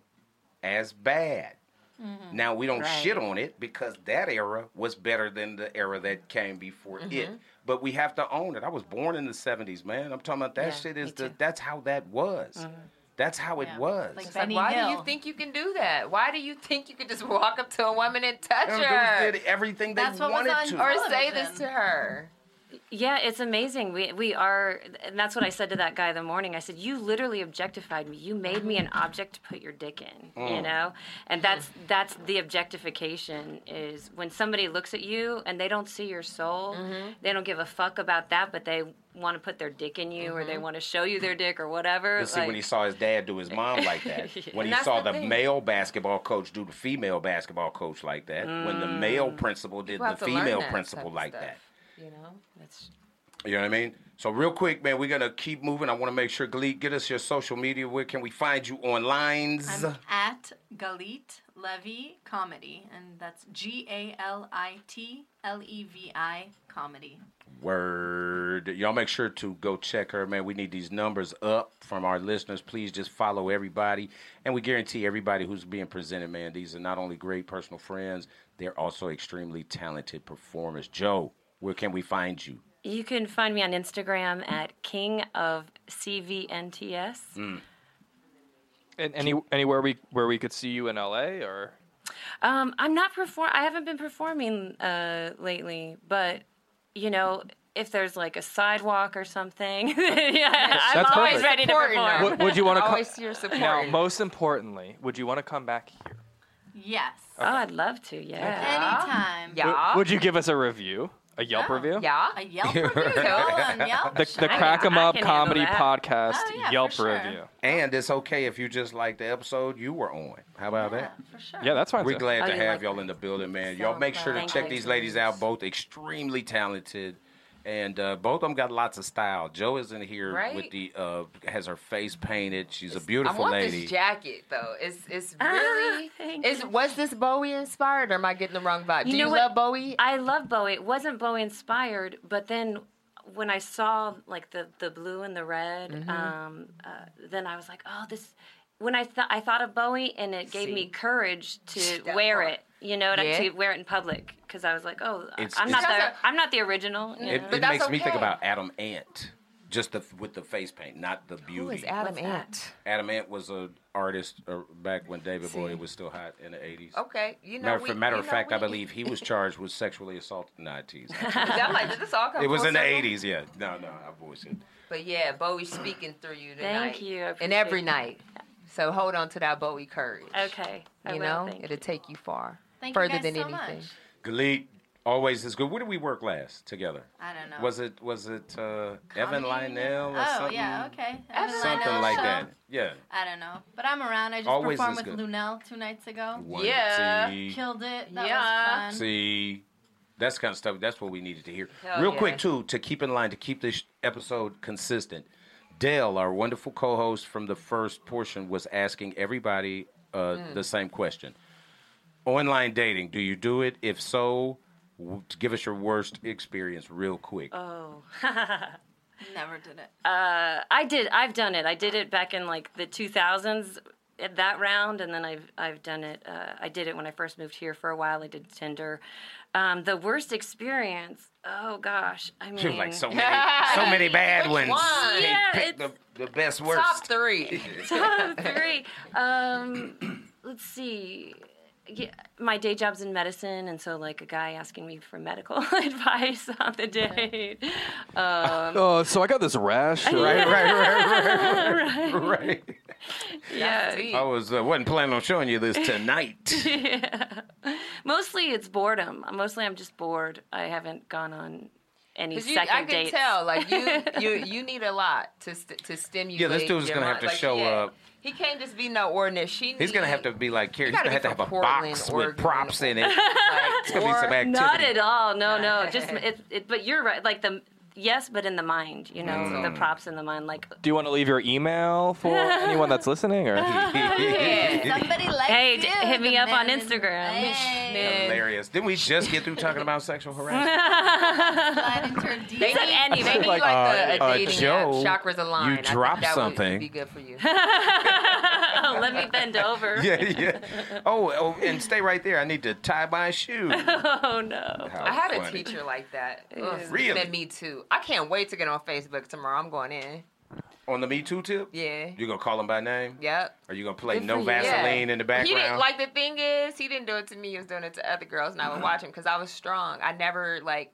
Speaker 3: as bad.
Speaker 4: Hmm.
Speaker 13: Mm-hmm.
Speaker 3: Now we don't shit on it because that era was better than the era that came before it.
Speaker 4: Mhm.
Speaker 3: But we have to own it. I was born in the seventies, man. I'm talking about that
Speaker 11: Yeah,
Speaker 3: shit
Speaker 11: me
Speaker 3: is the that's how that was. That's how it was.
Speaker 11: It's like, why do you think you can do that? Why do you think you could just walk up to a woman and touch
Speaker 3: Them dudes
Speaker 11: her?
Speaker 3: did everything they That's what was wanted on
Speaker 11: or
Speaker 3: to.
Speaker 11: say this to her.
Speaker 13: Yeah, it's amazing. We we are, and that's what I said to that guy the morning. I said, "You literally objectified me. You made me an object to put your dick in." You
Speaker 5: Mm.
Speaker 13: know, and that's that's the objectification is when somebody looks at you and they don't see your soul.
Speaker 11: Mm-hmm.
Speaker 13: They don't give a fuck about that, but they want to put their dick in you, or they
Speaker 11: Mm-hmm.
Speaker 13: want to show you their dick, or whatever.
Speaker 3: But see, when
Speaker 13: like-
Speaker 3: he saw his dad do his mom like that,
Speaker 13: Yeah.
Speaker 3: when
Speaker 13: And
Speaker 3: he
Speaker 13: that's
Speaker 3: saw
Speaker 13: the
Speaker 3: the,
Speaker 13: thing.
Speaker 3: male basketball coach do the female basketball coach like that, when the male principal did
Speaker 11: Mm. People
Speaker 3: the
Speaker 11: have to learn
Speaker 3: female
Speaker 11: that
Speaker 3: principal
Speaker 11: type of
Speaker 3: like
Speaker 11: stuff,
Speaker 3: that.
Speaker 11: You know, that's
Speaker 3: You know what I mean? So real quick, man, we're gonna keep moving. I want to make sure Glee, get us your social media. Where can we find you online?
Speaker 12: At Galit Levy Comedy, and that's G A L I T L E V I Comedy.
Speaker 3: Word. Y'all make sure to go check her, man. We need these numbers up from our listeners. Please just follow everybody. And we guarantee everybody who's being presented, man, these are not only great personal friends, they're also extremely talented performers. Joe, where can we find you?
Speaker 13: You can find me on Instagram at King of CVNTS.
Speaker 7: and any anywhere we where we could see you in LA or
Speaker 13: Um, I'm not perform. I haven't been performing uh, lately, but you know, if there's like a sidewalk or something,
Speaker 11: Uh,
Speaker 13: yeah, I'm
Speaker 7: That's
Speaker 13: always
Speaker 7: perfect.
Speaker 13: ready to
Speaker 7: Supporting
Speaker 13: perform.
Speaker 7: them. Would, would you want to come?
Speaker 11: Always your support.
Speaker 7: Now, most importantly, would you want to come back here?
Speaker 12: Yes.
Speaker 13: Oh, I'd love to. Yeah.
Speaker 12: Anytime.
Speaker 7: Would- Would you give us a review? A Yelp review?
Speaker 11: Yeah.
Speaker 12: Oh. A Yelp review. Go on Yelp.
Speaker 7: The, the
Speaker 12: Sure.
Speaker 7: Crack 'em Up Comedy
Speaker 12: that.
Speaker 7: Podcast
Speaker 12: Oh, yeah, for
Speaker 7: Yelp
Speaker 12: sure.
Speaker 7: review.
Speaker 3: And it's okay if you just like the episode you were on. How about that?
Speaker 12: For sure.
Speaker 7: Yeah, that's fine,
Speaker 3: We're
Speaker 7: too.
Speaker 3: glad
Speaker 7: Oh,
Speaker 3: to
Speaker 7: you
Speaker 3: have
Speaker 7: like
Speaker 3: y'all in the building, man. y'all make sure to
Speaker 7: Thank
Speaker 3: check
Speaker 7: you.
Speaker 3: these ladies out. Both extremely talented, and uh, both of them got lots of style. Joe is in here with
Speaker 11: Right?
Speaker 3: the uh, has her face painted. She's a
Speaker 11: I
Speaker 3: beautiful
Speaker 11: want
Speaker 3: lady.
Speaker 11: this jacket though. It's it's
Speaker 13: Ah,
Speaker 11: really is was this Bowie inspired or am I getting the wrong vibe? Do you love Bowie?
Speaker 13: I love Bowie. It wasn't Bowie inspired, but then when I saw like the the blue and the red,
Speaker 11: Mhm.
Speaker 13: um, uh, then I was like, oh, this. When I thought I thought of Bowie, and it gave me
Speaker 11: See?
Speaker 13: courage to
Speaker 11: That
Speaker 13: wear
Speaker 11: part.
Speaker 13: it. You know,
Speaker 11: Yeah.
Speaker 13: to wear it in public because I was like, oh,
Speaker 3: It's-
Speaker 13: I'm
Speaker 3: it's-
Speaker 13: not the I'm not the original. you
Speaker 3: It,
Speaker 13: know?
Speaker 3: it makes me think about Adam Ant, just the, with the face paint, not the beauty.
Speaker 11: Who is Adam Ant?
Speaker 3: Adam Ant was a artist uh, back when David
Speaker 11: See.
Speaker 3: Bowie was still hot in the 80s.
Speaker 11: Okay, you know.
Speaker 3: matter
Speaker 11: we,
Speaker 3: for, matter
Speaker 11: you
Speaker 3: of
Speaker 11: know
Speaker 3: fact,
Speaker 11: we-
Speaker 3: I believe he was charged with sexually assaulting. No, I tease.
Speaker 11: I'm like, did this all come
Speaker 3: it was
Speaker 11: full
Speaker 3: in the
Speaker 11: circle?
Speaker 3: 80s, yeah. No, no, I voiced it.
Speaker 11: But yeah, Bowie speaking through you tonight.
Speaker 13: Thank you, I
Speaker 11: And
Speaker 13: appreciate
Speaker 11: every
Speaker 13: that.
Speaker 11: night. So hold on to that Bowie courage.
Speaker 13: Okay, I
Speaker 11: you
Speaker 13: will,
Speaker 11: know,
Speaker 13: thank
Speaker 11: it'll take you far.
Speaker 12: Thank you
Speaker 11: further
Speaker 12: guys
Speaker 11: than
Speaker 12: so
Speaker 11: anything.
Speaker 12: much.
Speaker 3: Galit, always is good. Where did we work last together?
Speaker 12: I don't know.
Speaker 3: Was it was it uh, Evan Lionel or
Speaker 12: oh,
Speaker 3: something?
Speaker 12: yeah, okay. Evelyn
Speaker 3: Something
Speaker 12: Lynell
Speaker 3: like
Speaker 12: show.
Speaker 3: that. Yeah.
Speaker 12: I don't know, but I'm around. I just
Speaker 3: Always
Speaker 12: performed
Speaker 3: is
Speaker 12: with
Speaker 3: good.
Speaker 12: Lunel two nights ago.
Speaker 3: One, Yeah. see.
Speaker 12: killed it. That
Speaker 11: Yeah.
Speaker 12: was fun.
Speaker 3: See, that's kind of stuff. That's what we needed to hear.
Speaker 12: Hell
Speaker 3: Real
Speaker 12: yeah.
Speaker 3: quick, too, to keep in line, to keep this episode consistent. Dale, our wonderful co-host from the first portion, was asking everybody uh,
Speaker 14: Mm.
Speaker 3: the same question: Online dating, do you do it? If so, w- give us your worst experience, real quick.
Speaker 13: Oh.
Speaker 12: Never did it.
Speaker 13: Uh, I did. I've done it. I did it back in like the 2000s at that round, and then I've I've done it. Uh, I did it when I first moved here for a while. I did Tinder. Um, the worst experience. Oh gosh. I mean,
Speaker 3: like so many, so many bad
Speaker 13: Which
Speaker 3: ones.
Speaker 13: one?
Speaker 3: They
Speaker 13: Yeah,
Speaker 3: picked the, the best worst.
Speaker 13: top
Speaker 11: three.
Speaker 13: Top three. Um, let's see. Yeah, my day job's in medicine, and so like a guy asking me for medical advice on the date. Um,
Speaker 7: Uh, so I got this rash.
Speaker 13: Right, right, right, right, right,
Speaker 3: right.
Speaker 13: yeah.
Speaker 3: I was uh, wasn't planning on showing you this tonight.
Speaker 13: yeah. Mostly it's boredom. Mostly I'm just bored. I haven't gone on any
Speaker 11: 'Cause you-
Speaker 13: second
Speaker 11: I can
Speaker 13: dates.
Speaker 11: tell, like you, you, you need a lot to st- to stimulate.
Speaker 3: Yeah, this dude's
Speaker 11: your
Speaker 3: gonna have
Speaker 11: mind.
Speaker 3: to
Speaker 11: Like,
Speaker 3: show
Speaker 11: yeah,
Speaker 3: up.
Speaker 11: He can't just be no ordinary. She.
Speaker 3: He's gonna have to be like Carrie.
Speaker 11: You
Speaker 3: He's gonna
Speaker 11: gotta
Speaker 3: have to
Speaker 11: be
Speaker 3: have
Speaker 11: from
Speaker 3: a
Speaker 11: Portland,
Speaker 3: box
Speaker 11: Oregon,
Speaker 3: with props in it. it's gonna be some activity.
Speaker 13: Not at all. No, no. Just it, it. But you're right. Like the yes, but in the mind. You know,
Speaker 7: Mm.
Speaker 13: the props in the mind. Like
Speaker 7: Do you want to leave your email for anyone that's listening? Or
Speaker 12: Somebody likes
Speaker 13: hey,
Speaker 12: you,
Speaker 13: d- hit me
Speaker 12: the
Speaker 13: up on
Speaker 12: man in-
Speaker 13: Instagram.
Speaker 3: Hilarious. Didn't we just get through talking about sexual harassment?
Speaker 11: They need,
Speaker 13: any-
Speaker 11: they need like, a, a dating app, chakras aligned.
Speaker 3: Uh, You dropped
Speaker 11: Would
Speaker 3: something.
Speaker 11: be good for you.
Speaker 13: Let me bend over.
Speaker 3: yeah, yeah. Oh, oh, and stay right there. I need to tie my shoe.
Speaker 13: Oh no.
Speaker 3: How
Speaker 11: I had a
Speaker 3: funny.
Speaker 11: teacher like that.
Speaker 3: Yeah.
Speaker 11: Ugh,
Speaker 3: Really?
Speaker 11: and Me too. I can't wait to get on Facebook tomorrow. I'm going in.
Speaker 3: On the Me Too tip?
Speaker 11: Yeah.
Speaker 3: You gonna call him by name?
Speaker 11: Yep.
Speaker 3: Are you gonna play
Speaker 11: Good for
Speaker 3: no
Speaker 11: you.
Speaker 3: Vaseline in the background?
Speaker 11: He didn't like the thing is he didn't do it to me. He was doing it to other girls, and I
Speaker 3: Mm-hmm.
Speaker 11: would watch him because I was strong. I never like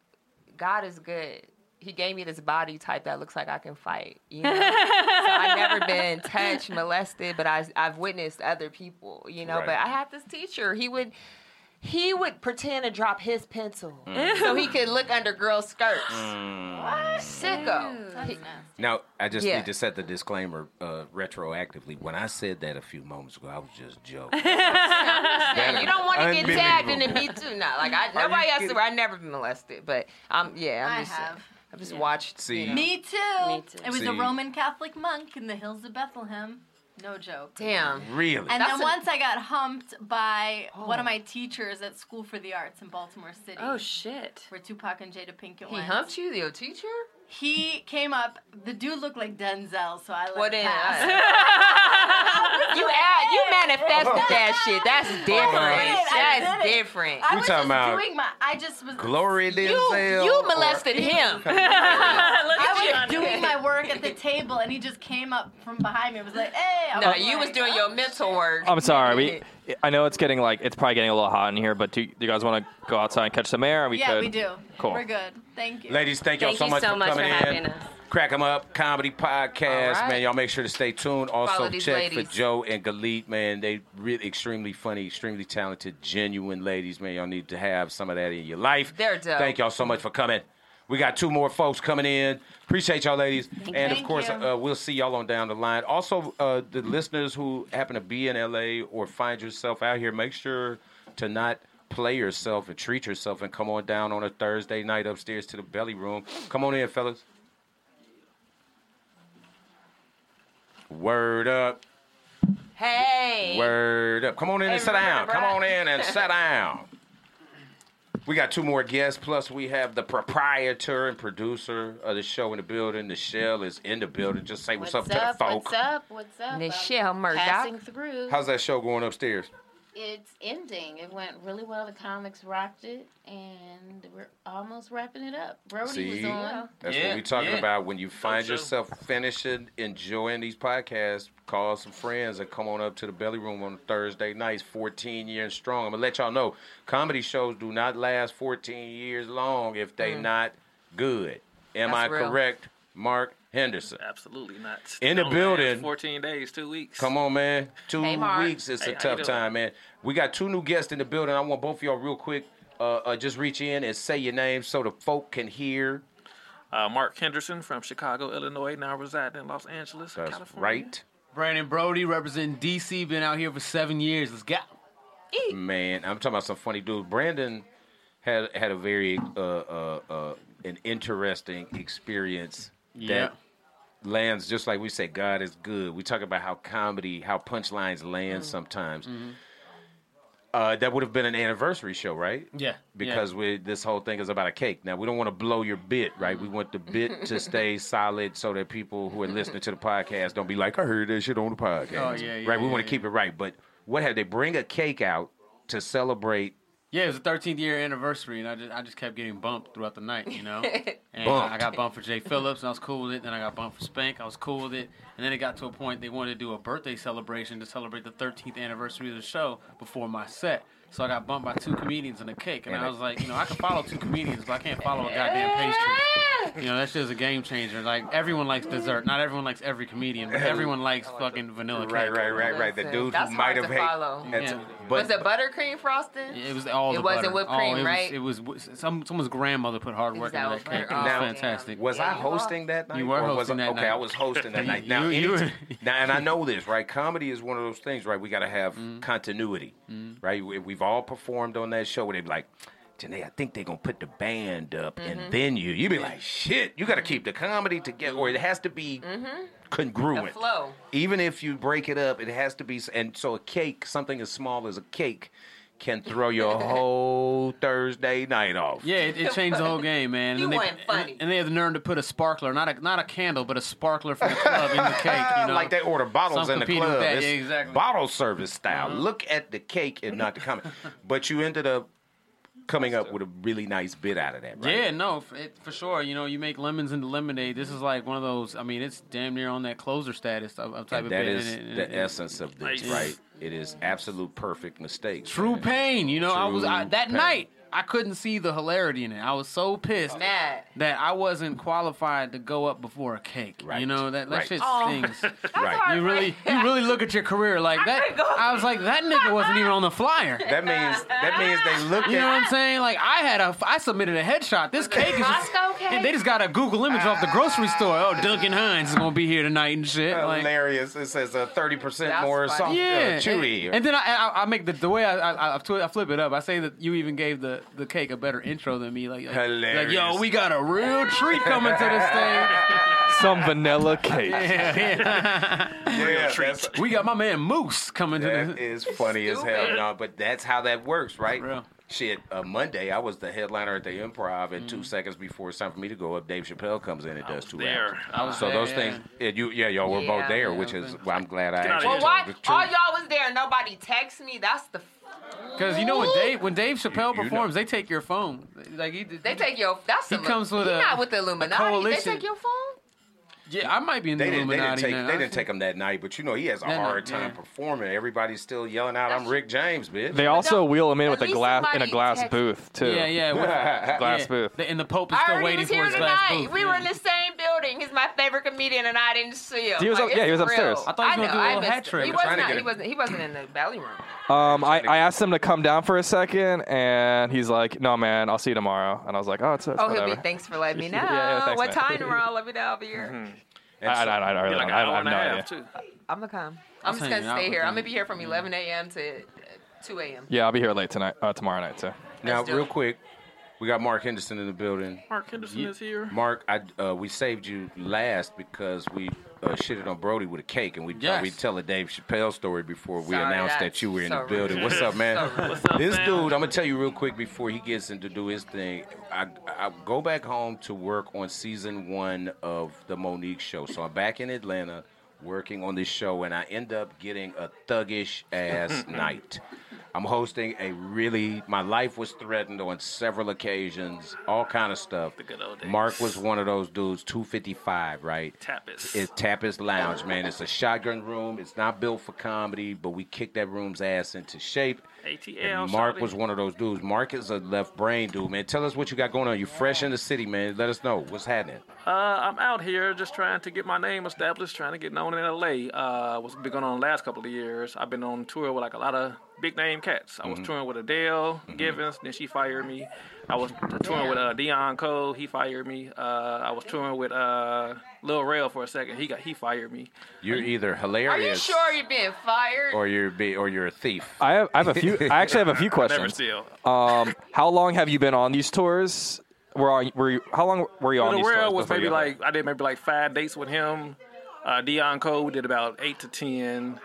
Speaker 11: God is good. He gave me this body type that looks like I can fight. You know, so I never been touched, molested, but I I've witnessed other people. You know,
Speaker 13: Right.
Speaker 11: but I had this teacher. He would. He would pretend to drop his pencil
Speaker 3: Mm.
Speaker 11: so he could look under girls' skirts.
Speaker 3: Mm.
Speaker 11: Sicko. He-
Speaker 3: Now, I just
Speaker 11: Yeah.
Speaker 3: need to set the disclaimer uh, retroactively. When I said that a few moments ago, I was just joking.
Speaker 11: you don't want to get tagged in the Me
Speaker 3: Unbelievable.
Speaker 11: Too now. Like I,
Speaker 3: Are
Speaker 11: nobody
Speaker 3: you
Speaker 11: else.
Speaker 3: kidding?
Speaker 11: I've never been molested, but um, yeah, I'm
Speaker 12: I
Speaker 11: just,
Speaker 12: have.
Speaker 11: I've just watched.
Speaker 3: See,
Speaker 12: Me too.
Speaker 11: Me too.
Speaker 12: It was a
Speaker 11: See.
Speaker 12: Roman Catholic monk in the hills of Bethlehem. No joke.
Speaker 11: Damn.
Speaker 3: Really?
Speaker 12: And
Speaker 11: That's
Speaker 12: then
Speaker 11: a-
Speaker 12: once I got humped by one
Speaker 11: Oh.
Speaker 12: of my teachers at School for the Arts in Baltimore City.
Speaker 11: Oh,
Speaker 13: shit!
Speaker 12: Where Tupac and Jada Pinkett
Speaker 11: He
Speaker 12: went.
Speaker 11: humped you, the teacher.
Speaker 12: He came up. The dude looked like Denzel, so I let
Speaker 11: What
Speaker 12: him
Speaker 11: in?
Speaker 12: pass.
Speaker 11: you add, you manifested that shit. That's different.
Speaker 12: I
Speaker 11: That's
Speaker 12: did it.
Speaker 11: different.
Speaker 12: I
Speaker 3: We
Speaker 12: was
Speaker 3: talking
Speaker 12: just
Speaker 3: about
Speaker 12: doing my. I just was.
Speaker 3: Glory Denzel.
Speaker 11: you
Speaker 3: or-
Speaker 11: molested him.
Speaker 12: I
Speaker 11: at
Speaker 12: was
Speaker 11: you.
Speaker 12: doing my work at the table, and he just came up from behind me. and was like, "Hey." I
Speaker 11: No,
Speaker 12: was
Speaker 11: you
Speaker 12: like,
Speaker 11: was doing your mental work.
Speaker 7: I'm sorry. We, I know it's getting like it's probably getting a little hot in here, but do, do you guys want to go outside and catch some air? We
Speaker 12: yeah,
Speaker 7: could.
Speaker 12: we do.
Speaker 7: Cool.
Speaker 12: We're good. Thank you,
Speaker 7: Ladies, thank y'all Thank so you much so for much for coming in. having us.
Speaker 3: Crack 'em up, comedy podcast,
Speaker 11: All right.
Speaker 3: man. Y'all make sure to stay tuned. Also
Speaker 11: Follow these
Speaker 3: check
Speaker 11: ladies.
Speaker 3: for Joe and Galit, man. They really extremely funny, extremely talented, genuine ladies, man. Y'all need to have some of that in your life.
Speaker 11: They're dope.
Speaker 3: Thank y'all so much for coming. We got two more folks coming in. Appreciate y'all, ladies. and of
Speaker 14: Thank
Speaker 3: course,
Speaker 14: you.
Speaker 3: uh, we'll see y'all on down the line. Also, uh, the listeners who happen to be in LA or find yourself out here, make sure to not play yourself and treat yourself and come on down on a Thursday night upstairs to the belly room. Come on in, fellas. Word up.
Speaker 11: Hey.
Speaker 3: Word up. Come on in and sit
Speaker 11: Everybody
Speaker 3: down. Come on
Speaker 11: right.
Speaker 3: in and sit down. We got two more guests, plus we have the proprietor and producer of the show in the building. Nichelle is in the building. Just say what's, up, to the folk.
Speaker 10: What's up? What's up?
Speaker 11: Nichelle
Speaker 10: I'm
Speaker 11: Murdoch.
Speaker 10: Passing through.
Speaker 3: How's that show going upstairs?
Speaker 10: It's ending. It went really well. The comics rocked it, and we're almost wrapping it up. Brody was
Speaker 3: See,
Speaker 10: on.
Speaker 3: that's
Speaker 14: Yeah,
Speaker 3: what we're talking
Speaker 14: yeah.
Speaker 3: about. When you find
Speaker 14: sure.
Speaker 3: yourself finishing, enjoying these podcasts, call some friends and come on up to the belly room on Thursday nights, 14 years strong. I'm going to let y'all know comedy shows do not last 14 years long if they
Speaker 14: Mm.
Speaker 3: not good. Am
Speaker 14: That's
Speaker 3: I
Speaker 14: real.
Speaker 3: correct, Mark Henderson?
Speaker 14: Absolutely not.
Speaker 3: In the
Speaker 14: Don't last
Speaker 3: building.
Speaker 14: 14 days, two weeks.
Speaker 3: Come on, man. Two
Speaker 14: Hey, Mark.
Speaker 3: weeks. It's
Speaker 14: Hey,
Speaker 3: a
Speaker 14: how you
Speaker 3: tough
Speaker 14: doing?
Speaker 3: time, man. We got two new guests in the building. I want both of y'all real quick. Uh, uh, just reach in and say your name so the folk can hear.
Speaker 14: Uh, Mark Henderson from Chicago, Illinois, now residing in Los Angeles,
Speaker 3: That's
Speaker 14: California.
Speaker 3: right.
Speaker 15: Brandon Brody representing DC. Been out here for seven years. Let's go.
Speaker 3: Man, I'm talking about some funny dude. Brandon had had a very uh, uh, uh, an interesting experience
Speaker 15: Yeah.
Speaker 3: that lands just like we say. God is good. We talk about how comedy, how punchlines land
Speaker 15: Mm.
Speaker 3: sometimes. Uh, that would have been an anniversary show, right?
Speaker 15: Yeah.
Speaker 3: Because we this whole thing is about a cake. Now we don't want to blow your bit, right? We want the bit to stay solid so that people who are listening to the podcast don't be like, "I heard that shit on the podcast."
Speaker 15: Oh, yeah, yeah,
Speaker 3: right. We
Speaker 15: yeah,
Speaker 3: want
Speaker 15: yeah.
Speaker 3: to keep it right. But what have they bring a cake out to celebrate?
Speaker 15: Yeah, it was the 13th year anniversary, and I just I just kept getting bumped throughout the night, you know. And
Speaker 3: Bumped.
Speaker 15: I got bumped for Jay Phillips, and I was cool with it. Then I got bumped for Spank, I was cool with it. And then it got to a point they wanted to do a birthday celebration to celebrate the 13th anniversary of the show before my set. So I got bumped by two comedians and a cake, and
Speaker 14: And
Speaker 15: I
Speaker 14: a-
Speaker 15: was like, you know, I can follow two comedians, but I can't follow a goddamn pastry. You know, that shit is a game changer. Like everyone likes dessert. Not everyone likes every comedian, but everyone likes fucking vanilla cake.
Speaker 3: Right, right, right, right. The Listen, dude who
Speaker 11: That's hard to follow. was it buttercream frosting?
Speaker 15: It was all
Speaker 11: It
Speaker 15: the
Speaker 11: wasn't
Speaker 15: butter.
Speaker 11: whipped
Speaker 15: All-
Speaker 11: cream,
Speaker 15: it was-
Speaker 11: right?
Speaker 15: It was, w some someone's grandmother put hard
Speaker 11: It
Speaker 15: work
Speaker 11: was
Speaker 15: into
Speaker 11: all
Speaker 15: that cake. It
Speaker 11: butter.
Speaker 15: was
Speaker 11: Oh,
Speaker 15: fantastic.
Speaker 3: Was I hosting that night?
Speaker 15: You were
Speaker 3: or was
Speaker 15: hosting
Speaker 3: I,
Speaker 15: that
Speaker 3: okay,
Speaker 15: night.
Speaker 3: I was hosting that night. Now,
Speaker 15: You- you
Speaker 3: any- now, and I know this, right? Comedy is one of those things, right? We got to have
Speaker 15: Mm-hmm.
Speaker 3: continuity, right? We, we've all performed on that show where they be like, Janae, I think they're going to put the band up
Speaker 14: Mhm.
Speaker 3: and then you. you be like, shit, you got to keep the comedy together, or it has to be
Speaker 11: Mm-hmm.
Speaker 3: congruent.
Speaker 11: flow.
Speaker 3: Even if you break it up, it has to be. s- And so a cake, something as small as a cake, can throw your whole Thursday night off.
Speaker 15: Yeah, it, it changed the whole game, man.
Speaker 3: You
Speaker 15: and, then
Speaker 3: weren't
Speaker 15: they,
Speaker 3: funny.
Speaker 15: and they had the nerve to put a sparkler, not a not a candle, but a sparkler from the club in the cake. You know?
Speaker 3: Like they order bottles
Speaker 15: Some
Speaker 3: in the
Speaker 15: competing with
Speaker 3: club.
Speaker 15: that,
Speaker 3: It's
Speaker 15: yeah, exactly. Mm-hmm.
Speaker 3: Bottle service style. Look at the cake and not the comment. but you ended up coming up with a really nice bit out of that, right?
Speaker 15: Yeah, no, f- it, for sure. You know, you make lemons into lemonade. This is like one of those. I mean, it's damn near on that closer status of, of
Speaker 3: And
Speaker 15: type of
Speaker 3: that
Speaker 15: bit,
Speaker 3: is
Speaker 15: and it- and
Speaker 3: the
Speaker 15: it-
Speaker 3: essence of this,
Speaker 15: Nice.
Speaker 3: right? It is absolute perfect mistakes.
Speaker 15: True pain. You know, I was I,
Speaker 3: True
Speaker 15: that
Speaker 3: pain.
Speaker 15: night. I couldn't see the hilarity in it. I was so pissed
Speaker 11: Mad.
Speaker 15: that I wasn't qualified to go up before a cake. You know that that
Speaker 14: Right.
Speaker 15: shit
Speaker 14: Oh.
Speaker 15: stings.
Speaker 3: right.
Speaker 15: You really, you really look at your career like that. I was like, that nigga wasn't even on the flyer.
Speaker 3: That means that means they looked.
Speaker 15: You know
Speaker 3: at-
Speaker 15: what I'm saying? Like I had a, I submitted a headshot. This cake is just,
Speaker 11: Costco cake?
Speaker 15: and they just got a Google image off the grocery store. Oh, Duncan Hines is gonna be here tonight and shit. Like,
Speaker 3: Hilarious. It says uh, 30% more soft, uh, chewy.
Speaker 15: And, and then I, I, I make the the way I I, I, twi- I flip it up. I say that you even gave the, the cake a better intro than me. Like, like,
Speaker 3: Hilarious.
Speaker 15: like yo, we got a real treat coming to this thing.
Speaker 7: Some vanilla cake.
Speaker 15: Yeah, yeah.
Speaker 3: yeah, that's,
Speaker 15: we got my man Moose coming to
Speaker 3: That is funny as hell,
Speaker 15: Stupid.
Speaker 3: no, but that's how that works, right? Shit, uh, Monday I was the headliner at the Improv, and
Speaker 15: Mm-hmm.
Speaker 3: two seconds before it's time for me to go up, Dave Chappelle comes in and does two
Speaker 14: there.
Speaker 3: hours.
Speaker 14: I was
Speaker 3: so
Speaker 14: there,
Speaker 3: those
Speaker 14: yeah.
Speaker 3: things, yeah, you, yeah, y'all were
Speaker 11: Yeah,
Speaker 3: both there,
Speaker 11: yeah,
Speaker 3: which
Speaker 11: I
Speaker 3: is well, I'm glad I
Speaker 11: Well,
Speaker 3: actually told
Speaker 11: why?
Speaker 3: the truth.
Speaker 11: All y'all was there and nobody text me. That's the.
Speaker 15: because you know when Dave when Dave Chappelle performs, they take your phone. Like he,
Speaker 11: They take your. That's
Speaker 15: He
Speaker 11: some-
Speaker 15: comes with
Speaker 11: he
Speaker 15: a-
Speaker 11: not with the
Speaker 15: a
Speaker 11: Illuminati. They
Speaker 15: coalition.
Speaker 11: take your phone.
Speaker 15: Yeah, I might be in the
Speaker 3: they didn't, they didn't
Speaker 15: Illuminati
Speaker 3: take
Speaker 15: now.
Speaker 3: they didn't take him that night, but you know he has a
Speaker 15: That
Speaker 3: hard
Speaker 15: night, yeah.
Speaker 3: time performing. Everybody's still yelling out, "I'm Rick James, bitch."
Speaker 7: They also wheel him in with a
Speaker 11: least
Speaker 7: glass in a
Speaker 11: somebody
Speaker 7: glass
Speaker 11: text-
Speaker 7: booth too.
Speaker 15: Yeah, yeah, what-
Speaker 7: glass
Speaker 15: yeah.
Speaker 7: booth.
Speaker 15: And the Pope
Speaker 11: I heard he was here tonight. we were in the same building. His my favorite comedian, and I didn't see him.
Speaker 7: He was
Speaker 11: Like,
Speaker 7: up- yeah, he
Speaker 11: it's
Speaker 7: was upstairs.
Speaker 11: real.
Speaker 7: I thought he was
Speaker 11: know,
Speaker 7: gonna do a
Speaker 11: I
Speaker 7: little
Speaker 11: missed
Speaker 7: hat
Speaker 11: it.
Speaker 7: trick.
Speaker 11: He
Speaker 7: I'm trying
Speaker 11: wasn't.
Speaker 7: to
Speaker 11: out-
Speaker 7: get
Speaker 11: He
Speaker 7: it.
Speaker 11: wasn't. He wasn't in the belly room.
Speaker 7: Um, I, I asked him to come down for a second, and he's like, "No, man, I'll see you tomorrow." And I was like, "Oh, it's, it's
Speaker 11: Oh,
Speaker 7: whatever."
Speaker 11: he'll be. Thanks for letting me know.
Speaker 7: Yeah, yeah, thanks,
Speaker 11: what
Speaker 7: man." Mm-hmm.
Speaker 11: time tomorrow? Let me know. I'll be here.
Speaker 7: I, I, I, I,
Speaker 14: Be
Speaker 7: really
Speaker 14: like
Speaker 7: don't-
Speaker 14: an
Speaker 7: I, I
Speaker 14: hour
Speaker 7: have
Speaker 14: and a
Speaker 7: no
Speaker 14: half,
Speaker 7: idea.
Speaker 11: I'm gonna come. I'm
Speaker 7: I'll
Speaker 11: just
Speaker 7: send
Speaker 11: gonna
Speaker 7: you out
Speaker 11: stay
Speaker 7: with
Speaker 11: here. I'm gonna
Speaker 7: them. Mm-hmm.
Speaker 11: be here from 11 a.m. to uh, 2 a.m.
Speaker 7: Yeah, I'll be here late tonight, uh, tomorrow night too.
Speaker 3: Now,
Speaker 11: do
Speaker 3: real
Speaker 11: it.
Speaker 3: quick, we got Mark Henderson in the building.
Speaker 14: Mark Henderson is here.
Speaker 3: Mark, I, uh, we saved you last because we uh, shitted on Brody with a cake, and we
Speaker 14: Yes.
Speaker 3: we tell a Dave Chappelle story before we
Speaker 14: Sorry,
Speaker 3: announced
Speaker 14: that's
Speaker 3: that you were in
Speaker 14: so
Speaker 3: the building.
Speaker 14: rude.
Speaker 3: What's up, man?
Speaker 14: So rude. What's up,
Speaker 3: this
Speaker 14: fam?
Speaker 3: dude, I'm gonna tell you real quick before he gets in to do his thing. I, I go back home to work on season one of the Monique show, so I'm back in Atlanta working on this show, and I end up getting a thuggish ass night. I'm hosting a really. My life was threatened on several occasions, all kind of stuff. The
Speaker 14: good old
Speaker 3: Mark was one of those dudes, 255, right?
Speaker 14: Tapas.
Speaker 3: It's Tapas Lounge, man. It's a shotgun room. It's not built for comedy, but we kicked that room's ass into shape.
Speaker 14: ATL.
Speaker 3: And Mark
Speaker 14: shawty.
Speaker 3: was one of those dudes. Mark is a left brain dude, man. Tell us what you got going on. You fresh in the city, man. Let us know what's happening.
Speaker 14: Uh, I'm out here just trying to get my name established, trying to get known in LA. Uh, what's been going on the last couple of years? I've been on tour with like a lot of big name cats. I was
Speaker 3: Mhm.
Speaker 14: touring with Adele
Speaker 3: Mm-hmm.
Speaker 14: Givens, then she fired me. I was touring with uh, Dion Cole, he fired me. Uh, I was touring with uh, Lil Rel for a second, he got he fired me.
Speaker 3: You're either
Speaker 11: Are you
Speaker 3: hilarious
Speaker 11: sure you're being fired?
Speaker 3: or you're be, or you're a thief.
Speaker 7: I have, I have a few. I actually have a few
Speaker 3: I never
Speaker 7: questions.
Speaker 14: steal.
Speaker 7: Um, how long have you been on these tours? Where are you, were you? How long were you on
Speaker 14: Lil
Speaker 7: these
Speaker 14: Rel
Speaker 7: tours?
Speaker 14: was
Speaker 7: before you
Speaker 14: maybe
Speaker 7: got there?
Speaker 14: like I did maybe like five dates with him. Uh, Dion Cole we did about eight to ten.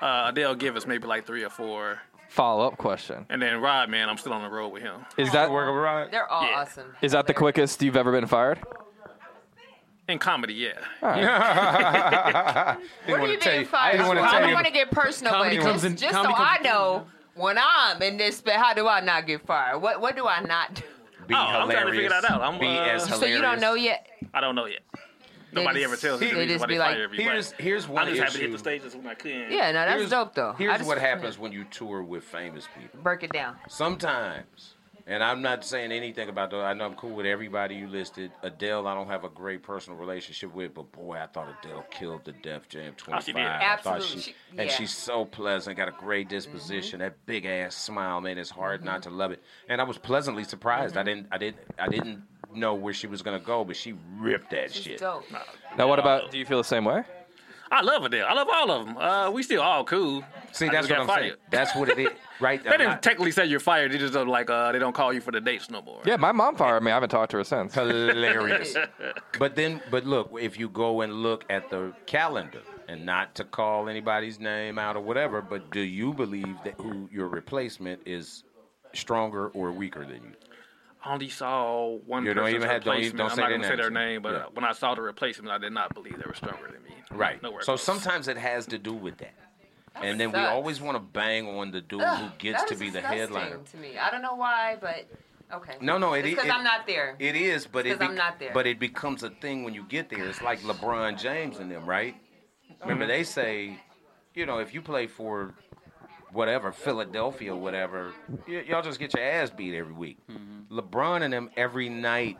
Speaker 14: Uh, Adele Givens maybe like three or four.
Speaker 7: Follow up question.
Speaker 14: And then Rod, man, I'm still on the road with him.
Speaker 7: Is that
Speaker 11: They're all awesome.
Speaker 7: is that the quickest you've ever been fired?
Speaker 14: In comedy, yeah.
Speaker 7: All
Speaker 14: I
Speaker 7: right.
Speaker 14: didn't
Speaker 11: What do
Speaker 14: wanna
Speaker 11: you
Speaker 14: tell
Speaker 11: mean
Speaker 14: you-
Speaker 11: fired?
Speaker 14: I
Speaker 11: I
Speaker 14: didn't
Speaker 11: don't
Speaker 14: wanna tell you.
Speaker 11: want to get personal, but
Speaker 14: Comedy comes
Speaker 11: just,
Speaker 14: in-
Speaker 11: just so
Speaker 14: comedy
Speaker 11: I
Speaker 14: comes-
Speaker 11: know, when I'm in this space, how do I not get fired? What What do I not do?
Speaker 3: Be
Speaker 14: oh, I'm trying to figure
Speaker 3: hilarious.
Speaker 14: that out. I'm,
Speaker 3: Be
Speaker 14: uh,
Speaker 3: as
Speaker 11: So you don't know yet.
Speaker 14: I don't know yet.
Speaker 11: They
Speaker 14: Nobody
Speaker 11: just-
Speaker 14: ever tells me.
Speaker 11: they
Speaker 14: the reason
Speaker 11: just
Speaker 14: why
Speaker 11: be
Speaker 14: they
Speaker 11: like-
Speaker 14: fire everybody.
Speaker 3: Here's- here's one
Speaker 14: I just happy to hit
Speaker 3: issue.
Speaker 14: the stages when I could.
Speaker 11: Yeah, no, that's
Speaker 3: Here's-
Speaker 11: dope though. I
Speaker 3: Here's
Speaker 11: just-
Speaker 3: what happens when you tour with famous people.
Speaker 11: Break it down.
Speaker 3: Sometimes, and I'm not saying anything about those. I know I'm cool with everybody you listed. Adele, I don't have a great personal relationship with, but boy, I thought Adele killed the Def
Speaker 11: Oh,
Speaker 3: Jam 25.
Speaker 14: she did.
Speaker 3: I thought
Speaker 14: Absolutely. She-
Speaker 3: And
Speaker 14: yeah.
Speaker 3: she's so pleasant, got a great disposition,
Speaker 11: Mm-hmm.
Speaker 3: that big ass smile, man. It's hard not to love it. And I was pleasantly surprised.
Speaker 11: Mm-hmm.
Speaker 3: I didn't, I didn't, I didn't know where she was gonna go, but she ripped that shit.
Speaker 7: Now, what about? Do you feel the same way?
Speaker 14: I love Adele. I love all of them. Uh, we still all cool.
Speaker 3: See,
Speaker 14: I
Speaker 3: that's what
Speaker 14: just got
Speaker 3: I'm
Speaker 14: fired.
Speaker 3: saying. That's what it is, right?
Speaker 14: They
Speaker 3: I'm
Speaker 14: didn't
Speaker 3: not-
Speaker 14: technically say you're fired. They just don't like uh, they don't call you for the dates no more.
Speaker 7: Yeah, my mom fired me. I haven't talked to her since.
Speaker 3: hilarious. but then, but look, if you go and look at the calendar, and not to call anybody's name out or whatever, but do you believe that who your replacement is stronger or weaker than you?
Speaker 14: I only saw one
Speaker 3: You don't
Speaker 14: person's
Speaker 3: even have- don't even-
Speaker 14: replacement.
Speaker 3: don't
Speaker 14: I'm
Speaker 3: say
Speaker 14: not
Speaker 3: their
Speaker 14: gonna say their
Speaker 3: names.
Speaker 14: name, but
Speaker 3: Yeah.
Speaker 14: uh, when I saw the replacement, I did not believe they were stronger than me.
Speaker 3: Right.
Speaker 14: Nowhere
Speaker 3: so
Speaker 14: close.
Speaker 3: sometimes it has to do with that. and then we
Speaker 11: sucks.
Speaker 3: always want to bang on the dude
Speaker 11: Ugh,
Speaker 3: who gets
Speaker 11: that
Speaker 3: to
Speaker 11: is
Speaker 3: be the
Speaker 11: disgusting
Speaker 3: headliner.
Speaker 11: To me, I don't know why, but okay.
Speaker 3: No, no, it
Speaker 11: it's
Speaker 3: is-
Speaker 11: because
Speaker 3: it-
Speaker 11: I'm not there.
Speaker 3: It is, but
Speaker 11: It's
Speaker 3: it
Speaker 11: 'cause I'm not there.
Speaker 3: But it becomes a thing when you get there. It's like LeBron James and them, right? Remember they say, you know, if you play for whatever Philadelphia, whatever, y- y'all just get your ass beat every week. LeBron and them every night.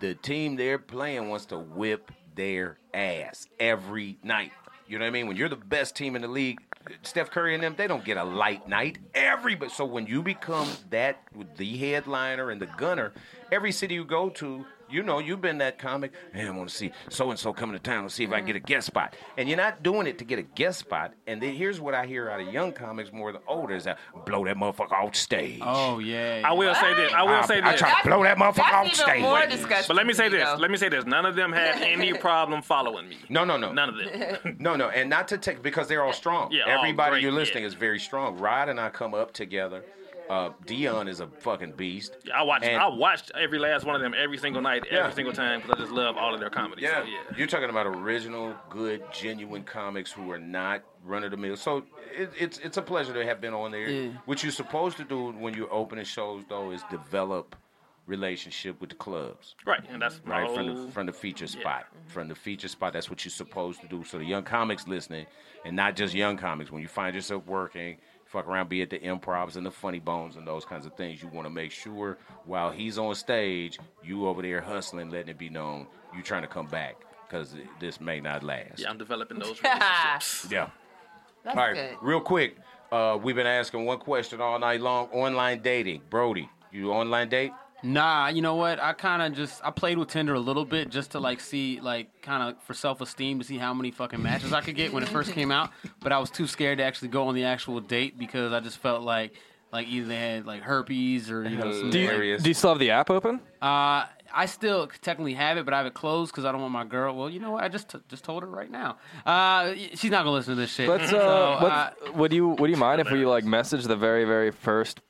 Speaker 3: The team they're playing wants to whip their ass every night. You know what I mean? When you're the best team in the league, Steph Curry and them, they don't get a light night. Every but so when you become that the headliner and the gunner, every city you go to, you know you've been that comic. Hey, I want to see so and so coming to town. Let's see if I can get a guest spot. And you're not doing it to get a guest spot. And then here's what I hear out of young comics more than older is that blow that motherfucker off stage.
Speaker 15: Oh yeah.
Speaker 14: I will say this. I will say
Speaker 3: I
Speaker 14: this.
Speaker 3: try to blow that motherfucker off stage.
Speaker 14: But let me say this. Let me say this. None of them had any problem following me.
Speaker 3: No, no, no.
Speaker 14: None of them.
Speaker 3: no, no, and not to take because they're all strong.
Speaker 14: Yeah, all
Speaker 3: everybody
Speaker 14: great,
Speaker 3: you're listening
Speaker 14: yeah.
Speaker 3: is very strong. Rod and I come up together. Uh, Dion is a fucking beast.
Speaker 14: I watched.
Speaker 3: And-
Speaker 14: I watched every last one of them every single night,
Speaker 3: Yeah.
Speaker 14: every single time because I just love all of their comedy.
Speaker 3: Yeah.
Speaker 14: So, yeah.
Speaker 3: You're talking about original, good, genuine comics who are not run of the mill. So it, it's it's a pleasure to have been on there.
Speaker 14: Yeah.
Speaker 3: What you're supposed to do when you're opening shows though is develop relationship with the clubs.
Speaker 14: Right, and that's my
Speaker 3: right from the
Speaker 14: whole-
Speaker 3: from the feature
Speaker 14: yeah.
Speaker 3: spot. From the feature spot, that's what you're supposed to do. So the young comics listening, and not just young comics, when you find yourself working, fuck around, be at the improvs and the funny bones and those kinds of things. You want to make sure while he's on stage, you over there hustling, letting it be known you trying to come back. because this may not last.
Speaker 14: Yeah, I'm developing those.
Speaker 3: Yeah. all
Speaker 14: That's
Speaker 3: right,
Speaker 14: good.
Speaker 3: real quick. Uh, we've been asking one question all night long. Online dating, Brody. You online date?
Speaker 15: Nah, you know what? I kind of just I played with Tinder a little bit just to like see like kind of for self esteem to see how many fucking matches I could get when it first came out. But I was too scared to actually go on the actual date because I just felt like like either they had like herpes or you know some
Speaker 7: do, you, do you still have the app open?
Speaker 15: Uh, I still technically have it, but I have it closed because I don't want my girl. Well, you know what? I just t- just told her right now. Uh, y- she's not gonna listen to this shit.
Speaker 7: Let's. Uh,
Speaker 15: so, uh,
Speaker 7: let's- would you Would you mind if we like message the very very first,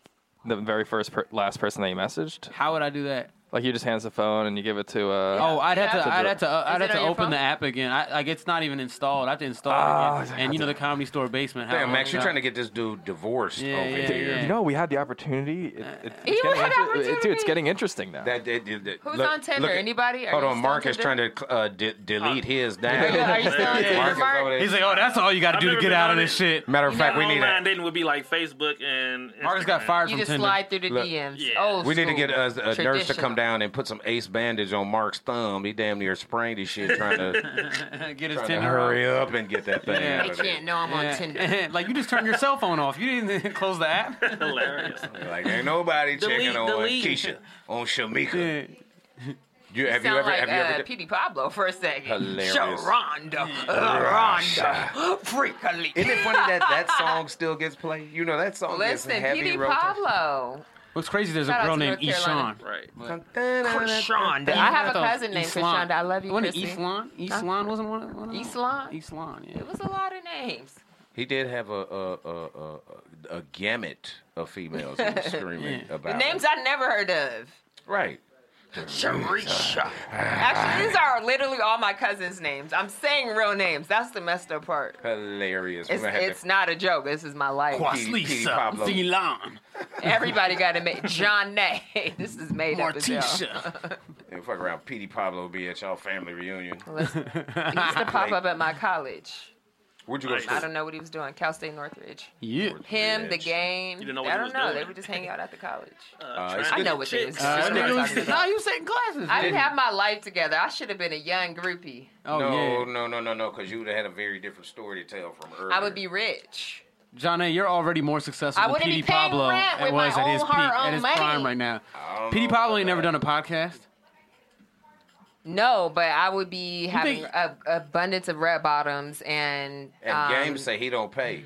Speaker 7: the very first per- last person that you messaged?
Speaker 15: how would I do that?
Speaker 7: Like you just hands the phone and you give it to. Uh,
Speaker 15: Oh, I'd have to, I'd
Speaker 7: Dr-
Speaker 15: have to, uh, I'd
Speaker 7: it
Speaker 15: have to
Speaker 7: on your
Speaker 15: open the
Speaker 7: phone? Ah,
Speaker 15: app again. I, like it's not even installed. I have to install it again. And you know the comedy store basement. how
Speaker 3: Damn,
Speaker 15: long
Speaker 3: Max,
Speaker 15: is
Speaker 3: you're
Speaker 15: that?
Speaker 3: trying to get this dude divorced
Speaker 15: Yeah,
Speaker 3: over
Speaker 15: yeah,
Speaker 3: here.
Speaker 15: yeah.
Speaker 7: You know, we had the opportunity. It, it, it's
Speaker 15: had
Speaker 7: getting inter- it- dude, it's
Speaker 15: opportunity.
Speaker 7: getting interesting now.
Speaker 3: That, that, that,
Speaker 11: Who's on Tinder? Anybody? Are
Speaker 3: hold
Speaker 11: you
Speaker 3: on,
Speaker 11: still
Speaker 3: Mark
Speaker 11: on
Speaker 3: is trying
Speaker 11: Tinder? Oh.
Speaker 3: to uh, de- delete his down.
Speaker 11: Are you still on
Speaker 3: Mark is
Speaker 11: Tinder?
Speaker 3: over there.
Speaker 15: He's like, oh, that's all you got to do to get out of this shit.
Speaker 3: Matter of fact, we need
Speaker 14: Online
Speaker 3: a,
Speaker 14: dating would be like Facebook and.
Speaker 15: Marcus
Speaker 14: Instagram.
Speaker 15: got fired
Speaker 11: You
Speaker 15: from
Speaker 11: just
Speaker 15: Tinder.
Speaker 11: slide through the
Speaker 3: Look,
Speaker 11: DMs. Oh,
Speaker 3: we need to get a, a nurse to come down and put some ace bandage on Mark's thumb. He damn near sprained his shit trying to,
Speaker 15: get his
Speaker 3: trying to
Speaker 15: Tinder.
Speaker 3: hurry up and get that thing out
Speaker 11: They
Speaker 3: of there.
Speaker 11: can't know I'm on Tinder.
Speaker 15: like you just turned your cell phone off. You didn't close the app.
Speaker 14: Hilarious.
Speaker 3: Like ain't nobody
Speaker 15: Delete,
Speaker 3: checking on
Speaker 15: delete.
Speaker 3: Keisha, on Shamika. You have you
Speaker 11: Sound
Speaker 3: ever
Speaker 11: like
Speaker 3: have you
Speaker 11: uh,
Speaker 3: ever
Speaker 11: Petey Pablo for a second.
Speaker 3: Hilarious.
Speaker 11: Sharonda,
Speaker 16: Uh,
Speaker 3: Russia.
Speaker 11: Rhonda, freakily.
Speaker 3: Isn't it funny that that song still gets played? You know that song gets
Speaker 11: Listen,
Speaker 3: heavy
Speaker 11: Petey
Speaker 3: rotation.
Speaker 11: Pablo.
Speaker 15: What's crazy? There's
Speaker 11: Shout
Speaker 15: a
Speaker 11: out
Speaker 15: girl
Speaker 11: to
Speaker 15: named
Speaker 11: North Carolina.
Speaker 15: Ishan.
Speaker 14: Right.
Speaker 11: Krishonda. I have a cousin named Krishonda. I love you,
Speaker 15: Wasn't it
Speaker 11: Chrissy.
Speaker 15: Eastlon?
Speaker 11: Huh?
Speaker 15: Eastlon wasn't one of, one of them?
Speaker 11: Eastlon?
Speaker 15: Eastlon, yeah.
Speaker 11: It was a lot of names.
Speaker 3: He did have a a a, a, a gamut of females he was screaming
Speaker 11: The
Speaker 3: about.
Speaker 11: names I never heard of.
Speaker 3: right. Uh,
Speaker 11: Sharisha. Actually, these are literally all my cousins' names. I'm saying real names. That's the messed up part.
Speaker 3: Hilarious. We're
Speaker 11: It's,
Speaker 3: gonna have to-
Speaker 11: it's not a joke. This is my life.
Speaker 3: Petey Pablo.
Speaker 11: Everybody got to make John Nay. This is made up as hell.
Speaker 3: And fuck around. Petey Pablo be at y'all family reunion.
Speaker 11: He used to pop up at my college.
Speaker 3: Where'd you go to school?
Speaker 11: I don't know what he was doing. Cal State Northridge.
Speaker 15: Yeah.
Speaker 11: Him, the game.
Speaker 3: You didn't know what
Speaker 11: I
Speaker 3: he
Speaker 11: don't
Speaker 3: was
Speaker 11: know.
Speaker 3: doing.
Speaker 11: They were just hanging out at the college.
Speaker 3: Uh, it's
Speaker 11: I
Speaker 3: good
Speaker 11: know
Speaker 3: to
Speaker 11: what
Speaker 3: check.
Speaker 11: they was doing. That's what I'm talking about.
Speaker 15: you was taking classes.
Speaker 11: I didn't have my life together. I should have been a young groupie.
Speaker 7: Oh,
Speaker 3: no, no, no, no, no, because you would have had a very different story to tell from earlier.
Speaker 11: I would be rich.
Speaker 15: John A, you're already more successful
Speaker 11: I
Speaker 15: than
Speaker 11: wouldn't
Speaker 15: Petey
Speaker 11: be paying
Speaker 15: Pablo
Speaker 11: rent with
Speaker 15: it was
Speaker 11: my
Speaker 15: at his
Speaker 11: own
Speaker 15: peak,
Speaker 11: hard
Speaker 15: at
Speaker 11: ewn
Speaker 15: his
Speaker 11: money.
Speaker 15: prime right now.
Speaker 3: don't
Speaker 15: Petey
Speaker 3: know
Speaker 15: Pablo ain't never done a podcast.
Speaker 11: No, but I would be having
Speaker 3: think-
Speaker 11: a, abundance of red bottoms and,
Speaker 3: And
Speaker 11: um,
Speaker 3: game say he don't pay.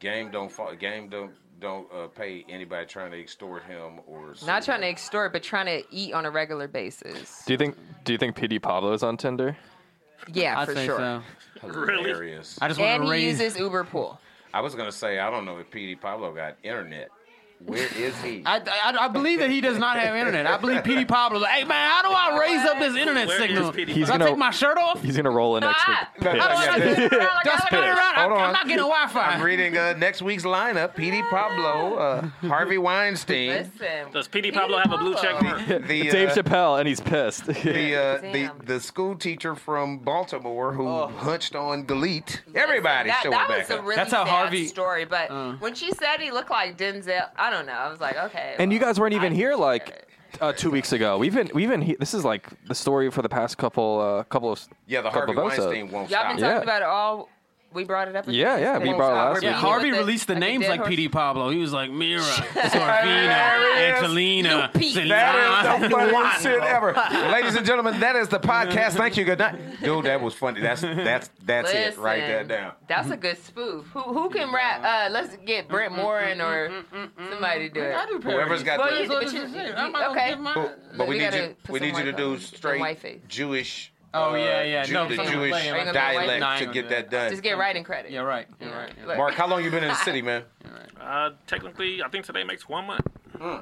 Speaker 3: Game don't. Fa- game don't don't uh, pay anybody trying to extort him or.
Speaker 11: not trying to extort, but trying to eat on a regular basis.
Speaker 7: Do you think Do you think PD Pablo's on Tinder?
Speaker 11: Yeah,
Speaker 7: I'd
Speaker 11: for
Speaker 7: say
Speaker 11: sure.
Speaker 7: so.
Speaker 3: Really?
Speaker 7: I just wanted
Speaker 11: and
Speaker 7: to
Speaker 11: he
Speaker 7: raise-
Speaker 11: uses Uber Pool.
Speaker 3: I was gonna say I don't know if PD Pablo got internet. Where is he?
Speaker 15: I, I, I believe that he does not have internet. I believe Petey Pablo. Like, hey man, how do I raise up this internet
Speaker 7: Where is
Speaker 15: signal?
Speaker 7: Petey
Speaker 15: He's
Speaker 7: Pablo?
Speaker 15: gonna take my shirt off.
Speaker 7: He's gonna roll in next
Speaker 11: Ah!
Speaker 7: week.
Speaker 15: Don't spin it around. I'm, I'm not getting Wi-Fi.
Speaker 3: I'm reading uh, next week's lineup. PD Pablo, uh, Harvey Weinstein.
Speaker 14: Does PD Pablo have a blue check mark?
Speaker 3: The,
Speaker 7: Dave
Speaker 3: uh,
Speaker 7: Chappelle, and he's pissed.
Speaker 3: the, uh, the the school teacher from Baltimore who hunched on Galit. Everybody
Speaker 11: Oh. that,
Speaker 3: showing
Speaker 11: that
Speaker 3: back
Speaker 11: was a
Speaker 3: up.
Speaker 11: really sad story. But
Speaker 15: Uh.
Speaker 11: when she said he looked like Denzel, I don't know. I was like, okay.
Speaker 7: and you guys weren't even here like uh, two weeks ago. We've been we've been he- this is like the story for the past couple uh, couple of
Speaker 3: yeah the Harvey
Speaker 7: couple of episodes.
Speaker 3: Weinstein won't Oh,
Speaker 11: Y'all
Speaker 3: stop.
Speaker 11: been talking about it all. We brought it up.
Speaker 7: Yeah,
Speaker 11: again
Speaker 7: yeah, we
Speaker 11: yesterday.
Speaker 7: brought it
Speaker 11: Uh,
Speaker 7: last
Speaker 11: we're
Speaker 7: week.
Speaker 11: beating
Speaker 15: Harvey
Speaker 11: with it
Speaker 15: released the
Speaker 11: like a
Speaker 15: names
Speaker 11: dead
Speaker 15: like
Speaker 11: horse.
Speaker 15: Petey Pablo. He was like Mira, Sorvina, Angelina,
Speaker 3: That is the
Speaker 15: Selena.
Speaker 3: funniest shit ever. Ladies and gentlemen, that is the podcast. Thank you. Good night. Dude, that was funny. That's that's that's it. Write that
Speaker 11: Listen,
Speaker 3: down.
Speaker 11: That's a good spoof. Who who can rap? Uh, let's get Brent Morin or somebody to do it.
Speaker 3: I do parodies. Whoever's got
Speaker 11: Well,
Speaker 3: the-
Speaker 11: you- but you- you- okay.
Speaker 3: But, but we, need
Speaker 11: gotta
Speaker 3: you
Speaker 11: put
Speaker 3: we
Speaker 11: some
Speaker 3: need you to
Speaker 11: white
Speaker 3: do
Speaker 11: folks, some white face.
Speaker 3: straight Jewish
Speaker 15: Oh, yeah,
Speaker 3: uh,
Speaker 15: yeah.
Speaker 3: Ju-
Speaker 15: No,
Speaker 3: the
Speaker 15: someone
Speaker 3: Jewish
Speaker 15: playing
Speaker 11: with
Speaker 3: dialect
Speaker 11: that.
Speaker 3: to get that done.
Speaker 11: Just get writing credit.
Speaker 15: You're right. You're right.
Speaker 3: Mark, how long you been in the city, man?
Speaker 14: Uh, technically, I think today makes one month.
Speaker 11: One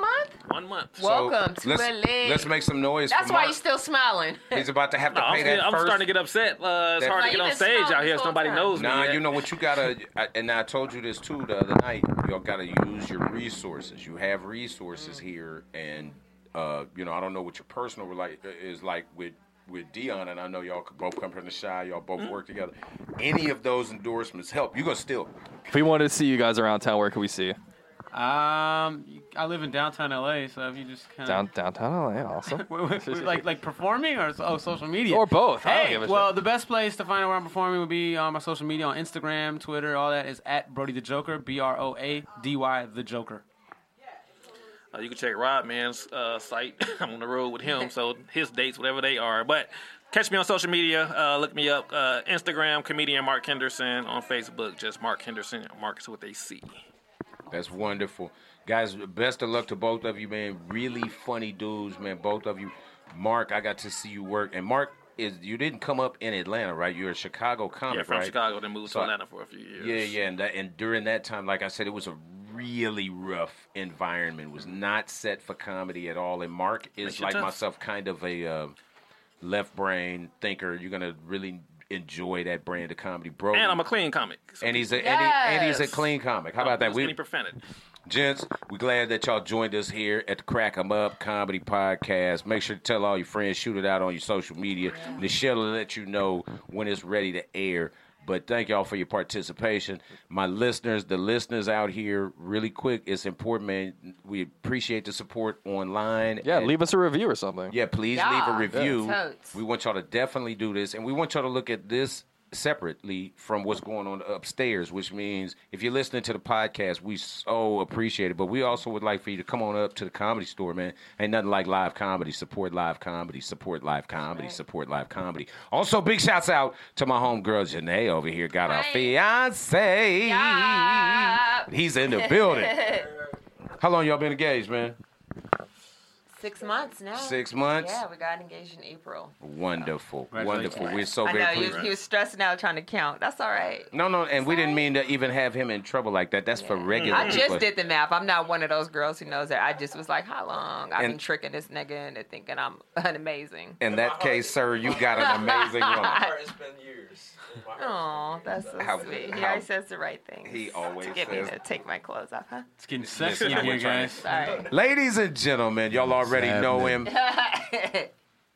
Speaker 11: month.
Speaker 14: One month.
Speaker 11: Welcome to
Speaker 3: Hmm. let's,
Speaker 11: LA.
Speaker 3: Let's make some noise.
Speaker 11: That's
Speaker 3: for
Speaker 11: why
Speaker 3: Mark.
Speaker 11: you're still smiling.
Speaker 3: He's about to have to
Speaker 14: No,
Speaker 3: pay
Speaker 14: I'm,
Speaker 3: that
Speaker 14: I'm
Speaker 3: first.
Speaker 14: starting to get upset. Uh, it's
Speaker 3: That-
Speaker 14: hard
Speaker 11: Nah,
Speaker 14: to get
Speaker 11: you
Speaker 14: on
Speaker 11: been
Speaker 14: stage
Speaker 11: smiling
Speaker 14: out here.
Speaker 11: this
Speaker 14: if
Speaker 11: whole
Speaker 14: Nobody
Speaker 11: time.
Speaker 14: knows me.
Speaker 3: Nah,
Speaker 14: yet.
Speaker 3: you know what you gotta, I, and I told you this too the other night. Y'all gotta use your resources. You have
Speaker 11: Mm.
Speaker 3: resources here, and uh, you know I don't know what your personal like is like with with Dion, and I know y'all could both come from the shy. Y'all
Speaker 11: Mm.
Speaker 3: both work together. Any of those endorsements help. You gonna still
Speaker 7: If we wanted to see you guys around town, where could we see you?
Speaker 15: Um, I live in downtown LA, so if you just kind of
Speaker 7: Down, downtown LA, awesome.
Speaker 15: like like performing or oh social media
Speaker 7: Or both. I don't
Speaker 15: Hey,
Speaker 7: give a
Speaker 15: well,
Speaker 7: shit.
Speaker 15: the best place to find out where I'm performing would be on my social media on Instagram, Twitter, all that is at Brody the Joker, B R O A D Y the Joker.
Speaker 14: Uh, you can check Rodman's uh, site. I'm on the road with him, so his dates, whatever they are. But catch me on social media. Uh, look me up. Uh, Instagram, comedian Mark Henderson. On Facebook, just Mark Henderson. Mark is with a C.
Speaker 3: That's wonderful. Guys, best of luck to both of you, man. Really funny dudes, man. Both of you. Mark, I got to see you work. And Mark is you didn't come up in Atlanta, right? You're a Chicago comic,
Speaker 14: yeah, from
Speaker 3: right?
Speaker 14: Chicago, then moved
Speaker 3: So
Speaker 14: to
Speaker 3: I-
Speaker 14: Atlanta for a few years.
Speaker 3: Yeah, yeah, and that, and during that time, like I said, it was a really rough environment. It was not set for comedy at all. And Mark
Speaker 14: Makes
Speaker 3: is
Speaker 14: it
Speaker 3: like
Speaker 14: Mm-hmm. tough.
Speaker 3: myself, kind of a uh, left brain thinker. You're gonna really enjoy that brand of comedy, bro.
Speaker 14: And I'm a clean comic.
Speaker 3: and he's a and, he, and he's a
Speaker 14: Yes.
Speaker 3: clean comic. How about that?
Speaker 14: We
Speaker 3: We
Speaker 14: prevented.
Speaker 3: Gents, we're glad that y'all joined us here at the Crack 'em Up Comedy Podcast. Make sure to tell all your friends, shoot it out on your social media. Nichelle will let you know when it's ready to air. But thank y'all for your participation. My listeners, the listeners out here, really quick, it's important, man. We appreciate the support online.
Speaker 7: Yeah,
Speaker 3: And-
Speaker 7: leave us a review or something.
Speaker 3: yeah, please
Speaker 7: Yeah,
Speaker 3: leave a review.
Speaker 7: totes.
Speaker 3: We want y'all to definitely do this, and we want y'all to look at this separately from what's going on upstairs. Which means if you're listening to the podcast, we so appreciate it. But we also would like for you to come on up to the comedy store, man. Ain't nothing like live comedy. Support live comedy. Support live comedy. Support live comedy. Also, big shouts out to my homegirl Janae over here. Got our fiance. He's in the building. How long y'all been engaged, man?
Speaker 11: Six months now.
Speaker 3: Six months?
Speaker 11: Yeah, we got engaged in April.
Speaker 3: Wonderful, wonderful. We're so
Speaker 11: I
Speaker 3: very
Speaker 11: know
Speaker 3: pleased.
Speaker 11: he was, he was stressing out trying to count. That's all right.
Speaker 3: No, no, and we didn't mean to even have him in trouble like that. That's for regular
Speaker 11: I
Speaker 3: people.
Speaker 11: just did the math. I'm not one of those girls who knows that. I just was like, how long? I've been
Speaker 3: And-
Speaker 11: tricking this nigga into thinking I'm an amazing.
Speaker 3: In that case, sir, you got an amazing woman.
Speaker 11: It's been years. Oh, that's so
Speaker 3: How-
Speaker 11: sweet. He
Speaker 3: how-
Speaker 11: always says the right thing.
Speaker 3: He always
Speaker 11: to get
Speaker 3: says-
Speaker 11: me to take my clothes off, huh?
Speaker 15: It's getting
Speaker 3: sexy in here, guys.
Speaker 11: Sorry.
Speaker 3: Ladies and gentlemen, y'all already know him.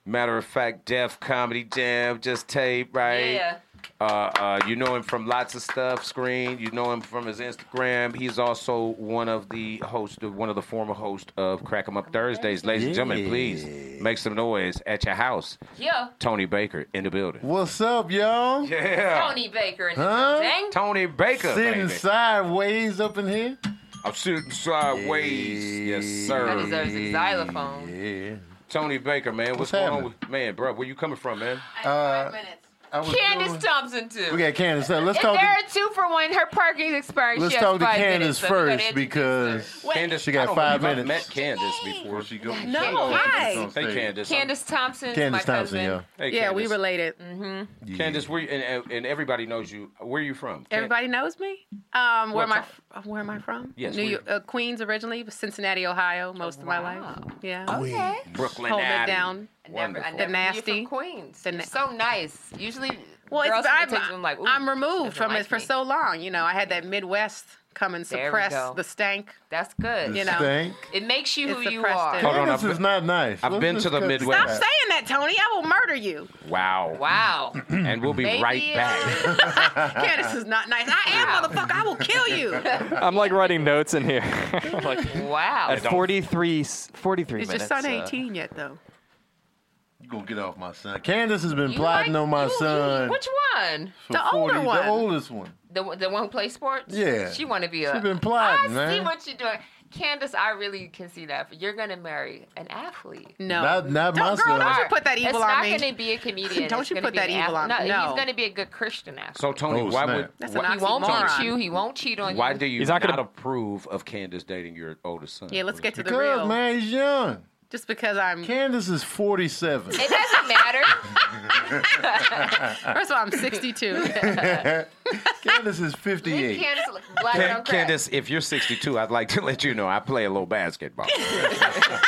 Speaker 3: Matter of fact, Def Comedy Jam just taped, right?
Speaker 11: Yeah.
Speaker 3: Uh, uh, you know him from lots of stuff, screen. You know him from his Instagram. He's also one of the host, one of the former host of Crack 'Em Up Thursdays. Ladies and gentlemen, please make some noise at your house.
Speaker 11: Yo,
Speaker 3: Tony Baker in the building.
Speaker 17: What's up, y'all?
Speaker 3: Yeah.
Speaker 11: Tony Baker and
Speaker 17: Huh?
Speaker 11: dang.
Speaker 3: Tony Baker,
Speaker 17: Sitting
Speaker 3: baby.
Speaker 17: sideways up in here.
Speaker 3: I'm shooting sideways. Yes, sir.
Speaker 11: That deserves a xylophone.
Speaker 17: Yeah.
Speaker 3: Tony Baker, man, what's, going on with man, bro? Where you coming from, man?
Speaker 17: Uh, I was
Speaker 11: Candace
Speaker 17: doing-
Speaker 11: Thompson too.
Speaker 17: We got Candace. So let's
Speaker 11: if
Speaker 17: talk.
Speaker 11: there
Speaker 17: To,
Speaker 11: are two for one, her parking expires.
Speaker 17: let's
Speaker 11: she has
Speaker 17: talk to
Speaker 11: five
Speaker 17: Candace
Speaker 11: minutes, so we gotta
Speaker 17: first because
Speaker 3: Candace,
Speaker 17: she
Speaker 3: I
Speaker 17: got
Speaker 3: don't
Speaker 17: five
Speaker 3: believe I've
Speaker 17: minutes.
Speaker 3: met Candace before. She go.
Speaker 11: No, hi.
Speaker 3: Hey, Candace.
Speaker 11: Candace Thompson.
Speaker 3: Candace
Speaker 11: my
Speaker 3: Thompson,
Speaker 11: cousin.
Speaker 3: yeah. Hey,
Speaker 16: yeah, we
Speaker 3: Candace.
Speaker 16: related. hmm
Speaker 3: I'm- Candace, where you, and, and everybody knows you. Where are you from? Can-
Speaker 16: Everybody knows me. Um, where
Speaker 3: What
Speaker 16: am I? f- Where am I from?
Speaker 3: Yes,
Speaker 16: New
Speaker 3: where-
Speaker 16: York, uh, Queens originally, but Cincinnati, Ohio, most of my life. Yeah, okay.
Speaker 3: Brooklyn
Speaker 16: Holding it
Speaker 3: Aveney.
Speaker 16: down.
Speaker 11: I never, I
Speaker 16: The
Speaker 11: never knew you
Speaker 16: nasty.
Speaker 11: from Queens. You're so nice. Usually,
Speaker 16: Well,
Speaker 11: girls
Speaker 16: it's,
Speaker 11: from the
Speaker 16: I'm,
Speaker 11: Texas, I'm like, ooh,
Speaker 16: I'm
Speaker 11: she
Speaker 16: removed
Speaker 11: doesn't
Speaker 16: from
Speaker 11: like
Speaker 16: it for
Speaker 11: me.
Speaker 16: so long. You know, I had that Midwest come and
Speaker 11: There we
Speaker 16: suppress
Speaker 11: go.
Speaker 16: the stank.
Speaker 11: That's good.
Speaker 16: You know,
Speaker 17: Stank.
Speaker 11: It makes you who
Speaker 16: It's
Speaker 11: you
Speaker 16: suppressed
Speaker 11: are.
Speaker 17: Hold on, Candace I've- is not nice.
Speaker 3: I've
Speaker 17: Let's
Speaker 3: been to the
Speaker 17: discuss
Speaker 3: Midwest.
Speaker 16: Stop saying that, Tony. I will murder you.
Speaker 3: Wow.
Speaker 11: Wow.
Speaker 3: and we'll be
Speaker 16: Maybe
Speaker 3: right back.
Speaker 16: Candace is not nice. I am, motherfucker. I will kill you.
Speaker 7: I'm like writing notes in here. like,
Speaker 11: wow.
Speaker 7: At 43, s- 43
Speaker 16: Is your
Speaker 7: minutes.
Speaker 16: son
Speaker 7: uh,
Speaker 16: 18 yet, though?
Speaker 17: you gonna get off my son. Candace has been plotting on my son.
Speaker 11: Which one?
Speaker 17: for 40 The oldest one.
Speaker 11: The, one- the one who plays sports?
Speaker 17: Yeah.
Speaker 11: She want to be a.
Speaker 17: She been plotting,
Speaker 11: I see
Speaker 17: man.
Speaker 11: what you're doing. Candace, I really can see that. You're going to marry an athlete.
Speaker 16: No.
Speaker 17: Not, not
Speaker 16: Don't-
Speaker 17: my
Speaker 16: girl,
Speaker 17: son.
Speaker 16: don't you put that evil
Speaker 11: it's
Speaker 16: on
Speaker 11: not
Speaker 16: me.
Speaker 11: going to be a comedian.
Speaker 16: Don't
Speaker 11: It's
Speaker 16: you
Speaker 11: gonna
Speaker 16: put
Speaker 11: be
Speaker 16: that
Speaker 11: an
Speaker 16: evil on me.
Speaker 11: athlete.
Speaker 16: No.
Speaker 11: He's going to be a good Christian athlete.
Speaker 3: so Tony,
Speaker 17: Oh,
Speaker 3: why
Speaker 17: snap.
Speaker 3: would
Speaker 16: That's an
Speaker 3: why,
Speaker 11: he won't
Speaker 16: oxymoron.
Speaker 11: cheat you. He won't cheat on you.
Speaker 3: why do you
Speaker 7: He's
Speaker 3: not,
Speaker 7: not gonna-
Speaker 3: approve of Candace dating your oldest son?
Speaker 16: Yeah, let's get to the
Speaker 17: Because,
Speaker 16: real.
Speaker 17: man, he's young.
Speaker 16: Just because I'm.
Speaker 17: Candace is 47.
Speaker 11: It doesn't matter.
Speaker 16: First of all, I'm 62.
Speaker 17: Candace is 58.
Speaker 11: Candace, black
Speaker 3: Can-
Speaker 11: on crack.
Speaker 3: Candace, if you're 62, I'd like to let you know I play a little basketball.
Speaker 16: Are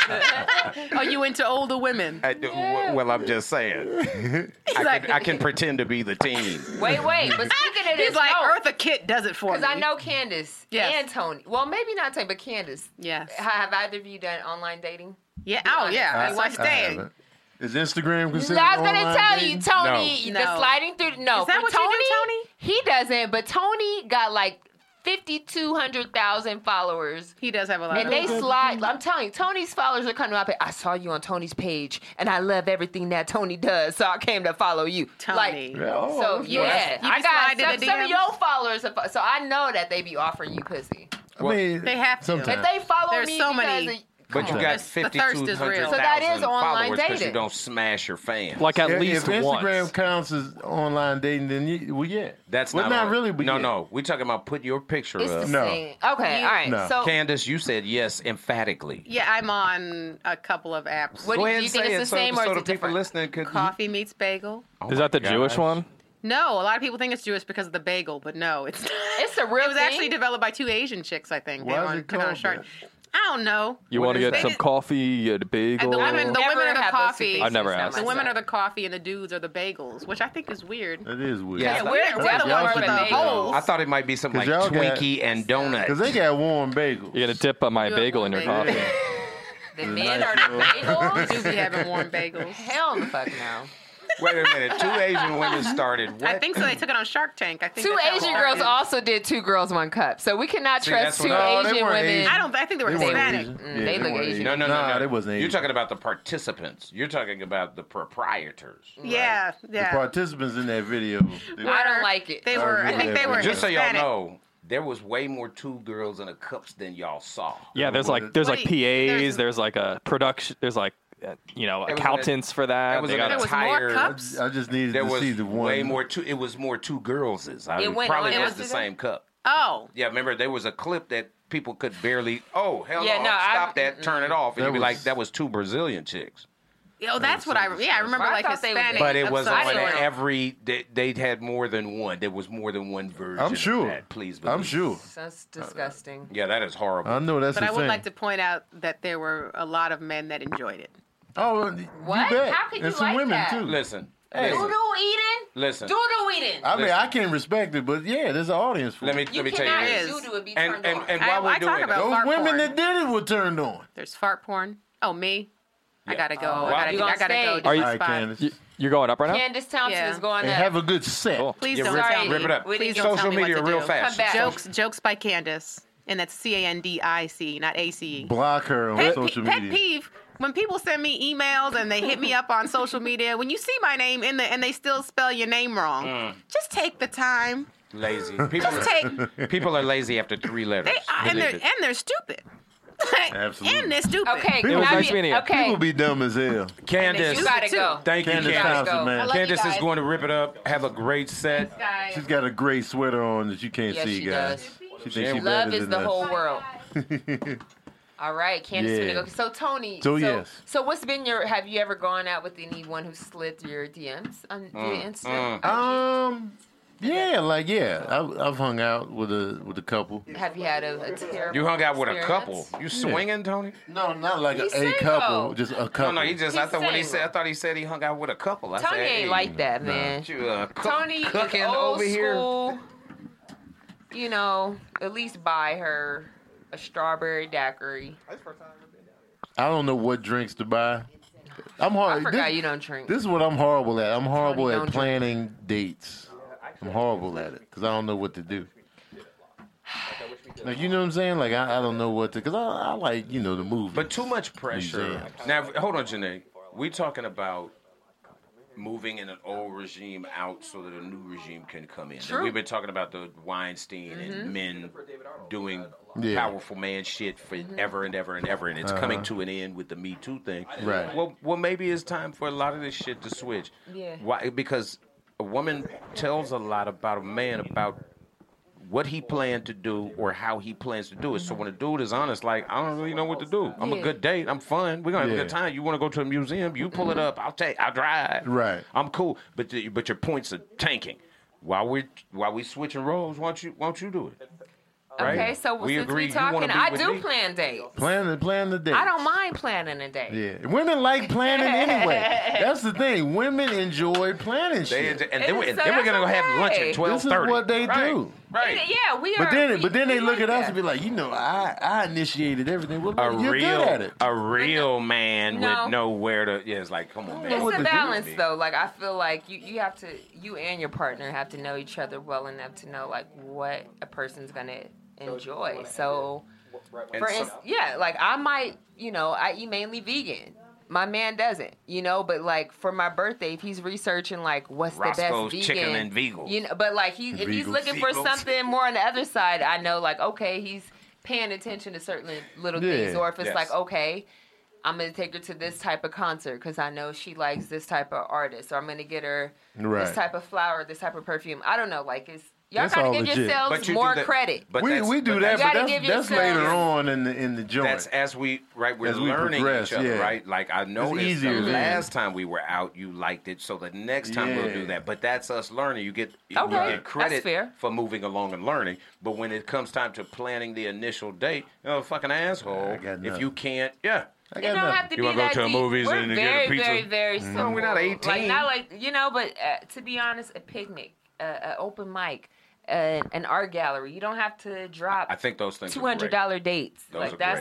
Speaker 16: Oh, you into older women?
Speaker 3: I do- Well, I'm just saying. I, can, I can pretend to be the team.
Speaker 11: Wait, wait. But speaking of this,
Speaker 16: He's like,
Speaker 11: no.
Speaker 16: Eartha Kitt does it for me.
Speaker 11: Because I know Candace
Speaker 16: Yes.
Speaker 11: and Tony. Well, maybe not Tony, but Candace.
Speaker 16: Yes.
Speaker 11: Ha- Have either of you done online dating?
Speaker 16: Yeah. Oh, yeah. That's what I'm saying.
Speaker 17: haven't. Is Instagram considered
Speaker 11: I was
Speaker 17: online
Speaker 11: gonna tell
Speaker 17: dating?
Speaker 11: you, Tony,
Speaker 16: No.
Speaker 11: the
Speaker 16: No.
Speaker 11: sliding through. No,
Speaker 16: Is that
Speaker 11: for
Speaker 16: what you
Speaker 11: Tony,
Speaker 16: do,
Speaker 11: Tony? He doesn't, but Tony got like 5,200,000 followers.
Speaker 16: He does have a lot.
Speaker 11: And
Speaker 16: of
Speaker 11: they slide. I'm telling you, Tony's followers are coming up. and, I saw you on Tony's page, and I love everything that Tony does, so I came to follow you. Tony.
Speaker 16: Yeah, oh,
Speaker 11: so
Speaker 16: that's
Speaker 11: yeah,
Speaker 16: nice. You
Speaker 11: I
Speaker 16: be
Speaker 11: got
Speaker 16: sliding
Speaker 11: some,
Speaker 16: the
Speaker 11: some of
Speaker 16: DMs?
Speaker 11: your followers, are fo- so I know that they be offering you pussy.
Speaker 17: I mean,
Speaker 11: They have to.
Speaker 17: sometimes.
Speaker 11: If they follow
Speaker 16: There's
Speaker 11: me
Speaker 16: so
Speaker 11: because
Speaker 16: many-
Speaker 11: of-
Speaker 3: But you
Speaker 17: on.
Speaker 3: got
Speaker 11: The
Speaker 3: fifty
Speaker 11: thirst
Speaker 3: two
Speaker 11: is real.
Speaker 3: hundred
Speaker 11: So that is
Speaker 3: thousand
Speaker 11: online
Speaker 3: followers because you
Speaker 11: dating.
Speaker 3: don't smash your fans.
Speaker 17: Yeah, if Instagram counts as online dating, then you, well, yeah,
Speaker 3: That's
Speaker 17: well,
Speaker 3: not,
Speaker 17: not
Speaker 3: on-
Speaker 17: really. But
Speaker 3: No,
Speaker 17: yeah.
Speaker 3: no, we're talking about put your picture
Speaker 16: It's
Speaker 3: up.
Speaker 16: the No. same.
Speaker 11: Okay, all right.
Speaker 3: No.
Speaker 16: So
Speaker 3: Candace, you said yes emphatically.
Speaker 16: yeah, I'm on a couple of apps.
Speaker 3: Go ahead and say it so- so the people listening could- Oh
Speaker 16: Coffee meets bagel.
Speaker 7: Is that the Jewish
Speaker 3: gosh.
Speaker 7: one?
Speaker 16: No, a lot of people think it's Jewish because of the bagel, but no, it's not.
Speaker 11: It's a real.
Speaker 16: It was actually developed by two Asian chicks, I think.
Speaker 7: Why
Speaker 16: They
Speaker 7: is
Speaker 16: were on-
Speaker 7: it
Speaker 16: took on a
Speaker 7: called
Speaker 16: short- I don't know.
Speaker 7: You want to get
Speaker 16: They
Speaker 7: some
Speaker 16: just-
Speaker 7: coffee, a bagel?
Speaker 16: The women, the women are the coffee.
Speaker 7: I've never asked.
Speaker 16: The women are the coffee, and the dudes are the bagels, which I think is weird.
Speaker 17: That is weird.
Speaker 16: Yeah, we're- we're the
Speaker 17: That's-
Speaker 16: ones
Speaker 17: y'all
Speaker 16: with
Speaker 17: should
Speaker 16: the
Speaker 17: be doing-
Speaker 16: holes.
Speaker 3: I thought it might be something like
Speaker 17: 'Cause y'all got-
Speaker 3: Twinkie and donut.
Speaker 17: Cause they got warm bagels.
Speaker 7: You're gonna dip up my bagel in your coffee.
Speaker 11: The
Speaker 17: men
Speaker 11: are
Speaker 17: the
Speaker 11: bagels.
Speaker 16: Do be having warm bagels.
Speaker 11: Hell the fuck no.
Speaker 3: Wait a minute, two Asian women started. What?
Speaker 16: I think so. They took it on Shark Tank. I think
Speaker 11: Two
Speaker 16: that's how it
Speaker 11: Asian
Speaker 16: started.
Speaker 11: girls also did two girls one cup, so we cannot
Speaker 3: See, that's
Speaker 11: trust two
Speaker 3: what I- No, they
Speaker 11: Asian
Speaker 3: weren't
Speaker 11: women.
Speaker 3: Asian.
Speaker 16: I don't. I think they were
Speaker 3: They weren't
Speaker 16: Hispanic.
Speaker 3: Asian.
Speaker 11: Mm, they look Asian.
Speaker 3: No, no, no,
Speaker 17: Nah,
Speaker 3: no.
Speaker 17: they wasn't
Speaker 3: You're
Speaker 17: Asian.
Speaker 3: talking about the participants. You're talking about the proprietors.
Speaker 16: Yeah,
Speaker 17: The
Speaker 16: yeah.
Speaker 17: participants in that video. they-
Speaker 11: I don't like it.
Speaker 16: They were. I think they were.
Speaker 3: Just so y'all
Speaker 16: Hispanic.
Speaker 3: know, there was way more two girls in the cups than y'all saw.
Speaker 7: Yeah, there's like there's
Speaker 3: What
Speaker 7: like PAs,
Speaker 3: do you-
Speaker 7: there's, like a production, there's like uh, you know
Speaker 3: There was an-
Speaker 7: accountants for that.
Speaker 3: there was
Speaker 7: They
Speaker 3: an
Speaker 7: got a-
Speaker 3: entire-
Speaker 17: I just needed
Speaker 3: There
Speaker 17: to
Speaker 3: was
Speaker 17: see the one.
Speaker 3: way more two. It was more two girlses. I
Speaker 17: It
Speaker 3: mean,
Speaker 17: went
Speaker 3: probably
Speaker 17: on
Speaker 3: was the
Speaker 17: Instagram?
Speaker 3: same cup.
Speaker 16: Oh.
Speaker 3: Yeah, remember there was a clip that people could barely. Oh hell
Speaker 16: Yeah,
Speaker 3: no!
Speaker 16: no, I-
Speaker 3: stop that! Turn it off! And
Speaker 17: That
Speaker 3: you'd be
Speaker 17: was-
Speaker 3: like, that was two Brazilian chicks.
Speaker 16: Oh, that's what I. Yeah, I remember
Speaker 11: Well, I
Speaker 16: like
Speaker 11: thought they was
Speaker 16: Hispanic.
Speaker 3: But it was
Speaker 16: of
Speaker 3: on
Speaker 16: some sort.
Speaker 3: every. They, they had more than one. There was more than one version.
Speaker 17: I'm
Speaker 3: of
Speaker 17: sure.
Speaker 3: that, please,
Speaker 17: I'm
Speaker 3: believe.
Speaker 17: sure.
Speaker 11: That's
Speaker 3: Oh,
Speaker 11: disgusting.
Speaker 3: Yeah, that is horrible.
Speaker 17: I know that's
Speaker 16: But
Speaker 17: the
Speaker 16: I would
Speaker 17: thing.
Speaker 16: like to point out that there were a lot of men that enjoyed it.
Speaker 17: oh, you
Speaker 16: What?
Speaker 17: bet.
Speaker 16: How could you
Speaker 17: and some
Speaker 16: like
Speaker 17: women
Speaker 16: that?
Speaker 17: too.
Speaker 3: Listen,
Speaker 17: Hey.
Speaker 11: eating.
Speaker 3: Listen.
Speaker 11: Doodle eating.
Speaker 17: I mean, I can respect it, but yeah, there's an audience for
Speaker 3: Let me
Speaker 17: it.
Speaker 3: let me tell you this. and, and, and while
Speaker 16: I-
Speaker 3: we're
Speaker 16: I talk
Speaker 3: doing
Speaker 16: about
Speaker 3: that-
Speaker 16: fart
Speaker 17: those
Speaker 16: porn.
Speaker 17: women that did it were turned on.
Speaker 16: There's fart porn. Oh me, I
Speaker 17: Yeah.
Speaker 16: gotta go.
Speaker 17: Oh,
Speaker 16: I gotta.
Speaker 11: wow.
Speaker 16: I gotta go.
Speaker 11: Are you-
Speaker 17: All right, Candace.
Speaker 7: You're going up
Speaker 11: right now? Candace Thompson is going
Speaker 17: and
Speaker 11: up.
Speaker 17: have a good set.
Speaker 16: Please
Speaker 3: Yeah,
Speaker 16: don't
Speaker 3: rip-
Speaker 16: tell me.
Speaker 3: rip it up. We
Speaker 16: Please
Speaker 3: need
Speaker 16: don't
Speaker 3: social
Speaker 16: tell me
Speaker 3: media
Speaker 16: what to
Speaker 3: real
Speaker 16: do.
Speaker 3: fast. Come back.
Speaker 16: Jokes, jokes by Candace, and that's C A N D I C, not A C E.
Speaker 17: Block her on
Speaker 16: Pet, pe-
Speaker 17: social
Speaker 16: pet
Speaker 17: media.
Speaker 16: peeve: when people send me emails and they hit me up on social media. When you see my name in the and they still spell your name wrong,
Speaker 3: Mm.
Speaker 16: just take the time.
Speaker 3: Lazy people.
Speaker 16: Just
Speaker 3: Are, people are lazy after three letters.
Speaker 16: They are, and
Speaker 3: Believe
Speaker 16: they're
Speaker 3: it.
Speaker 16: and they're stupid.
Speaker 17: Absolutely.
Speaker 16: And they're stupid.
Speaker 11: Okay,
Speaker 17: People,
Speaker 11: okay.
Speaker 17: people be dumb as hell.
Speaker 3: Candace,
Speaker 11: You gotta go.
Speaker 3: Thank you,
Speaker 17: Candace
Speaker 3: Candace.
Speaker 17: Thompson, man. I love you
Speaker 3: Candace is
Speaker 17: guys.
Speaker 3: going to rip it up. Have a great set.
Speaker 17: She's got a gray sweater on that you can't
Speaker 11: Yes,
Speaker 17: see,
Speaker 11: she
Speaker 17: guys.
Speaker 11: does.
Speaker 17: She thinks she
Speaker 11: Love
Speaker 17: better
Speaker 11: is
Speaker 17: than
Speaker 11: the
Speaker 17: us.
Speaker 11: whole world. All right, Candace.
Speaker 17: Yeah.
Speaker 11: Yeah. Go. So Tony.
Speaker 17: So, yes.
Speaker 11: So what's been your? Have you ever gone out with anyone who slid through your DMs on via
Speaker 17: Mm,
Speaker 11: Instagram?
Speaker 17: mm. Um, yeah, like yeah, I, I've hung out with a with a couple.
Speaker 11: Have you had a, a terrible?
Speaker 3: You hung out with a
Speaker 11: experience?
Speaker 3: couple. You
Speaker 17: Yeah.
Speaker 3: swinging, Tony?
Speaker 17: No, not like a,
Speaker 11: He's
Speaker 17: a
Speaker 11: single.
Speaker 17: couple, just a couple.
Speaker 3: No, no. He just. I
Speaker 11: Oh. He's
Speaker 3: thought when he
Speaker 11: single.
Speaker 3: said, I thought he said he hung out with a couple. I
Speaker 11: Tony
Speaker 3: said,
Speaker 11: ain't
Speaker 3: hey,
Speaker 11: like that,
Speaker 3: nah.
Speaker 11: man.
Speaker 3: You, uh, cook-
Speaker 11: Tony
Speaker 3: cooking
Speaker 11: is old
Speaker 3: over here.
Speaker 11: school. You know, at least buy her a strawberry daiquiri.
Speaker 17: I don't know what drinks to buy. I'm hard.
Speaker 11: I forgot
Speaker 17: this,
Speaker 11: you don't drink.
Speaker 17: This is what I'm horrible at. I'm horrible
Speaker 11: Tony,
Speaker 17: at
Speaker 11: don't
Speaker 17: planning dates. I'm horrible at it because I don't know what to do. Like you know what I'm saying? Like I, I don't know what to because I, I like you know the movie.
Speaker 3: But too much pressure. Now, hold on, Janae. We're talking about moving in an old regime out so that a new regime can come in. And
Speaker 4: True.
Speaker 3: We've been talking about the Weinstein
Speaker 4: Mhm.
Speaker 3: and men doing
Speaker 4: Yeah.
Speaker 3: powerful man shit for
Speaker 4: Mm-hmm.
Speaker 3: ever and ever and ever, and it's
Speaker 4: Uh-huh.
Speaker 3: coming to an end with the Me Too thing.
Speaker 4: Right.
Speaker 3: Well, well, maybe it's time for a lot of this shit to switch.
Speaker 4: Yeah.
Speaker 3: Why? Because a woman tells a lot about a man about what he planned to do or how he plans to do it. So when a dude is honest, like I don't really know what to do. I'm a
Speaker 4: Yeah.
Speaker 3: good date. I'm fun. We're gonna have
Speaker 4: Yeah.
Speaker 3: a good time. You want to go to a museum? You pull it up. I'll take. I'll drive.
Speaker 17: Right.
Speaker 3: I'm cool. But the, but your points are tanking. While we're while we switching roles, why don't you why don't you do it? Right?
Speaker 11: Okay, so
Speaker 3: We
Speaker 11: since
Speaker 3: agree
Speaker 11: we
Speaker 3: you wanna
Speaker 11: talking,
Speaker 3: be
Speaker 11: I
Speaker 3: with
Speaker 11: do
Speaker 3: me.
Speaker 11: plan dates.
Speaker 17: Plan the plan the date.
Speaker 11: I don't mind planning a date.
Speaker 17: Yeah, women like planning anyway. That's the thing. Women enjoy planning shit.
Speaker 3: enjoy- and then we- and then we're gonna go have lunch at
Speaker 17: This is
Speaker 3: 12:30.
Speaker 17: what they
Speaker 3: Right.
Speaker 17: do.
Speaker 13: Right. Yeah, we are.
Speaker 17: But then, but then they look at us and be like, you know, I, I initiated everything. Well,
Speaker 3: A
Speaker 17: you're
Speaker 3: real,
Speaker 17: good at it.
Speaker 3: a real man
Speaker 11: No.
Speaker 3: would know where to. Yeah, it's like, come on, man.
Speaker 11: It's a balance though. Like I feel like you, you have to you and your partner have to know each other well enough to know like what a person's gonna enjoy. So for instance, yeah, like I might, you know, I eat mainly vegan. My man doesn't, you know, but like for my birthday, if he's researching like what's
Speaker 3: Roscoe's
Speaker 11: the best vegan,
Speaker 3: Chicken and Vegals.
Speaker 11: you know, but like he if he's
Speaker 3: Vegals.
Speaker 11: looking for
Speaker 3: Vegals.
Speaker 11: something more on the other side, I know like okay, he's paying attention to certain little
Speaker 13: Yeah,
Speaker 11: things, or if it's
Speaker 13: yes.
Speaker 11: like okay, I'm gonna take her to this type of concert because I know she likes this type of artist, or I'm gonna get her
Speaker 17: Right.
Speaker 11: this type of flower, this type of perfume. I don't know, like it's y'all
Speaker 17: That's all
Speaker 11: gotta give
Speaker 17: legit.
Speaker 11: yourselves more credit.
Speaker 17: we we do that,
Speaker 11: You
Speaker 17: but
Speaker 11: gotta
Speaker 17: that's,
Speaker 11: give
Speaker 17: that's
Speaker 11: yourselves-
Speaker 17: later on in the in the joint.
Speaker 3: That's as we right. We're
Speaker 17: As we
Speaker 3: learning
Speaker 17: progress,
Speaker 3: each other,
Speaker 17: yeah.
Speaker 3: right? Like I noticed
Speaker 17: easier
Speaker 3: the
Speaker 17: then.
Speaker 3: last time we were out, you liked it, so the next time we'll do
Speaker 17: Yeah.
Speaker 3: that. But that's us learning. You get you
Speaker 17: Okay,
Speaker 3: get
Speaker 17: that's
Speaker 3: credit
Speaker 17: fair.
Speaker 3: for moving along and learning. But when it comes time to planning the initial date, you're a fucking asshole. If you can't, yeah.
Speaker 11: It don't have to
Speaker 3: you
Speaker 11: be
Speaker 3: wanna
Speaker 11: that
Speaker 3: go to
Speaker 11: deep.
Speaker 3: a movies
Speaker 11: We're
Speaker 3: and
Speaker 11: very,
Speaker 3: get a pizza?
Speaker 11: very, very
Speaker 17: Mm-hmm.
Speaker 3: Mm.
Speaker 11: simple.
Speaker 3: No, we're not 18.
Speaker 11: Like not like you know, but uh, to be honest, a picnic, uh, an open mic, uh, an art gallery. You don't have to drop
Speaker 3: I think those things.
Speaker 11: two hundred dollar dates.
Speaker 3: Those
Speaker 11: like
Speaker 3: are
Speaker 11: that's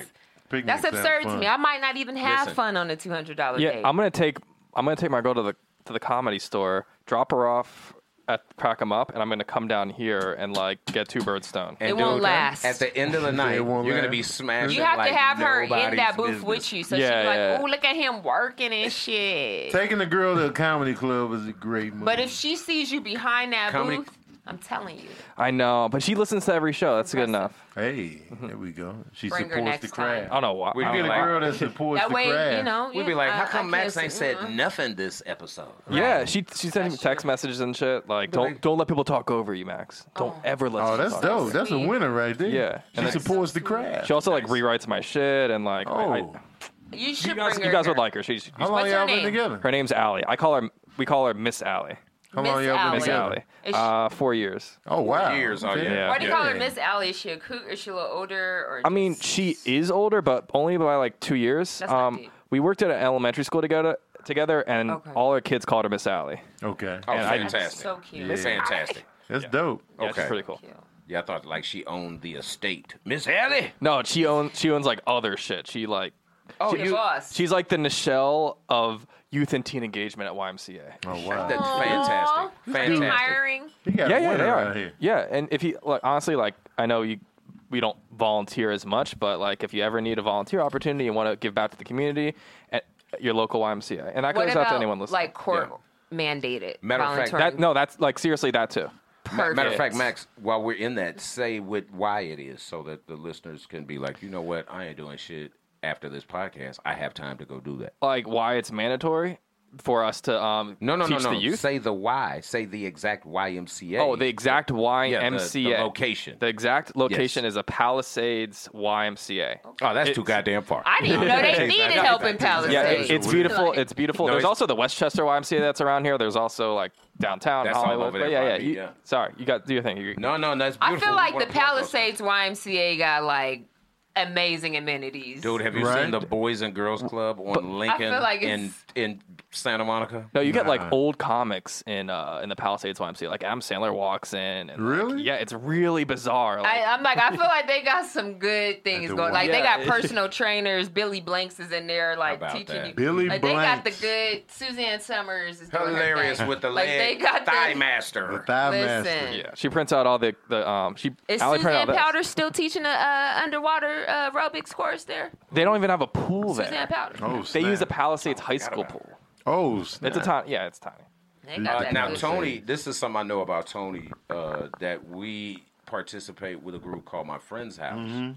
Speaker 3: great.
Speaker 11: that's
Speaker 7: Picnics have
Speaker 11: absurd to
Speaker 7: fun.
Speaker 11: me. I might not even have
Speaker 7: Listen.
Speaker 11: fun on a two hundred dollar
Speaker 7: Yeah,
Speaker 11: date.
Speaker 7: I'm gonna take I'm gonna take my girl to the to the comedy store, drop her off at Crack 'em Up, and I'm gonna come down here and like get two birds stoned.
Speaker 3: And dude, At the end of the night,
Speaker 7: It
Speaker 3: you're
Speaker 7: won't
Speaker 3: gonna
Speaker 7: last.
Speaker 3: be smashing.
Speaker 11: you have
Speaker 3: like
Speaker 11: to have her in that
Speaker 3: nobody's
Speaker 11: booth
Speaker 3: business.
Speaker 11: with you, so
Speaker 7: Yeah,
Speaker 11: she's like,
Speaker 7: yeah.
Speaker 11: "Oh, look at him working and shit."
Speaker 17: Taking the girl to a comedy club is a great move.
Speaker 11: but if she sees you behind that
Speaker 7: Comedy-
Speaker 11: booth, I'm telling you,
Speaker 7: I know, but she listens to every show. That's good enough. Mm-hmm.
Speaker 17: Hey, there we go. She
Speaker 11: Bring her supports the next craft. time.
Speaker 7: I don't know why.
Speaker 3: We'd
Speaker 7: I
Speaker 3: be
Speaker 7: don't
Speaker 3: like-
Speaker 7: know.
Speaker 17: girl that supports
Speaker 11: That
Speaker 17: the
Speaker 11: way, you
Speaker 17: craft.
Speaker 11: know,
Speaker 3: We'd be
Speaker 11: yeah,
Speaker 3: like, how
Speaker 11: I- uh-huh.
Speaker 3: come
Speaker 11: I
Speaker 3: Max
Speaker 11: guess-
Speaker 3: ain't said
Speaker 11: mm-mm.
Speaker 3: nothing this episode?
Speaker 7: Yeah, she she sent me text messages and shit. Like, don't don't let people talk over you, Max. Don't ever let.
Speaker 17: Oh,
Speaker 7: people
Speaker 17: that's
Speaker 7: talk
Speaker 17: dope.
Speaker 7: over you.
Speaker 17: That's a winner right there.
Speaker 7: Yeah,
Speaker 17: She supports the craft.
Speaker 7: She also like rewrites my shit and like. I- I-
Speaker 17: Oh.
Speaker 11: you should
Speaker 7: you guys,
Speaker 11: bring her.
Speaker 7: you guys would like her. She's.
Speaker 17: How long What's her y'all been name? together?
Speaker 7: Her name's Allie. I call her. We call her Miss Allie.
Speaker 17: How long Miss y'all been
Speaker 7: Miss
Speaker 17: together?
Speaker 7: Allie.
Speaker 11: Is she-
Speaker 7: Uh, four years.
Speaker 17: Oh wow. Years,
Speaker 7: oh, yeah.
Speaker 11: Why do you call her
Speaker 7: Yeah.
Speaker 11: Miss Allie? Is she a coot? Is she a little older? Or
Speaker 7: I mean, she is older, but only by like two years.
Speaker 11: That's not
Speaker 7: um, we worked at an elementary school together, together, and
Speaker 11: Okay.
Speaker 7: all our kids called her Miss Allie.
Speaker 17: Okay.
Speaker 3: Oh,
Speaker 7: And I-
Speaker 3: fantastic!
Speaker 11: so cute.
Speaker 3: That's
Speaker 7: Yeah.
Speaker 3: fantastic.
Speaker 17: That's dope.
Speaker 7: Yeah, she's pretty cool.
Speaker 3: Yeah, I thought like she owned the estate, Miss Hallie.
Speaker 7: No, she owns she owns like other shit. She like
Speaker 3: Oh,
Speaker 7: she,
Speaker 3: She's the boss.
Speaker 7: She's like the Nichelle of youth and teen engagement at YMCA.
Speaker 17: Oh wow,
Speaker 3: That's fantastic. Fantastic.
Speaker 11: hiring.
Speaker 17: got a
Speaker 7: yeah, yeah,
Speaker 17: winner
Speaker 7: they
Speaker 17: right
Speaker 7: are.
Speaker 17: here.
Speaker 7: Yeah, and if you like, honestly, like I know you, we don't volunteer as much, but like if you ever need a volunteer opportunity and want to give back to the community at your local YMCA, and that
Speaker 11: What
Speaker 7: goes out
Speaker 11: about,
Speaker 7: to anyone listening.
Speaker 11: Like court mandated.
Speaker 7: Matter of fact,
Speaker 11: volunteering?
Speaker 7: that, no, that's like seriously that too.
Speaker 3: Ma- Matter of fact, Max, while we're in that, say with why it is so that the listeners can be like, you know what, I ain't doing shit after this podcast. I have time to go do that.
Speaker 7: like why it's mandatory for us to um
Speaker 3: No, no, no,
Speaker 7: teach
Speaker 3: no.
Speaker 7: the youth.
Speaker 3: Say the why. Say the exact YMCA.
Speaker 7: Oh, the exact
Speaker 3: the- the
Speaker 7: YMCA
Speaker 3: location.
Speaker 7: The exact location is a Palisades YMCA.
Speaker 3: Oh, that's too goddamn far.
Speaker 11: I didn't know they needed help in Palisades.
Speaker 7: Yeah, it- it's beautiful.
Speaker 11: Like-
Speaker 7: It's beautiful.
Speaker 3: No,
Speaker 7: There's
Speaker 3: it's-
Speaker 7: also the Westchester YMCA that's around here. There's also like downtown
Speaker 3: That's all
Speaker 7: Hollywood.
Speaker 3: over
Speaker 7: But
Speaker 3: there
Speaker 7: yeah,
Speaker 3: by
Speaker 7: yeah,
Speaker 3: me,
Speaker 7: you-
Speaker 3: yeah.
Speaker 7: Sorry, you got do your thing. You,
Speaker 3: no, no, that's
Speaker 11: I feel like the Palisades YMCA got like amazing amenities.
Speaker 3: Dude, have you seen
Speaker 7: Right.
Speaker 3: the Boys and Girls Club on Lincoln
Speaker 11: feel like
Speaker 3: in
Speaker 11: it's-
Speaker 3: in Santa Monica?
Speaker 7: No, you get like
Speaker 3: Nah.
Speaker 7: old comics in uh in the Palisades YMCA. Like Adam Sandler walks in. And, like,
Speaker 17: Really?
Speaker 7: yeah, it's really bizarre. Like,
Speaker 11: I, I'm like, I feel like they got some good things
Speaker 7: the
Speaker 11: going. Like they
Speaker 7: Y-
Speaker 11: got
Speaker 7: Yeah.
Speaker 11: personal trainers. Billy Blanks is in there, like
Speaker 3: about
Speaker 11: teaching
Speaker 3: that?
Speaker 11: you.
Speaker 3: Billy
Speaker 11: like, They got the good. Suzanne Summers is doing her
Speaker 3: Hilarious
Speaker 11: thing.
Speaker 3: with the
Speaker 11: like,
Speaker 3: leg
Speaker 11: They got
Speaker 3: thigh
Speaker 11: the,
Speaker 3: master. The
Speaker 17: thigh
Speaker 11: master. Listen.
Speaker 7: Yeah, she prints out all the the um. She
Speaker 11: Is
Speaker 7: Allie printed
Speaker 11: Suzanne
Speaker 7: out the-
Speaker 11: Powder still teaching a uh, underwater uh, aerobics course there?
Speaker 7: They don't even have a pool there.
Speaker 11: Suzanne Powder.
Speaker 17: Oh,
Speaker 7: they use the
Speaker 17: snap.
Speaker 7: Palisades High School pool.
Speaker 17: Oh,
Speaker 7: It's a tiny. Yeah, it's tiny.
Speaker 11: They
Speaker 3: Uh,
Speaker 11: got that
Speaker 3: now,
Speaker 11: good-
Speaker 3: Tony, this is something I know about Tony uh, that we participate with a group called My Friend's House.
Speaker 7: Mm-hmm.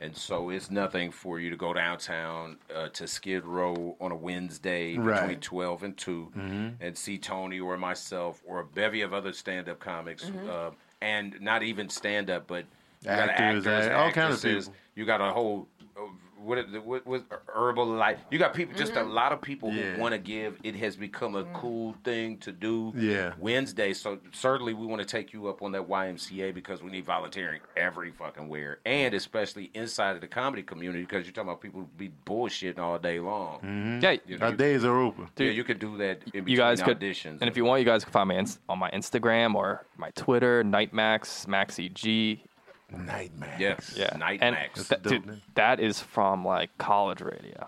Speaker 3: And so it's nothing for you to go downtown uh, to Skid Row on a Wednesday between
Speaker 17: Right.
Speaker 3: 12 and 2
Speaker 17: Mhm.
Speaker 3: and see Tony or myself or a bevy of other stand up comics.
Speaker 17: Mhm.
Speaker 3: Uh, and not even stand up, but you got
Speaker 17: Actors,
Speaker 3: actors,
Speaker 17: act- all kinds of
Speaker 3: actresses,
Speaker 17: people.
Speaker 3: You got a whole uh, what, it- what, what herbal life. You got people, just
Speaker 17: Mhm.
Speaker 3: a lot of people
Speaker 17: Yeah.
Speaker 3: who want to give. It has become a cool thing to do.
Speaker 17: Yeah.
Speaker 3: Wednesday. So certainly we want to take you up on that YMCA because we need volunteering every fucking where, and especially inside of the comedy community because you're talking about people who be bullshitting all day long.
Speaker 17: Mhm.
Speaker 7: Yeah,
Speaker 3: You know,
Speaker 17: Our
Speaker 3: you-
Speaker 17: days are open.
Speaker 3: yeah, you could do that. In
Speaker 7: you guys
Speaker 3: between
Speaker 7: could,
Speaker 3: auditions,
Speaker 7: and if you want, you guys can find me ins- on my Instagram or my Twitter, Nightmax, MaxiG.
Speaker 17: Nightmax.
Speaker 3: Yes.
Speaker 7: Yeah.
Speaker 3: Nightmax.
Speaker 7: And
Speaker 3: That's
Speaker 7: th-
Speaker 17: a dope
Speaker 7: dude,
Speaker 17: name.
Speaker 7: that is from like college radio.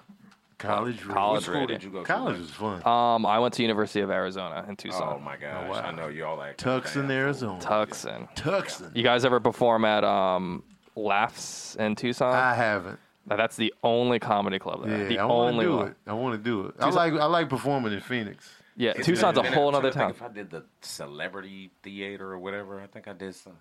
Speaker 17: College radio. What
Speaker 7: College
Speaker 17: school
Speaker 7: radio.
Speaker 17: did you go to? College is fun.
Speaker 7: Um, I went to University of Arizona in Tucson.
Speaker 3: Oh my gosh! I know y'all like
Speaker 17: Tucson, Arizona.
Speaker 7: Tucson.
Speaker 17: Tucson.
Speaker 7: You guys ever perform at um, Laughs in Tucson? I
Speaker 17: haven't.
Speaker 7: That's the only comedy club there.
Speaker 17: Yeah,
Speaker 7: the
Speaker 17: I want to
Speaker 7: only
Speaker 17: do
Speaker 7: one.
Speaker 17: it. I want to do it. I
Speaker 7: Tucson-
Speaker 17: like I like performing in Phoenix.
Speaker 7: Yeah,
Speaker 3: It's
Speaker 7: Tucson's a
Speaker 3: been
Speaker 7: whole
Speaker 3: I'm
Speaker 7: nother
Speaker 3: trying to
Speaker 7: town.
Speaker 3: think If I did the celebrity theater or whatever, I think I did some.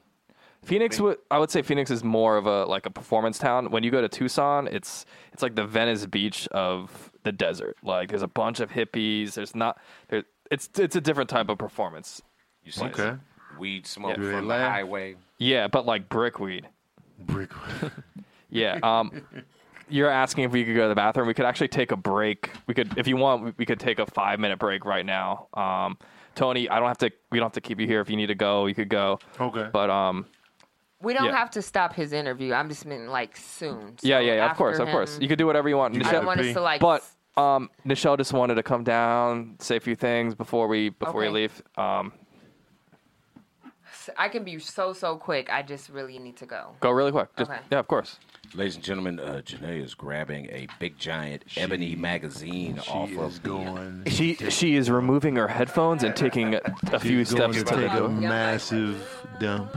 Speaker 7: Phoenix would I would say Phoenix is more of a like a performance town. When you go to Tucson, it's it's like the Venice Beach of the desert. Like there's a bunch of hippies. There's not there. It's it's a different type of performance.
Speaker 3: You see
Speaker 7: place.
Speaker 3: okay. weed smoke
Speaker 7: Do they
Speaker 3: from the
Speaker 7: laugh?
Speaker 3: highway.
Speaker 7: Yeah, but like brickweed.
Speaker 17: Brickweed.
Speaker 7: yeah. Um, you're asking if we could go to the bathroom. We could actually take a break. We could, if you want, we- we could take a five minute break right now. Um, Tony, I don't have to. We don't have to keep you here. If you need to go, you could go.
Speaker 17: Okay.
Speaker 7: But um,
Speaker 11: We don't
Speaker 7: Yeah.
Speaker 11: have to stop his interview. I'm just meaning like soon.
Speaker 7: yeah, yeah, yeah, of
Speaker 11: after
Speaker 7: course, of course.
Speaker 11: him-
Speaker 7: You could do whatever you want.
Speaker 11: I
Speaker 7: Nichelle-
Speaker 11: don't want us to, like,
Speaker 7: But um, Nichelle just wanted to come down, say a few things before we before we
Speaker 11: Okay.
Speaker 7: leave. Um,
Speaker 11: I can be so so quick. I just really need to go.
Speaker 7: go really quick. Just,
Speaker 11: Okay.
Speaker 7: Yeah, of course.
Speaker 3: Ladies and gentlemen, uh, Janae is grabbing a big giant ebony magazine off of the. Going.
Speaker 7: She she is removing her headphones and taking a, a few
Speaker 17: She's going
Speaker 7: steps
Speaker 17: to
Speaker 7: to
Speaker 17: take
Speaker 7: the
Speaker 17: a massive dump.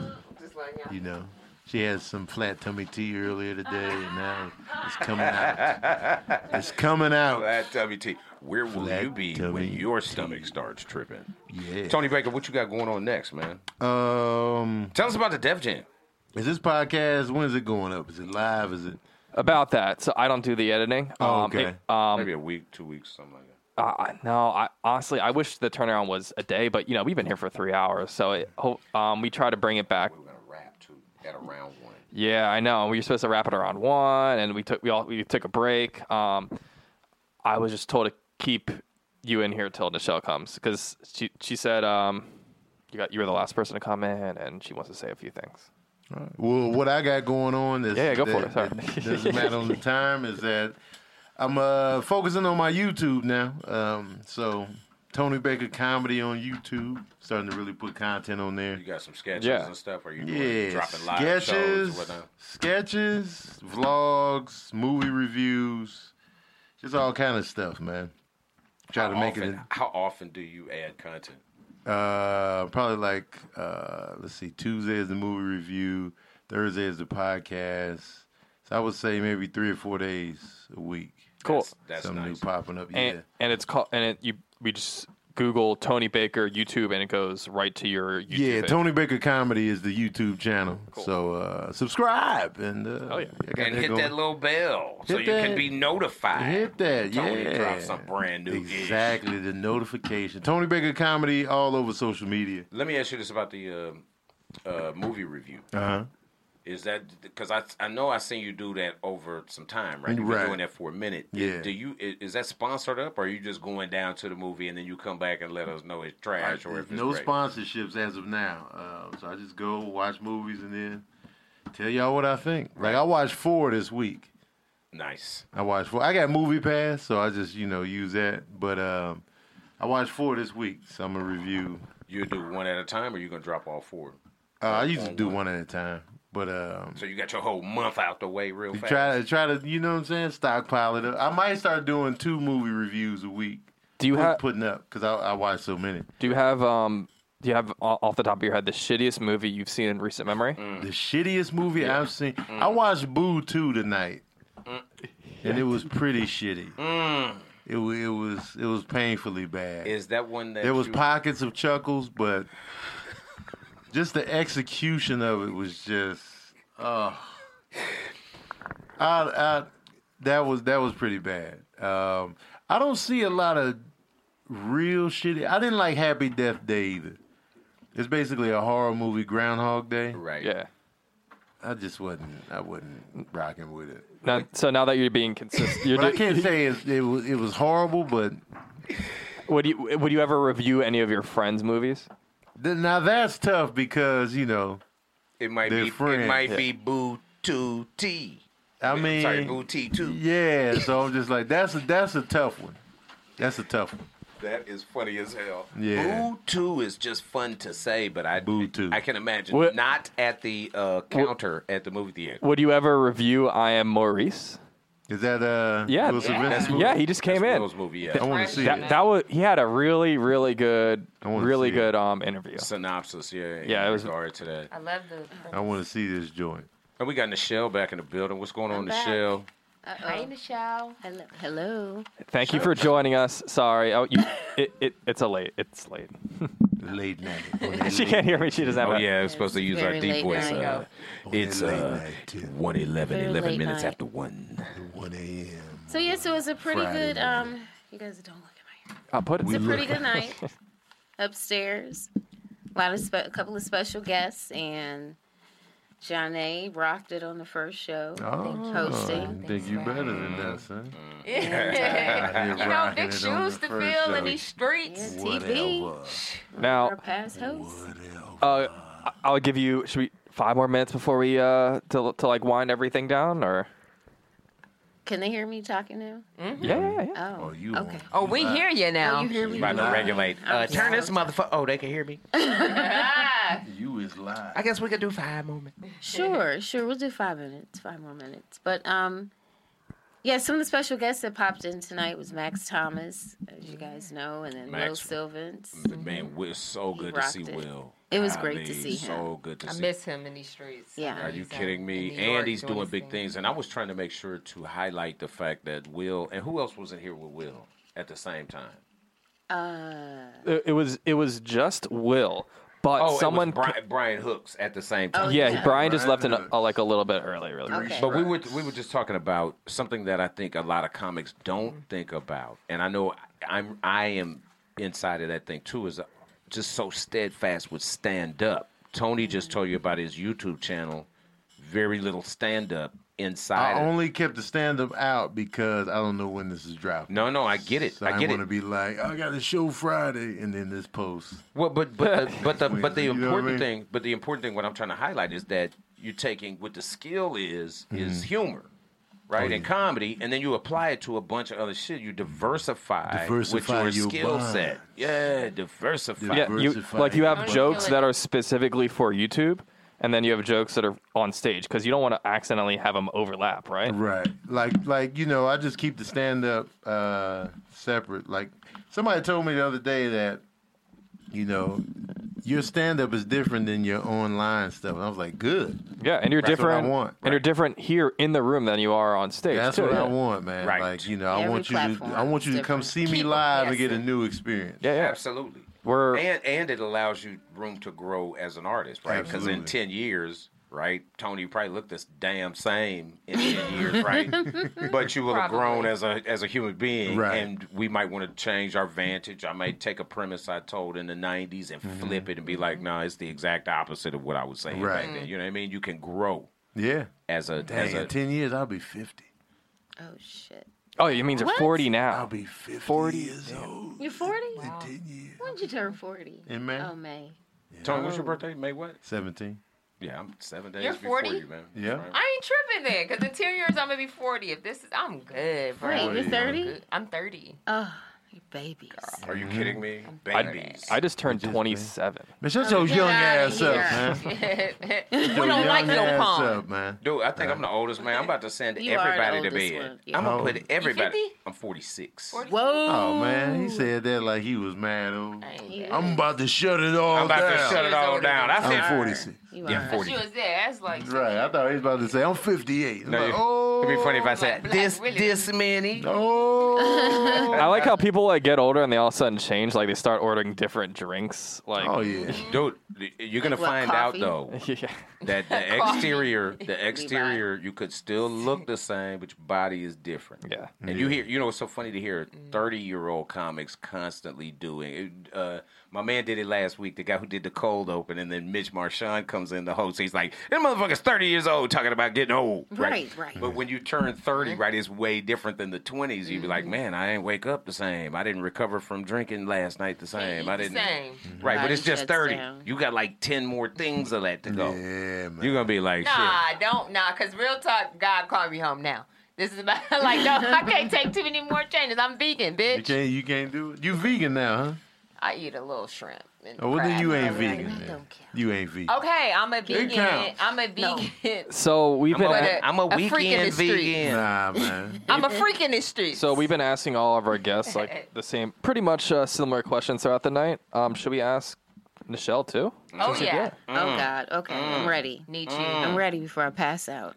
Speaker 17: You know, she had some flat tummy tea earlier today, and now it's coming out. It's coming out.
Speaker 3: Flat tummy tea. Where will you be when your stomach starts tripping?
Speaker 17: Yeah.
Speaker 3: Tony Baker, what you got going on next, man?
Speaker 17: Um,
Speaker 3: tell us about the Def Jam.
Speaker 17: Is this podcast? When is it going up? Is it live? Is it?
Speaker 7: about that. So I don't do the editing.
Speaker 17: Oh,
Speaker 7: Um,
Speaker 17: okay.
Speaker 7: it- um,
Speaker 3: Maybe a week, two weeks, something like that.
Speaker 7: Uh, I- no, I honestly I wish the turnaround was a day, but you know we've been here for three hours, so it, ho- um, we try to bring it back.
Speaker 3: At around one.
Speaker 7: Yeah, I know. We were supposed to wrap it around one, and we took we all we took a break. Um, I was just told to keep you in here till Nichelle comes because she she said um, you got you were the last person to come in, and she wants to say a few things.
Speaker 17: All right. Well, what I got going on is
Speaker 7: Yeah, yeah, go for
Speaker 17: that-
Speaker 7: it. Sorry.
Speaker 17: that doesn't matter on the time is that I'm uh, focusing on my YouTube now. Um, so Tony Baker comedy on YouTube, starting to really put content on there.
Speaker 3: You got some sketches
Speaker 17: Yeah.
Speaker 3: and stuff? Are you doing,
Speaker 17: Yeah,
Speaker 3: dropping live shows
Speaker 17: sketches,
Speaker 3: or whatnot?
Speaker 17: sketches, vlogs, movie reviews, just all kind of stuff, man. Try
Speaker 3: how
Speaker 17: to make
Speaker 3: often,
Speaker 17: it.
Speaker 3: How often do you add content?
Speaker 17: Uh, probably like uh, let's see. Tuesday is the movie review. Thursday is the podcast. So I would say maybe three or four days a week.
Speaker 7: Cool.
Speaker 17: That's, Something new popping up.
Speaker 7: and,
Speaker 17: yeah.
Speaker 7: and it's called and it you we just Google Tony Baker YouTube, and it goes right to your YouTube.
Speaker 17: yeah,
Speaker 7: page.
Speaker 17: Tony Baker Comedy is the YouTube channel. So uh, subscribe and uh, oh, yeah.
Speaker 3: and hit that little bell so
Speaker 17: Hit
Speaker 3: you can
Speaker 17: that-
Speaker 3: be notified.
Speaker 17: Hit that,
Speaker 3: Tony
Speaker 17: yeah.
Speaker 3: dropped some brand new ish.
Speaker 17: Exactly, the notification. Tony Baker Comedy all over social media.
Speaker 3: Let me ask you this about the uh, uh, movie review.
Speaker 17: Uh-huh.
Speaker 3: Is that because I I know I seen you do that over some time, right? You've been
Speaker 17: Right.
Speaker 3: doing that for a minute.
Speaker 17: Yeah.
Speaker 3: Do you i- is that sponsored up, or are you just going down to the movie and then you come back and let us know it's trash or if it's
Speaker 17: no
Speaker 3: great?
Speaker 17: sponsorships as of now. Uh, so I just go watch movies and then tell y'all what I think. Like I watched four this week.
Speaker 3: Nice.
Speaker 17: I watched four. I got Movie Pass, so I just you know use that. But um, I watched four this week, so I'm gonna review.
Speaker 3: You do one at a time, or you gonna drop all four?
Speaker 17: Uh, I usually do one at a time, but um,
Speaker 3: So you got your whole month out the way real fast.
Speaker 17: try to try to you know what I'm saying stockpile it up. I might start doing two movie reviews a week.
Speaker 7: Do you
Speaker 17: Put-
Speaker 7: have-
Speaker 17: putting up because I, I watch so many.
Speaker 7: Do you have um? Do you have o- off the top of your head the shittiest movie you've seen in recent memory?
Speaker 3: Mm.
Speaker 17: The shittiest movie I've seen. I watched Boo Two tonight,
Speaker 15: Mm,
Speaker 17: and it was pretty shitty. It, wa- it was it was painfully bad.
Speaker 3: Is that one that
Speaker 17: there was
Speaker 3: you-
Speaker 17: pockets of chuckles, but just the execution of it was just oh. I, I, that was that was pretty bad. Um, I don't see a lot of real shitty. I didn't like Happy Death Day either. It's basically a horror movie, Groundhog Day.
Speaker 3: Right.
Speaker 7: Yeah.
Speaker 17: I just wasn't. I wasn't rocking with it.
Speaker 7: Now, so now that you're being consistent, you're
Speaker 17: but I
Speaker 7: do-
Speaker 17: can't say it's, it was it was horrible, but
Speaker 7: would you would you ever review any of your friends' movies?
Speaker 17: th- now that's tough because you know
Speaker 3: it might
Speaker 17: they're
Speaker 3: be
Speaker 17: friends.
Speaker 3: it might be boo two t.
Speaker 17: I mean,
Speaker 3: sorry, boo t two.
Speaker 17: Yeah, so I'm just like that's a, that's a tough one. That's a tough one.
Speaker 3: That is funny as hell.
Speaker 17: Yeah.
Speaker 3: Boo too is just fun to say, but I boo too. I can imagine
Speaker 7: What-
Speaker 3: not at the uh, counter at the movie theater.
Speaker 7: Would you ever review I Am Maurice?
Speaker 17: Is that uh
Speaker 7: yeah,
Speaker 3: Will Sylvester's
Speaker 7: yeah.
Speaker 3: movie?
Speaker 7: yeah, he just came in.
Speaker 3: Will's movie, yeah.
Speaker 7: Th-
Speaker 3: I wanna see
Speaker 7: that.
Speaker 3: it.
Speaker 7: That was he had a really really good really
Speaker 17: see it.
Speaker 7: good um interview.
Speaker 3: Synopsis, yeah.
Speaker 7: Yeah, it was-
Speaker 3: regard to that.
Speaker 11: I love the.
Speaker 17: I want to see this joint.
Speaker 3: And we got Nichelle back in the building. What's going on,
Speaker 10: back.
Speaker 3: Nichelle?
Speaker 10: Hi, Michelle. Hello. Hello.
Speaker 7: Thank you for joining us. Sorry, oh you it, it it's a late it's late.
Speaker 17: late night.
Speaker 7: she can't hear me. She doesn't have.
Speaker 3: Oh
Speaker 7: a-
Speaker 3: yeah, it's supposed to use our
Speaker 7: very
Speaker 3: deep
Speaker 7: late
Speaker 3: voice.
Speaker 7: night.
Speaker 3: Uh, it's uh, 111,
Speaker 10: Very
Speaker 3: 11
Speaker 10: late
Speaker 3: minutes
Speaker 10: night.
Speaker 3: after one.
Speaker 17: One a.m.
Speaker 10: So yes, it was a pretty
Speaker 3: Friday
Speaker 10: good. Um, you guys don't look.
Speaker 7: I'll put it.
Speaker 10: It's a pretty good night upstairs. A lot of spe- a couple of special guests and Johnny rocked it on the first show.
Speaker 17: Oh,
Speaker 10: hosting.
Speaker 17: I think you better than that, son.
Speaker 3: Mm-hmm.
Speaker 17: Mm-hmm.
Speaker 10: Yeah.
Speaker 17: You're
Speaker 10: You know,
Speaker 17: rocking
Speaker 10: big
Speaker 17: it on the
Speaker 10: shoes to
Speaker 17: first
Speaker 10: fill in
Speaker 17: show.
Speaker 10: these streets. Yeah, TV.
Speaker 7: Now-
Speaker 10: Our past host.
Speaker 7: Uh, I- I'll give you. Should we five more minutes before we uh to to like wind everything down or?
Speaker 10: Can they hear me talking now? Mm-hmm.
Speaker 7: Yeah, yeah,
Speaker 10: Oh,
Speaker 3: you
Speaker 10: okay.
Speaker 11: Oh, we hear you now.
Speaker 10: Oh, you hear me
Speaker 3: About to
Speaker 10: now.
Speaker 3: regulate. Uh, turn this motherfucker. Oh, they can hear me.
Speaker 17: You is live.
Speaker 3: I guess we could do five more minutes.
Speaker 10: Sure, sure. We'll do five minutes, five more minutes. But um, yeah, some of the special guests that popped in tonight was Max Thomas, as you guys know, and then Will
Speaker 3: Max-
Speaker 10: Sylvans.
Speaker 3: Man, we're so
Speaker 10: He
Speaker 3: good to see
Speaker 10: rocked it.
Speaker 3: Will.
Speaker 10: It was great to
Speaker 3: Golly,
Speaker 10: see him.
Speaker 3: So good to
Speaker 11: I
Speaker 3: see.
Speaker 11: miss him in these streets. I know
Speaker 3: Are you
Speaker 11: he's out
Speaker 3: kidding me?
Speaker 11: in New York
Speaker 3: And he's doing
Speaker 11: his
Speaker 3: big
Speaker 11: thing.
Speaker 3: things. And I was trying to make sure to highlight the fact that Will and who else was in here with Will at the same time?
Speaker 10: Uh,
Speaker 7: It, it was it was just Will, but
Speaker 3: oh,
Speaker 7: someone.
Speaker 3: it was Brian, Brian Hooks at the same
Speaker 11: Oh,
Speaker 3: time.
Speaker 7: yeah, Brian just left in a, a- like a little bit early, really. quick.
Speaker 3: But we were we were just talking about something that I think a lot of comics
Speaker 11: Mm-hmm.
Speaker 3: don't think about, and I know I'm I am inside of that thing too. Is uh, just so steadfast with stand up. Tony
Speaker 11: Mm-hmm.
Speaker 3: just told you about his YouTube channel. Very little stand up inside.
Speaker 17: I
Speaker 3: of-
Speaker 17: only kept the stand up out because I don't know when this is dropping.
Speaker 3: no, no, I get it.
Speaker 17: So
Speaker 3: I
Speaker 17: I,
Speaker 3: get
Speaker 17: want to
Speaker 3: it.
Speaker 17: be like, "Oh, I got a show Friday, and then this post.
Speaker 3: Well, but but the, but the but the
Speaker 17: You know what I
Speaker 3: important
Speaker 17: mean?
Speaker 3: thing, but the important thing, what I'm trying to highlight is that you're taking what the skill is is humor, right,
Speaker 17: Mm-hmm. Oh,
Speaker 3: and comedy, and then you apply it to a bunch of other shit. You diversify,
Speaker 17: Diversify
Speaker 3: with your,
Speaker 17: your
Speaker 3: skill
Speaker 17: bond.
Speaker 3: set. Yeah, diversify.
Speaker 7: yeah, you, like you have jokes
Speaker 3: that
Speaker 7: that are specifically for YouTube, and then you have jokes that are on stage because you don't want to accidentally have them overlap, right?
Speaker 17: Right. Like like you know, I just keep the stand up uh separate. Like somebody told me the other day that you know, your stand up is different than your online stuff. And I was like, good.
Speaker 7: Yeah, and you're
Speaker 17: That's what I
Speaker 7: different.
Speaker 17: want.
Speaker 7: And you're different here in the room than you are on stage.
Speaker 17: That's
Speaker 7: too,
Speaker 17: what I
Speaker 7: yeah.
Speaker 17: want, man. Like, you know, I
Speaker 7: Every
Speaker 17: want you to
Speaker 7: platform
Speaker 17: I want you
Speaker 7: is
Speaker 17: to come
Speaker 7: different.
Speaker 17: see me
Speaker 7: Keep 'em
Speaker 17: live and get a
Speaker 7: guessing.
Speaker 17: new experience.
Speaker 7: Yeah, yeah.
Speaker 3: Absolutely.
Speaker 7: We're
Speaker 3: and and it allows you room to grow as an artist, right? Because in ten years, right, Tony, you probably look this damn same in ten years, right? but you will have grown as a as a human being,
Speaker 17: Right.
Speaker 3: and we might want to change our vantage. I might take a premise I told in the '90s and
Speaker 17: Mm-hmm.
Speaker 3: flip it and be like, "No, it's the exact opposite of what I was saying
Speaker 17: Right.
Speaker 3: back then." You know what I mean? You can grow
Speaker 17: Yeah.
Speaker 3: as a
Speaker 17: Dang,
Speaker 3: as a
Speaker 17: in ten years I'll be fifty.
Speaker 10: Oh shit.
Speaker 7: Oh, you mean you're
Speaker 10: What?
Speaker 7: 40 now? I'll
Speaker 17: be 50
Speaker 7: 40
Speaker 17: years old.
Speaker 10: You're 40?
Speaker 17: When
Speaker 10: did you turn 40?
Speaker 17: In May.
Speaker 10: Oh, May.
Speaker 3: Tony, what's your birthday? May what?
Speaker 17: Seventeen.
Speaker 3: Yeah, I'm seven days
Speaker 11: You're
Speaker 3: before
Speaker 11: 40?
Speaker 3: you, man.
Speaker 17: Yeah.
Speaker 3: Right.
Speaker 11: I ain't tripping then, because in ten years I'm gonna be forty. If this is, I'm good, bro.
Speaker 10: Wait, you're 30?
Speaker 11: I'm thirty.
Speaker 10: Oh, you babies.
Speaker 3: Are you kidding me?
Speaker 7: I,
Speaker 3: Babies.
Speaker 7: I just turned 27.
Speaker 17: Man, shut your young ass up, man.
Speaker 11: we
Speaker 17: Your
Speaker 11: don't like
Speaker 17: young
Speaker 11: your
Speaker 17: ass
Speaker 11: pond.
Speaker 17: up, man.
Speaker 3: Dude, I think I'm the oldest man. I'm about to send
Speaker 11: You are the
Speaker 3: everybody to
Speaker 11: oldest
Speaker 3: bed.
Speaker 11: one, yeah.
Speaker 3: I'm
Speaker 17: How
Speaker 3: gonna
Speaker 17: old?
Speaker 3: put
Speaker 17: You
Speaker 3: everybody.
Speaker 11: 50?
Speaker 3: I'm 46.
Speaker 11: Whoa.
Speaker 17: Oh man, he said that like he was mad. Oh,
Speaker 11: yeah.
Speaker 17: I'm about to shut it all
Speaker 3: I'm about
Speaker 17: down.
Speaker 3: to shut it all down. I said-
Speaker 17: am 46.
Speaker 3: You Yeah, are. 40.
Speaker 11: She was there. That's like
Speaker 17: Right, I thought he was about to say I'm 58. I'm
Speaker 3: No,
Speaker 17: like,
Speaker 3: you-
Speaker 17: oh,
Speaker 3: it'd be funny if I said
Speaker 17: this this many. Oh,
Speaker 7: I like how people people like get older and they all of a sudden change. Like they start ordering different drinks. Like
Speaker 3: Oh, yeah. dude, you're gonna
Speaker 7: What,
Speaker 3: find
Speaker 7: coffee?
Speaker 3: out though
Speaker 7: Yeah.
Speaker 3: that the
Speaker 7: Coffee.
Speaker 3: exterior, the exterior, you could still look the same, but your body is different.
Speaker 7: Yeah,
Speaker 3: and you hear, you know, it's so funny to hear thirty-year-old comics constantly doing. It, uh, my man did it last week. The guy who did the cold open, and then Mitch Marchand comes in the host. He's like, "That motherfucker's thirty years old, talking about getting old."
Speaker 10: Right, right.
Speaker 3: But when you turn 30, right, it's way different than the 20s. You'd be like, man, I didn't wake up the same. I didn't recover from drinking last night the same. I
Speaker 11: the
Speaker 3: didn't.
Speaker 11: same.
Speaker 17: Mm-hmm.
Speaker 3: Right, but
Speaker 11: Body
Speaker 3: it's just
Speaker 11: shuts
Speaker 3: 30.
Speaker 11: down.
Speaker 3: You got like 10 more things of that to go. Yeah, man. You're going to be like, shit.
Speaker 11: Nah, don't nah, cause real talk, God call me home now. This is about like no, I can't take too many more changes. I'm vegan,
Speaker 17: You
Speaker 11: bitch.
Speaker 17: can't you can't do it. You vegan now, huh?
Speaker 11: I eat a little shrimp. And
Speaker 17: Oh, well then
Speaker 11: crab.
Speaker 17: you ain't
Speaker 11: I'm like,
Speaker 17: vegan. then. You ain't vegan.
Speaker 10: Oh,
Speaker 11: Okay, I'm a vegan.
Speaker 17: counts.
Speaker 11: I'm a vegan.
Speaker 7: So we've
Speaker 11: I'm
Speaker 7: been.
Speaker 11: a- I'm a A freak in weekend the street. vegan.
Speaker 17: Nah, man.
Speaker 11: I'm a freak in the streets.
Speaker 7: So we've been asking all of our guests like the same, pretty much uh, similar questions throughout the night. Um, should we ask Nichelle too?
Speaker 10: Oh
Speaker 7: Since you
Speaker 10: yeah.
Speaker 7: did.
Speaker 10: Oh God. Okay,
Speaker 3: Mm.
Speaker 10: I'm ready.
Speaker 11: Need
Speaker 3: you.
Speaker 10: I'm ready before I pass out.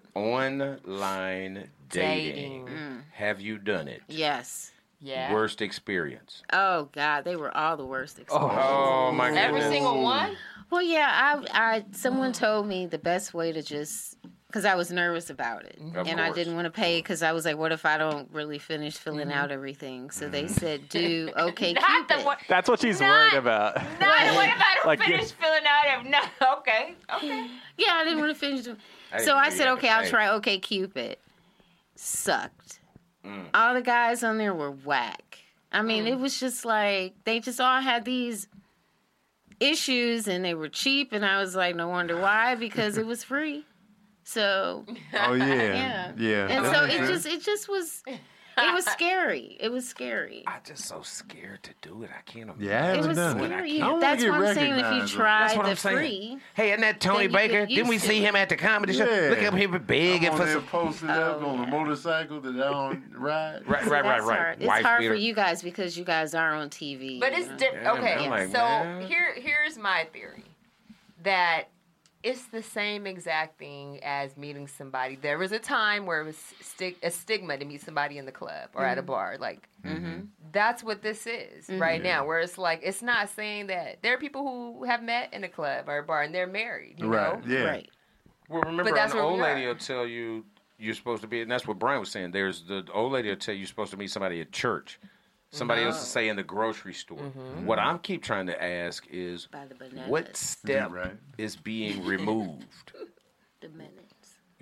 Speaker 3: Online dating.
Speaker 10: Dating. Mm.
Speaker 3: Have you done it?
Speaker 10: Yes. Yeah.
Speaker 3: Worst experience.
Speaker 10: Oh God, they were all the worst experiences.
Speaker 3: Oh, my Every goodness. single one?
Speaker 10: Well, yeah. I, I, someone told me the best way to just, because I was nervous about it,
Speaker 16: Of
Speaker 10: and I
Speaker 16: course.
Speaker 10: didn't want to pay because I was like, what if I don't really finish filling out everything? So they said, do okay,
Speaker 11: Not the one.
Speaker 7: That's what she's worried about.
Speaker 11: Not what if I don't
Speaker 7: Like,
Speaker 11: finish filling out? Of, no, okay, okay.
Speaker 10: Yeah, I didn't want to finish. them.
Speaker 11: I
Speaker 10: so
Speaker 11: didn't
Speaker 10: I
Speaker 11: really
Speaker 10: said,
Speaker 11: have to
Speaker 10: okay, I'll
Speaker 11: pay.
Speaker 10: try OK Cupid. Sucked.
Speaker 3: Mm,
Speaker 10: All the guys on there were whack. I mean,
Speaker 11: Mm.
Speaker 10: it was just like they just all had these issues and they were cheap, and I was like, no wonder why because it was free. So
Speaker 17: Oh yeah.
Speaker 10: yeah,
Speaker 17: Yeah.
Speaker 10: And
Speaker 17: that
Speaker 10: so
Speaker 17: makes
Speaker 10: it
Speaker 17: sense.
Speaker 10: just it just was it was scary. It was scary.
Speaker 3: I'm just so scared to do it. I can't imagine.
Speaker 17: Yeah, I
Speaker 10: It
Speaker 17: haven't
Speaker 10: was
Speaker 17: done it.
Speaker 10: scary.
Speaker 17: I wanna
Speaker 10: That's
Speaker 17: get
Speaker 10: what I'm saying. If you
Speaker 17: recognized.
Speaker 10: try
Speaker 3: That's what
Speaker 10: the
Speaker 3: I'm saying.
Speaker 10: free,
Speaker 3: Hey, isn't that Tony
Speaker 10: then you get
Speaker 3: Baker? Didn't we
Speaker 10: used
Speaker 3: see
Speaker 10: to it.
Speaker 3: him at the comedy show? Look at him, he was big
Speaker 17: I'm
Speaker 3: and for
Speaker 17: on there
Speaker 3: some.
Speaker 17: posted up on a motorcycle that I don't ride.
Speaker 3: Right,
Speaker 10: So
Speaker 3: right, right,
Speaker 10: Oh. that's
Speaker 3: right.
Speaker 10: hard. It's
Speaker 3: Wife
Speaker 10: hard
Speaker 3: beater.
Speaker 10: for you guys because you guys are on TV.
Speaker 11: But
Speaker 10: you
Speaker 11: it's
Speaker 10: know?
Speaker 11: different.
Speaker 3: Yeah,
Speaker 11: okay,
Speaker 3: man, like,
Speaker 11: so
Speaker 3: man.
Speaker 11: here here's my theory that it's the same exact thing as meeting somebody. There was a time where it was sti- a stigma to meet somebody in the club or at a
Speaker 3: Mm-hmm.
Speaker 10: Mhm.
Speaker 11: bar. Like that's what this is right
Speaker 10: Mhm.
Speaker 11: now, where it's like it's not saying that there are people who have met in a club or a bar and they're married. You
Speaker 3: Right,
Speaker 11: know?
Speaker 3: yeah. Right. Well, remember,
Speaker 11: But that's
Speaker 3: an
Speaker 11: where
Speaker 3: old
Speaker 11: we are.
Speaker 3: lady will tell you you're supposed to be, and that's what Brian was saying. There's the old lady will tell you you're supposed to meet somebody at church. Somebody else will
Speaker 10: No.
Speaker 3: say in the grocery store.
Speaker 10: Mhm.
Speaker 3: What I'm keep trying to ask is,
Speaker 10: By the
Speaker 3: what
Speaker 10: bananas.
Speaker 3: step
Speaker 10: Yeah,
Speaker 3: is being removed?
Speaker 10: The minutes.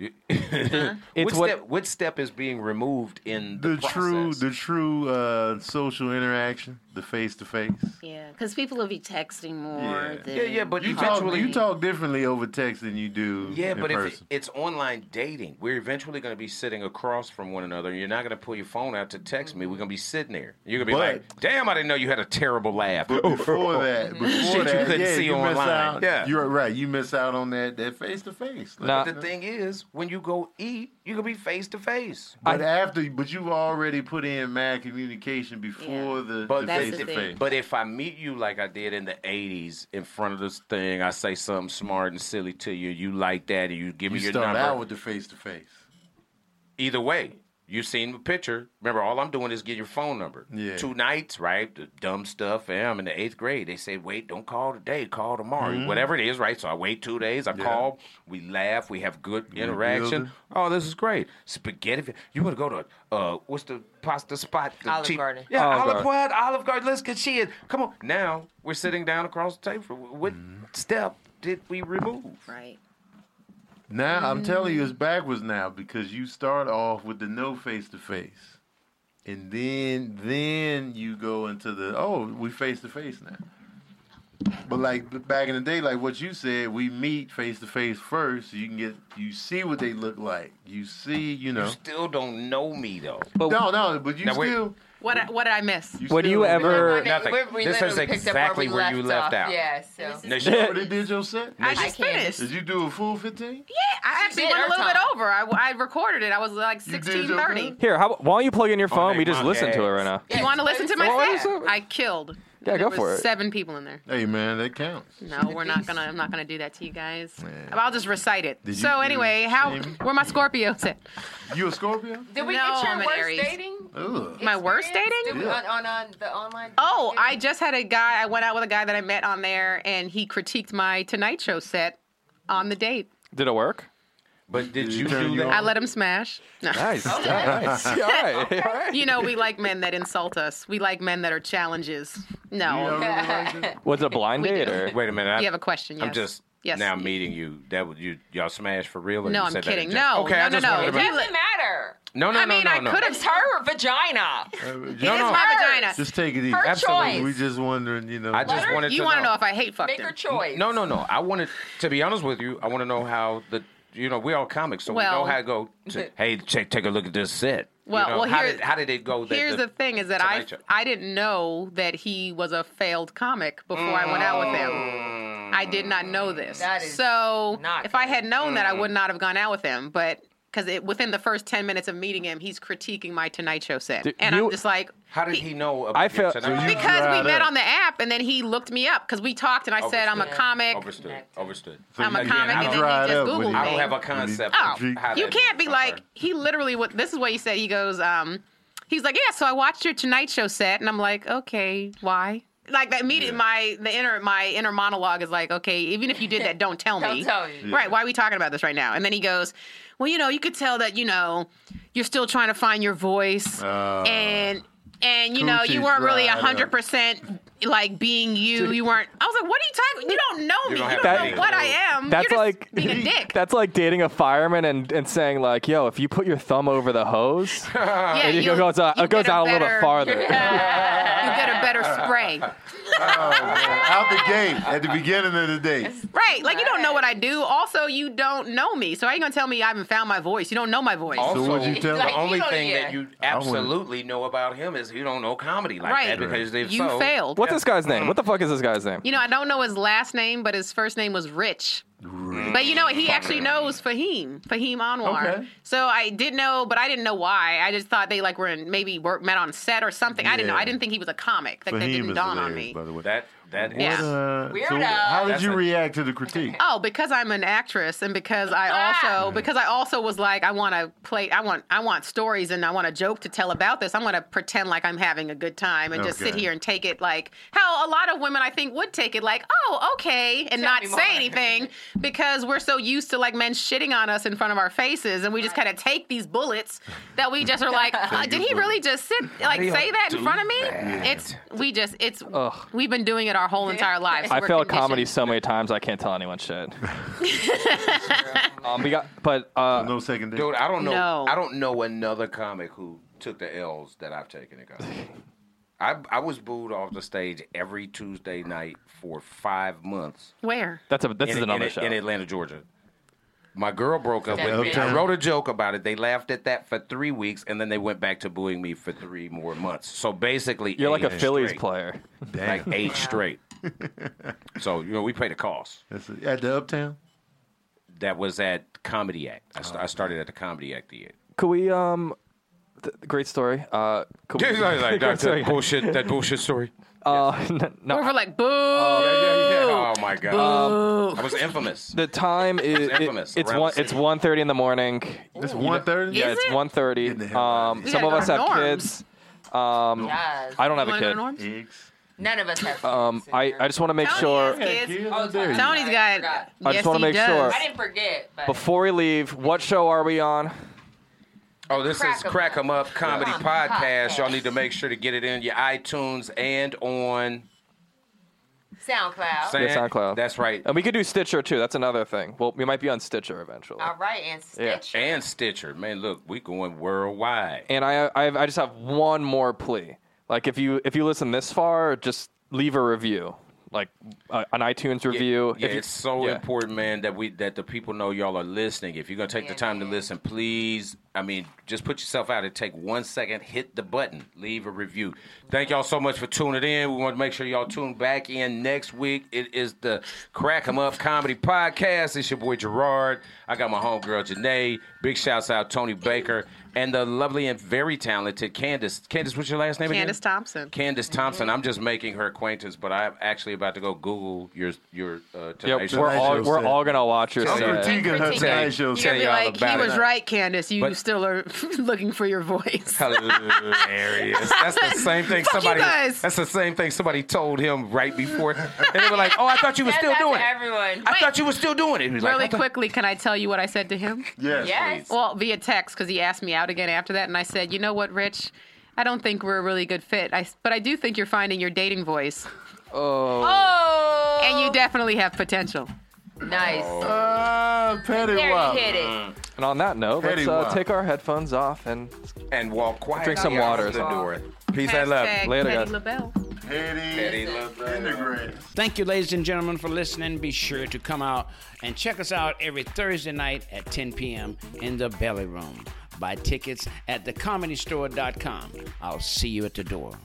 Speaker 3: what,
Speaker 10: It's what-
Speaker 3: step, what step is being removed in the,
Speaker 17: the true the true uh, social interaction, the face to face.
Speaker 10: Yeah, because people will be texting more.
Speaker 17: Yeah.
Speaker 10: Than
Speaker 3: Yeah, yeah, but
Speaker 17: you talk you talk differently over text than you do
Speaker 3: Yeah,
Speaker 17: in
Speaker 3: but
Speaker 17: person.
Speaker 3: if it- it's online dating, we're eventually going to be sitting across from one another. You're not going to pull your phone out to text me. We're going to be sitting there. You're going to be
Speaker 17: But-
Speaker 3: like, "Damn, I didn't know you had a terrible laugh."
Speaker 17: before that, before
Speaker 3: shit
Speaker 17: that,
Speaker 3: you couldn't
Speaker 17: yeah,
Speaker 3: see
Speaker 17: you miss
Speaker 3: online.
Speaker 17: Out,
Speaker 3: Yeah.
Speaker 17: you're right. You miss out on that that face to face. uh,
Speaker 3: But the thing is, when you go eat, you can be face to face.
Speaker 17: But after, but you've already put in mad communication before the
Speaker 3: But
Speaker 17: the
Speaker 3: if-
Speaker 17: face to face.
Speaker 3: but if I meet you like I did in the '80s in front of this thing, I say something smart and silly to you. You like that, and you give
Speaker 17: You
Speaker 3: me your
Speaker 17: start
Speaker 3: number.
Speaker 17: out with the face to face.
Speaker 3: Either way, you seen the picture. Remember, all I'm doing is get your phone number.
Speaker 17: Yeah.
Speaker 3: Two nights, right? The dumb stuff. And I'm in the eighth grade. They said, wait, don't call today, call tomorrow,
Speaker 17: Mhm.
Speaker 3: whatever it is, right? So I wait two days. I call. We laugh. We have good interaction.
Speaker 17: building.
Speaker 3: Oh, this is great. Spaghetti. You want to go to uh, what's the pasta spot? The
Speaker 11: Olive Garden.
Speaker 3: Yeah,
Speaker 17: Oh,
Speaker 11: Olive
Speaker 3: Olive
Speaker 11: Garden.
Speaker 3: Garden. Olive Garden. Let's get she in. Come on. Now we're sitting down across the table. What
Speaker 17: Mm-hmm.
Speaker 3: step did we remove?
Speaker 10: Right.
Speaker 17: Now I'm telling
Speaker 16: Mm.
Speaker 17: you, it's backwards now because you start off with the no face to face, and then then you go into the oh we face to face now. But like b- back in the day, like what you said, we meet face to face first. So you can get you see what they look like. You see, you know.
Speaker 3: Still don't know me though.
Speaker 17: no, no, but you
Speaker 3: Now wait.
Speaker 17: still.
Speaker 16: What I- what did I miss?
Speaker 3: What do you ever?
Speaker 11: Nothing. We- we
Speaker 3: this is
Speaker 11: literally picked up where
Speaker 3: exactly
Speaker 11: we
Speaker 3: where you
Speaker 11: left
Speaker 3: left
Speaker 11: off.
Speaker 3: out.
Speaker 11: Yeah, so-
Speaker 3: Now,
Speaker 17: You
Speaker 3: you-
Speaker 17: already did your set.
Speaker 16: I just finished.
Speaker 17: Did you do a full fifteen?
Speaker 16: Yeah, I actually
Speaker 11: did
Speaker 16: went a
Speaker 11: her
Speaker 16: little bit
Speaker 11: time.
Speaker 16: over. I, I recorded it. I was like sixteen thirty.
Speaker 7: Oh, Here, how, why don't you plug in your phone? We just listen to it right now.
Speaker 16: You want to listen to my set? I killed.
Speaker 7: Yeah,
Speaker 16: There
Speaker 7: go
Speaker 16: were
Speaker 7: for it.
Speaker 16: Seven people in there.
Speaker 17: Hey man, that counts.
Speaker 16: No, we're not gonna. I'm not gonna do that to you guys.
Speaker 17: Man.
Speaker 16: I'll just recite it.
Speaker 17: Did you
Speaker 16: so
Speaker 17: do
Speaker 16: anyway,
Speaker 17: the
Speaker 16: how
Speaker 17: same?
Speaker 16: where my Scorpios at?
Speaker 17: You a Scorpio?
Speaker 11: Did
Speaker 16: No,
Speaker 11: we get your
Speaker 16: I'm an
Speaker 11: worst
Speaker 16: Aries.
Speaker 11: dating?
Speaker 17: Ugh.
Speaker 16: My worst
Speaker 11: experience?
Speaker 16: dating?
Speaker 11: Did we-
Speaker 16: Yeah.
Speaker 11: on, on, on the online?
Speaker 16: Oh, I just had a guy. I went out with a guy that I met on there, and he critiqued my Tonight Show set on the date.
Speaker 7: Did it work?
Speaker 3: But did you
Speaker 7: turn
Speaker 3: do
Speaker 7: you
Speaker 3: that?
Speaker 7: on?
Speaker 16: I let him smash. No.
Speaker 7: Nice. Nice. All right. All right.
Speaker 16: You know, we like men that insult us. We like men that are challenges.
Speaker 3: You
Speaker 16: No.
Speaker 3: don't really
Speaker 7: Was it a blind date or?
Speaker 3: Wait a minute.
Speaker 16: You have a question,
Speaker 3: I'm
Speaker 16: yes.
Speaker 3: just
Speaker 16: Yes.
Speaker 3: now meeting you. That would you y'all smash for real? Or
Speaker 16: No,
Speaker 3: you
Speaker 16: I'm
Speaker 3: said that
Speaker 16: kidding.
Speaker 3: in jest?
Speaker 16: No,
Speaker 3: Okay,
Speaker 16: no,
Speaker 3: I
Speaker 16: no,
Speaker 3: just
Speaker 16: no.
Speaker 3: wanted
Speaker 11: It
Speaker 3: to be-
Speaker 11: doesn't matter.
Speaker 3: No, no,
Speaker 11: I mean,
Speaker 3: no,
Speaker 11: I
Speaker 3: no.
Speaker 11: could have. It's her vagina.
Speaker 17: It
Speaker 11: is my vagina.
Speaker 17: Uh, Just take it easy.
Speaker 11: Her choice.
Speaker 17: We just wondering, you know.
Speaker 3: I just wanted to know.
Speaker 16: if I hate fucked
Speaker 11: Make her choice.
Speaker 3: No, no, no. I wanted to be honest with you. I want to know how the you know we're all comics, so
Speaker 16: Well-
Speaker 3: we know how to go. To, hey, check, take a look at this set. You
Speaker 16: Well,
Speaker 3: know,
Speaker 16: well,
Speaker 3: how
Speaker 16: here-
Speaker 3: did, how did it go? that
Speaker 16: Here's the thing: is that I
Speaker 3: Tonight Show-
Speaker 16: I didn't know that he was a failed comic before I went out with
Speaker 7: Oh.
Speaker 16: him. I did not know this.
Speaker 11: That is
Speaker 16: so if I had known that, I
Speaker 11: Mm.
Speaker 16: would not have gone out with him. But because within the first ten minutes of meeting him, he's critiquing my Tonight Show set,
Speaker 3: Did
Speaker 16: and
Speaker 3: you-
Speaker 16: I'm just like,
Speaker 3: How did he know? About
Speaker 7: I
Speaker 3: your
Speaker 7: felt-
Speaker 3: tonight
Speaker 7: So you
Speaker 3: show?
Speaker 16: because we met on the app, and then he looked me up because we talked, and I said I'm a
Speaker 3: Overstood.
Speaker 16: comic.
Speaker 3: Overstood. Overstood.
Speaker 16: So I'm a you- comic, and
Speaker 3: I
Speaker 16: then
Speaker 3: don't-
Speaker 16: he Dried just up when Googled he-
Speaker 3: I don't
Speaker 16: me.
Speaker 3: have a concept.
Speaker 16: Oh,
Speaker 3: of how
Speaker 16: you
Speaker 3: that-
Speaker 16: can't be like he literally. What this is what he said. He goes, um, he's like, yeah. So I watched your Tonight Show set, and I'm like, okay, why? Like that immediate my the inner my inner monologue is like, okay, even if you did that, don't tell
Speaker 11: Don't
Speaker 16: me.
Speaker 11: tell me.
Speaker 16: Right? Why are we talking about this right now? And then he goes, well, you know, you could tell that you know you're still trying to find your voice,
Speaker 17: Uh,
Speaker 16: and and you know you
Speaker 17: coochie
Speaker 16: weren't really
Speaker 17: dried up.
Speaker 16: hundred percent like being you. You weren't. I was like, what are you talking? You don't know me. You don't know what I am. You're
Speaker 7: That's
Speaker 16: just
Speaker 7: like
Speaker 16: being a dick.
Speaker 7: that's like dating a fireman and, and saying like, "Yo, if you put your thumb over the hose, it
Speaker 16: you-
Speaker 7: goes out,
Speaker 16: you
Speaker 7: it goes
Speaker 16: get a
Speaker 7: out a little
Speaker 16: better-
Speaker 7: bit farther."
Speaker 16: you get a better spray.
Speaker 17: Oh, out the gate at the beginning of the day.
Speaker 16: Right. Like you don't know what I do. Also, you don't know me. So how you gonna tell me I haven't found my voice? You don't know my voice.
Speaker 3: Also, the only
Speaker 16: you don't
Speaker 3: thing that
Speaker 16: hear.
Speaker 3: you absolutely know about him is you don't know comedy like
Speaker 16: Right.
Speaker 3: that because they've
Speaker 16: You
Speaker 3: so,
Speaker 16: failed.
Speaker 7: What's this guy's name? What the fuck is this guy's name?
Speaker 16: You know, I don't know his last name, but his first name was Rich. But you know what? He actually knows Fahim, Fahim Anwar.
Speaker 7: Mm. Okay.
Speaker 16: So I did know, but I didn't know why. I just thought they like were in maybe work met on set or something. I didn't know.
Speaker 17: Yeah.
Speaker 16: I didn't think he was a comic. Like that
Speaker 17: Fahim
Speaker 16: didn't
Speaker 17: is
Speaker 16: dawn on
Speaker 17: hilarious,
Speaker 16: me.
Speaker 17: By the way,
Speaker 3: that that
Speaker 16: Yeah.
Speaker 17: What, uh, so
Speaker 16: Weirdo.
Speaker 17: how did
Speaker 16: That's
Speaker 17: you
Speaker 16: a-
Speaker 17: react to the critique?
Speaker 16: Oh, because I'm an actress, and because I
Speaker 11: Ah.
Speaker 16: also because I also was like, I want to play, I want I want stories, and I want a joke to tell about this. I'm going to pretend like I'm having a good time
Speaker 7: Oh,
Speaker 16: and just sit
Speaker 11: Okay.
Speaker 16: here and take it like how a lot of women I think would take it like, oh, okay, and
Speaker 11: Tell
Speaker 16: not
Speaker 11: me
Speaker 16: say
Speaker 11: more.
Speaker 16: anything because we're so used to like men shitting on us in front of our faces, and we just kind of take these bullets that we just are like,
Speaker 11: Take
Speaker 16: uh, did
Speaker 11: your
Speaker 16: he
Speaker 11: bullet.
Speaker 16: really just sit like
Speaker 7: do you
Speaker 16: say that in
Speaker 7: do
Speaker 16: front of me?
Speaker 7: that?
Speaker 16: It's we just it's
Speaker 7: Ugh.
Speaker 16: we've been doing it our whole entire lives. so
Speaker 7: I
Speaker 16: we're
Speaker 7: failed comedy
Speaker 16: conditioned.
Speaker 7: so many times I can't tell anyone shit. um, we got, but uh,
Speaker 17: no second
Speaker 3: Dude, I don't know. I don't know another comic who took the L's that I've taken in comedy. I I was booed off the stage every Tuesday night for five months.
Speaker 16: Where?
Speaker 7: That's a
Speaker 3: in,
Speaker 7: this is
Speaker 3: in,
Speaker 7: another
Speaker 3: in,
Speaker 7: show.
Speaker 3: Atlanta, Georgia. My girl broke up
Speaker 7: That
Speaker 3: with me.
Speaker 7: bitch.
Speaker 3: I wrote a joke about it. They laughed at that for three weeks, and then they went back to booing me for three more months. So basically,
Speaker 7: You're like a
Speaker 3: eight
Speaker 7: Phillies
Speaker 3: straight.
Speaker 7: player.
Speaker 3: like eight straight. so you know, we pay the cost.
Speaker 17: At the Uptown.
Speaker 3: That was at Comedy Act. I, st- I started at the Comedy Act the year.
Speaker 7: Could we um, th- great story. Uh, could we,
Speaker 3: Like, like,
Speaker 7: Great
Speaker 3: that,
Speaker 7: story.
Speaker 3: that bullshit. That bullshit story.
Speaker 7: Uh, n- no,
Speaker 16: Or we're like, boo.
Speaker 3: Oh my god.
Speaker 7: Um,
Speaker 3: I was infamous.
Speaker 7: The time is
Speaker 3: It's infamous
Speaker 7: it's
Speaker 3: around
Speaker 7: one
Speaker 3: the
Speaker 7: it's one thirty in the morning.
Speaker 17: It's
Speaker 7: You know-
Speaker 17: 1:30?
Speaker 7: Yeah,
Speaker 17: Is
Speaker 7: it's
Speaker 17: it?
Speaker 7: one thirty. Um,
Speaker 11: We
Speaker 7: some
Speaker 11: gotta
Speaker 7: of
Speaker 11: go
Speaker 7: us
Speaker 11: to
Speaker 7: have
Speaker 11: Norm's.
Speaker 7: kids. Um,
Speaker 11: Yes.
Speaker 7: I don't have
Speaker 11: You wanna
Speaker 7: a
Speaker 11: go to
Speaker 7: kid.
Speaker 11: Norm's? None of us have.
Speaker 3: Uh,
Speaker 7: Um, I I just want to make
Speaker 11: Tony
Speaker 7: sure.
Speaker 11: has kids.
Speaker 17: Oh,
Speaker 11: sorry.
Speaker 16: Tony's
Speaker 11: I
Speaker 16: got.
Speaker 11: forgot.
Speaker 7: I just
Speaker 11: Yes,
Speaker 7: wanna
Speaker 11: he
Speaker 7: make
Speaker 11: does.
Speaker 7: sure.
Speaker 11: I didn't forget. But
Speaker 7: Before we leave, what show are we on?
Speaker 3: Oh, this
Speaker 7: Crack
Speaker 3: is
Speaker 7: 'em
Speaker 3: Crack 'em Up Comedy
Speaker 7: Come on,
Speaker 3: Podcast. Y'all need to make sure to get it in your iTunes and on
Speaker 11: SoundCloud.
Speaker 7: Yeah, SoundCloud.
Speaker 3: That's right.
Speaker 7: And we could do Stitcher too. That's another thing. Well, we might be on Stitcher eventually.
Speaker 11: All right, and Stitch.
Speaker 3: Yeah. And Stitcher. Man, look, we going worldwide.
Speaker 7: And I, I I just have one more plea. Like if you if you listen this far, just leave a review, like uh, an iTunes review.
Speaker 3: Yeah,
Speaker 7: if you,
Speaker 3: it's so
Speaker 7: yeah.
Speaker 3: important, man, that we that the people know y'all are listening. If you're gonna take the time to listen, please I mean, just put yourself out and take one second, hit the button, leave a review. Thank y'all so much for tuning in. We want to make sure y'all tune back in next week. It is the Crack 'em Up Comedy Podcast. It's your boy Gerard. I got my homegirl Janae. Big shouts out Tony Baker and the lovely and very talented Candace. Candace, what's your last name again?
Speaker 16: Candace Thompson.
Speaker 3: Candace Thompson. I'm just making her acquaintance, but I'm actually about to go Google your your uh, Tonight
Speaker 7: Yep,
Speaker 3: Show
Speaker 7: we're all
Speaker 3: set.
Speaker 7: we're all gonna watch your
Speaker 3: Tell
Speaker 7: set.
Speaker 3: you- tell you-
Speaker 16: You'll
Speaker 3: tell
Speaker 16: be
Speaker 3: y'all
Speaker 16: like, he
Speaker 3: about
Speaker 16: was
Speaker 3: it."
Speaker 16: right, Candace. You
Speaker 3: But-
Speaker 16: still are looking for your voice.
Speaker 3: Hilarious. That's the same thing
Speaker 16: Fuck you
Speaker 3: somebody.
Speaker 16: guys.
Speaker 3: That's the same thing somebody told him right before, and they were like, "Oh, I thought you were still doing it.
Speaker 16: everyone.
Speaker 3: I thought you were still doing it." He was
Speaker 16: really
Speaker 3: like, "I thought-"
Speaker 16: quickly, can I tell you what I said to him?
Speaker 3: Yes, Yes. please.
Speaker 16: Well, via text because he asked me out again after that, and I said, you know what, Rich, I don't think we're a really good fit. I, but I do think you're finding your dating voice.
Speaker 7: Oh.
Speaker 16: Oh. And you definitely have potential.
Speaker 11: Nice.
Speaker 3: Oh. Uh,
Speaker 17: Ah,
Speaker 11: petty There you wop. hit it.
Speaker 7: And on that note,
Speaker 3: Petty
Speaker 7: let's uh,
Speaker 3: wop.
Speaker 7: take our headphones off and
Speaker 3: and walk quietly
Speaker 7: Drink some
Speaker 3: out
Speaker 7: water.
Speaker 3: the door. Peace and love.
Speaker 7: Later, guys.
Speaker 16: LaBelle.
Speaker 3: Petty LaBelle.
Speaker 1: Thank you, ladies and gentlemen, for listening. Be sure to come out and check us out every Thursday night at 10 p.m. in the Belly Room. Buy tickets at thecomedystore.com. I'll see you at the door.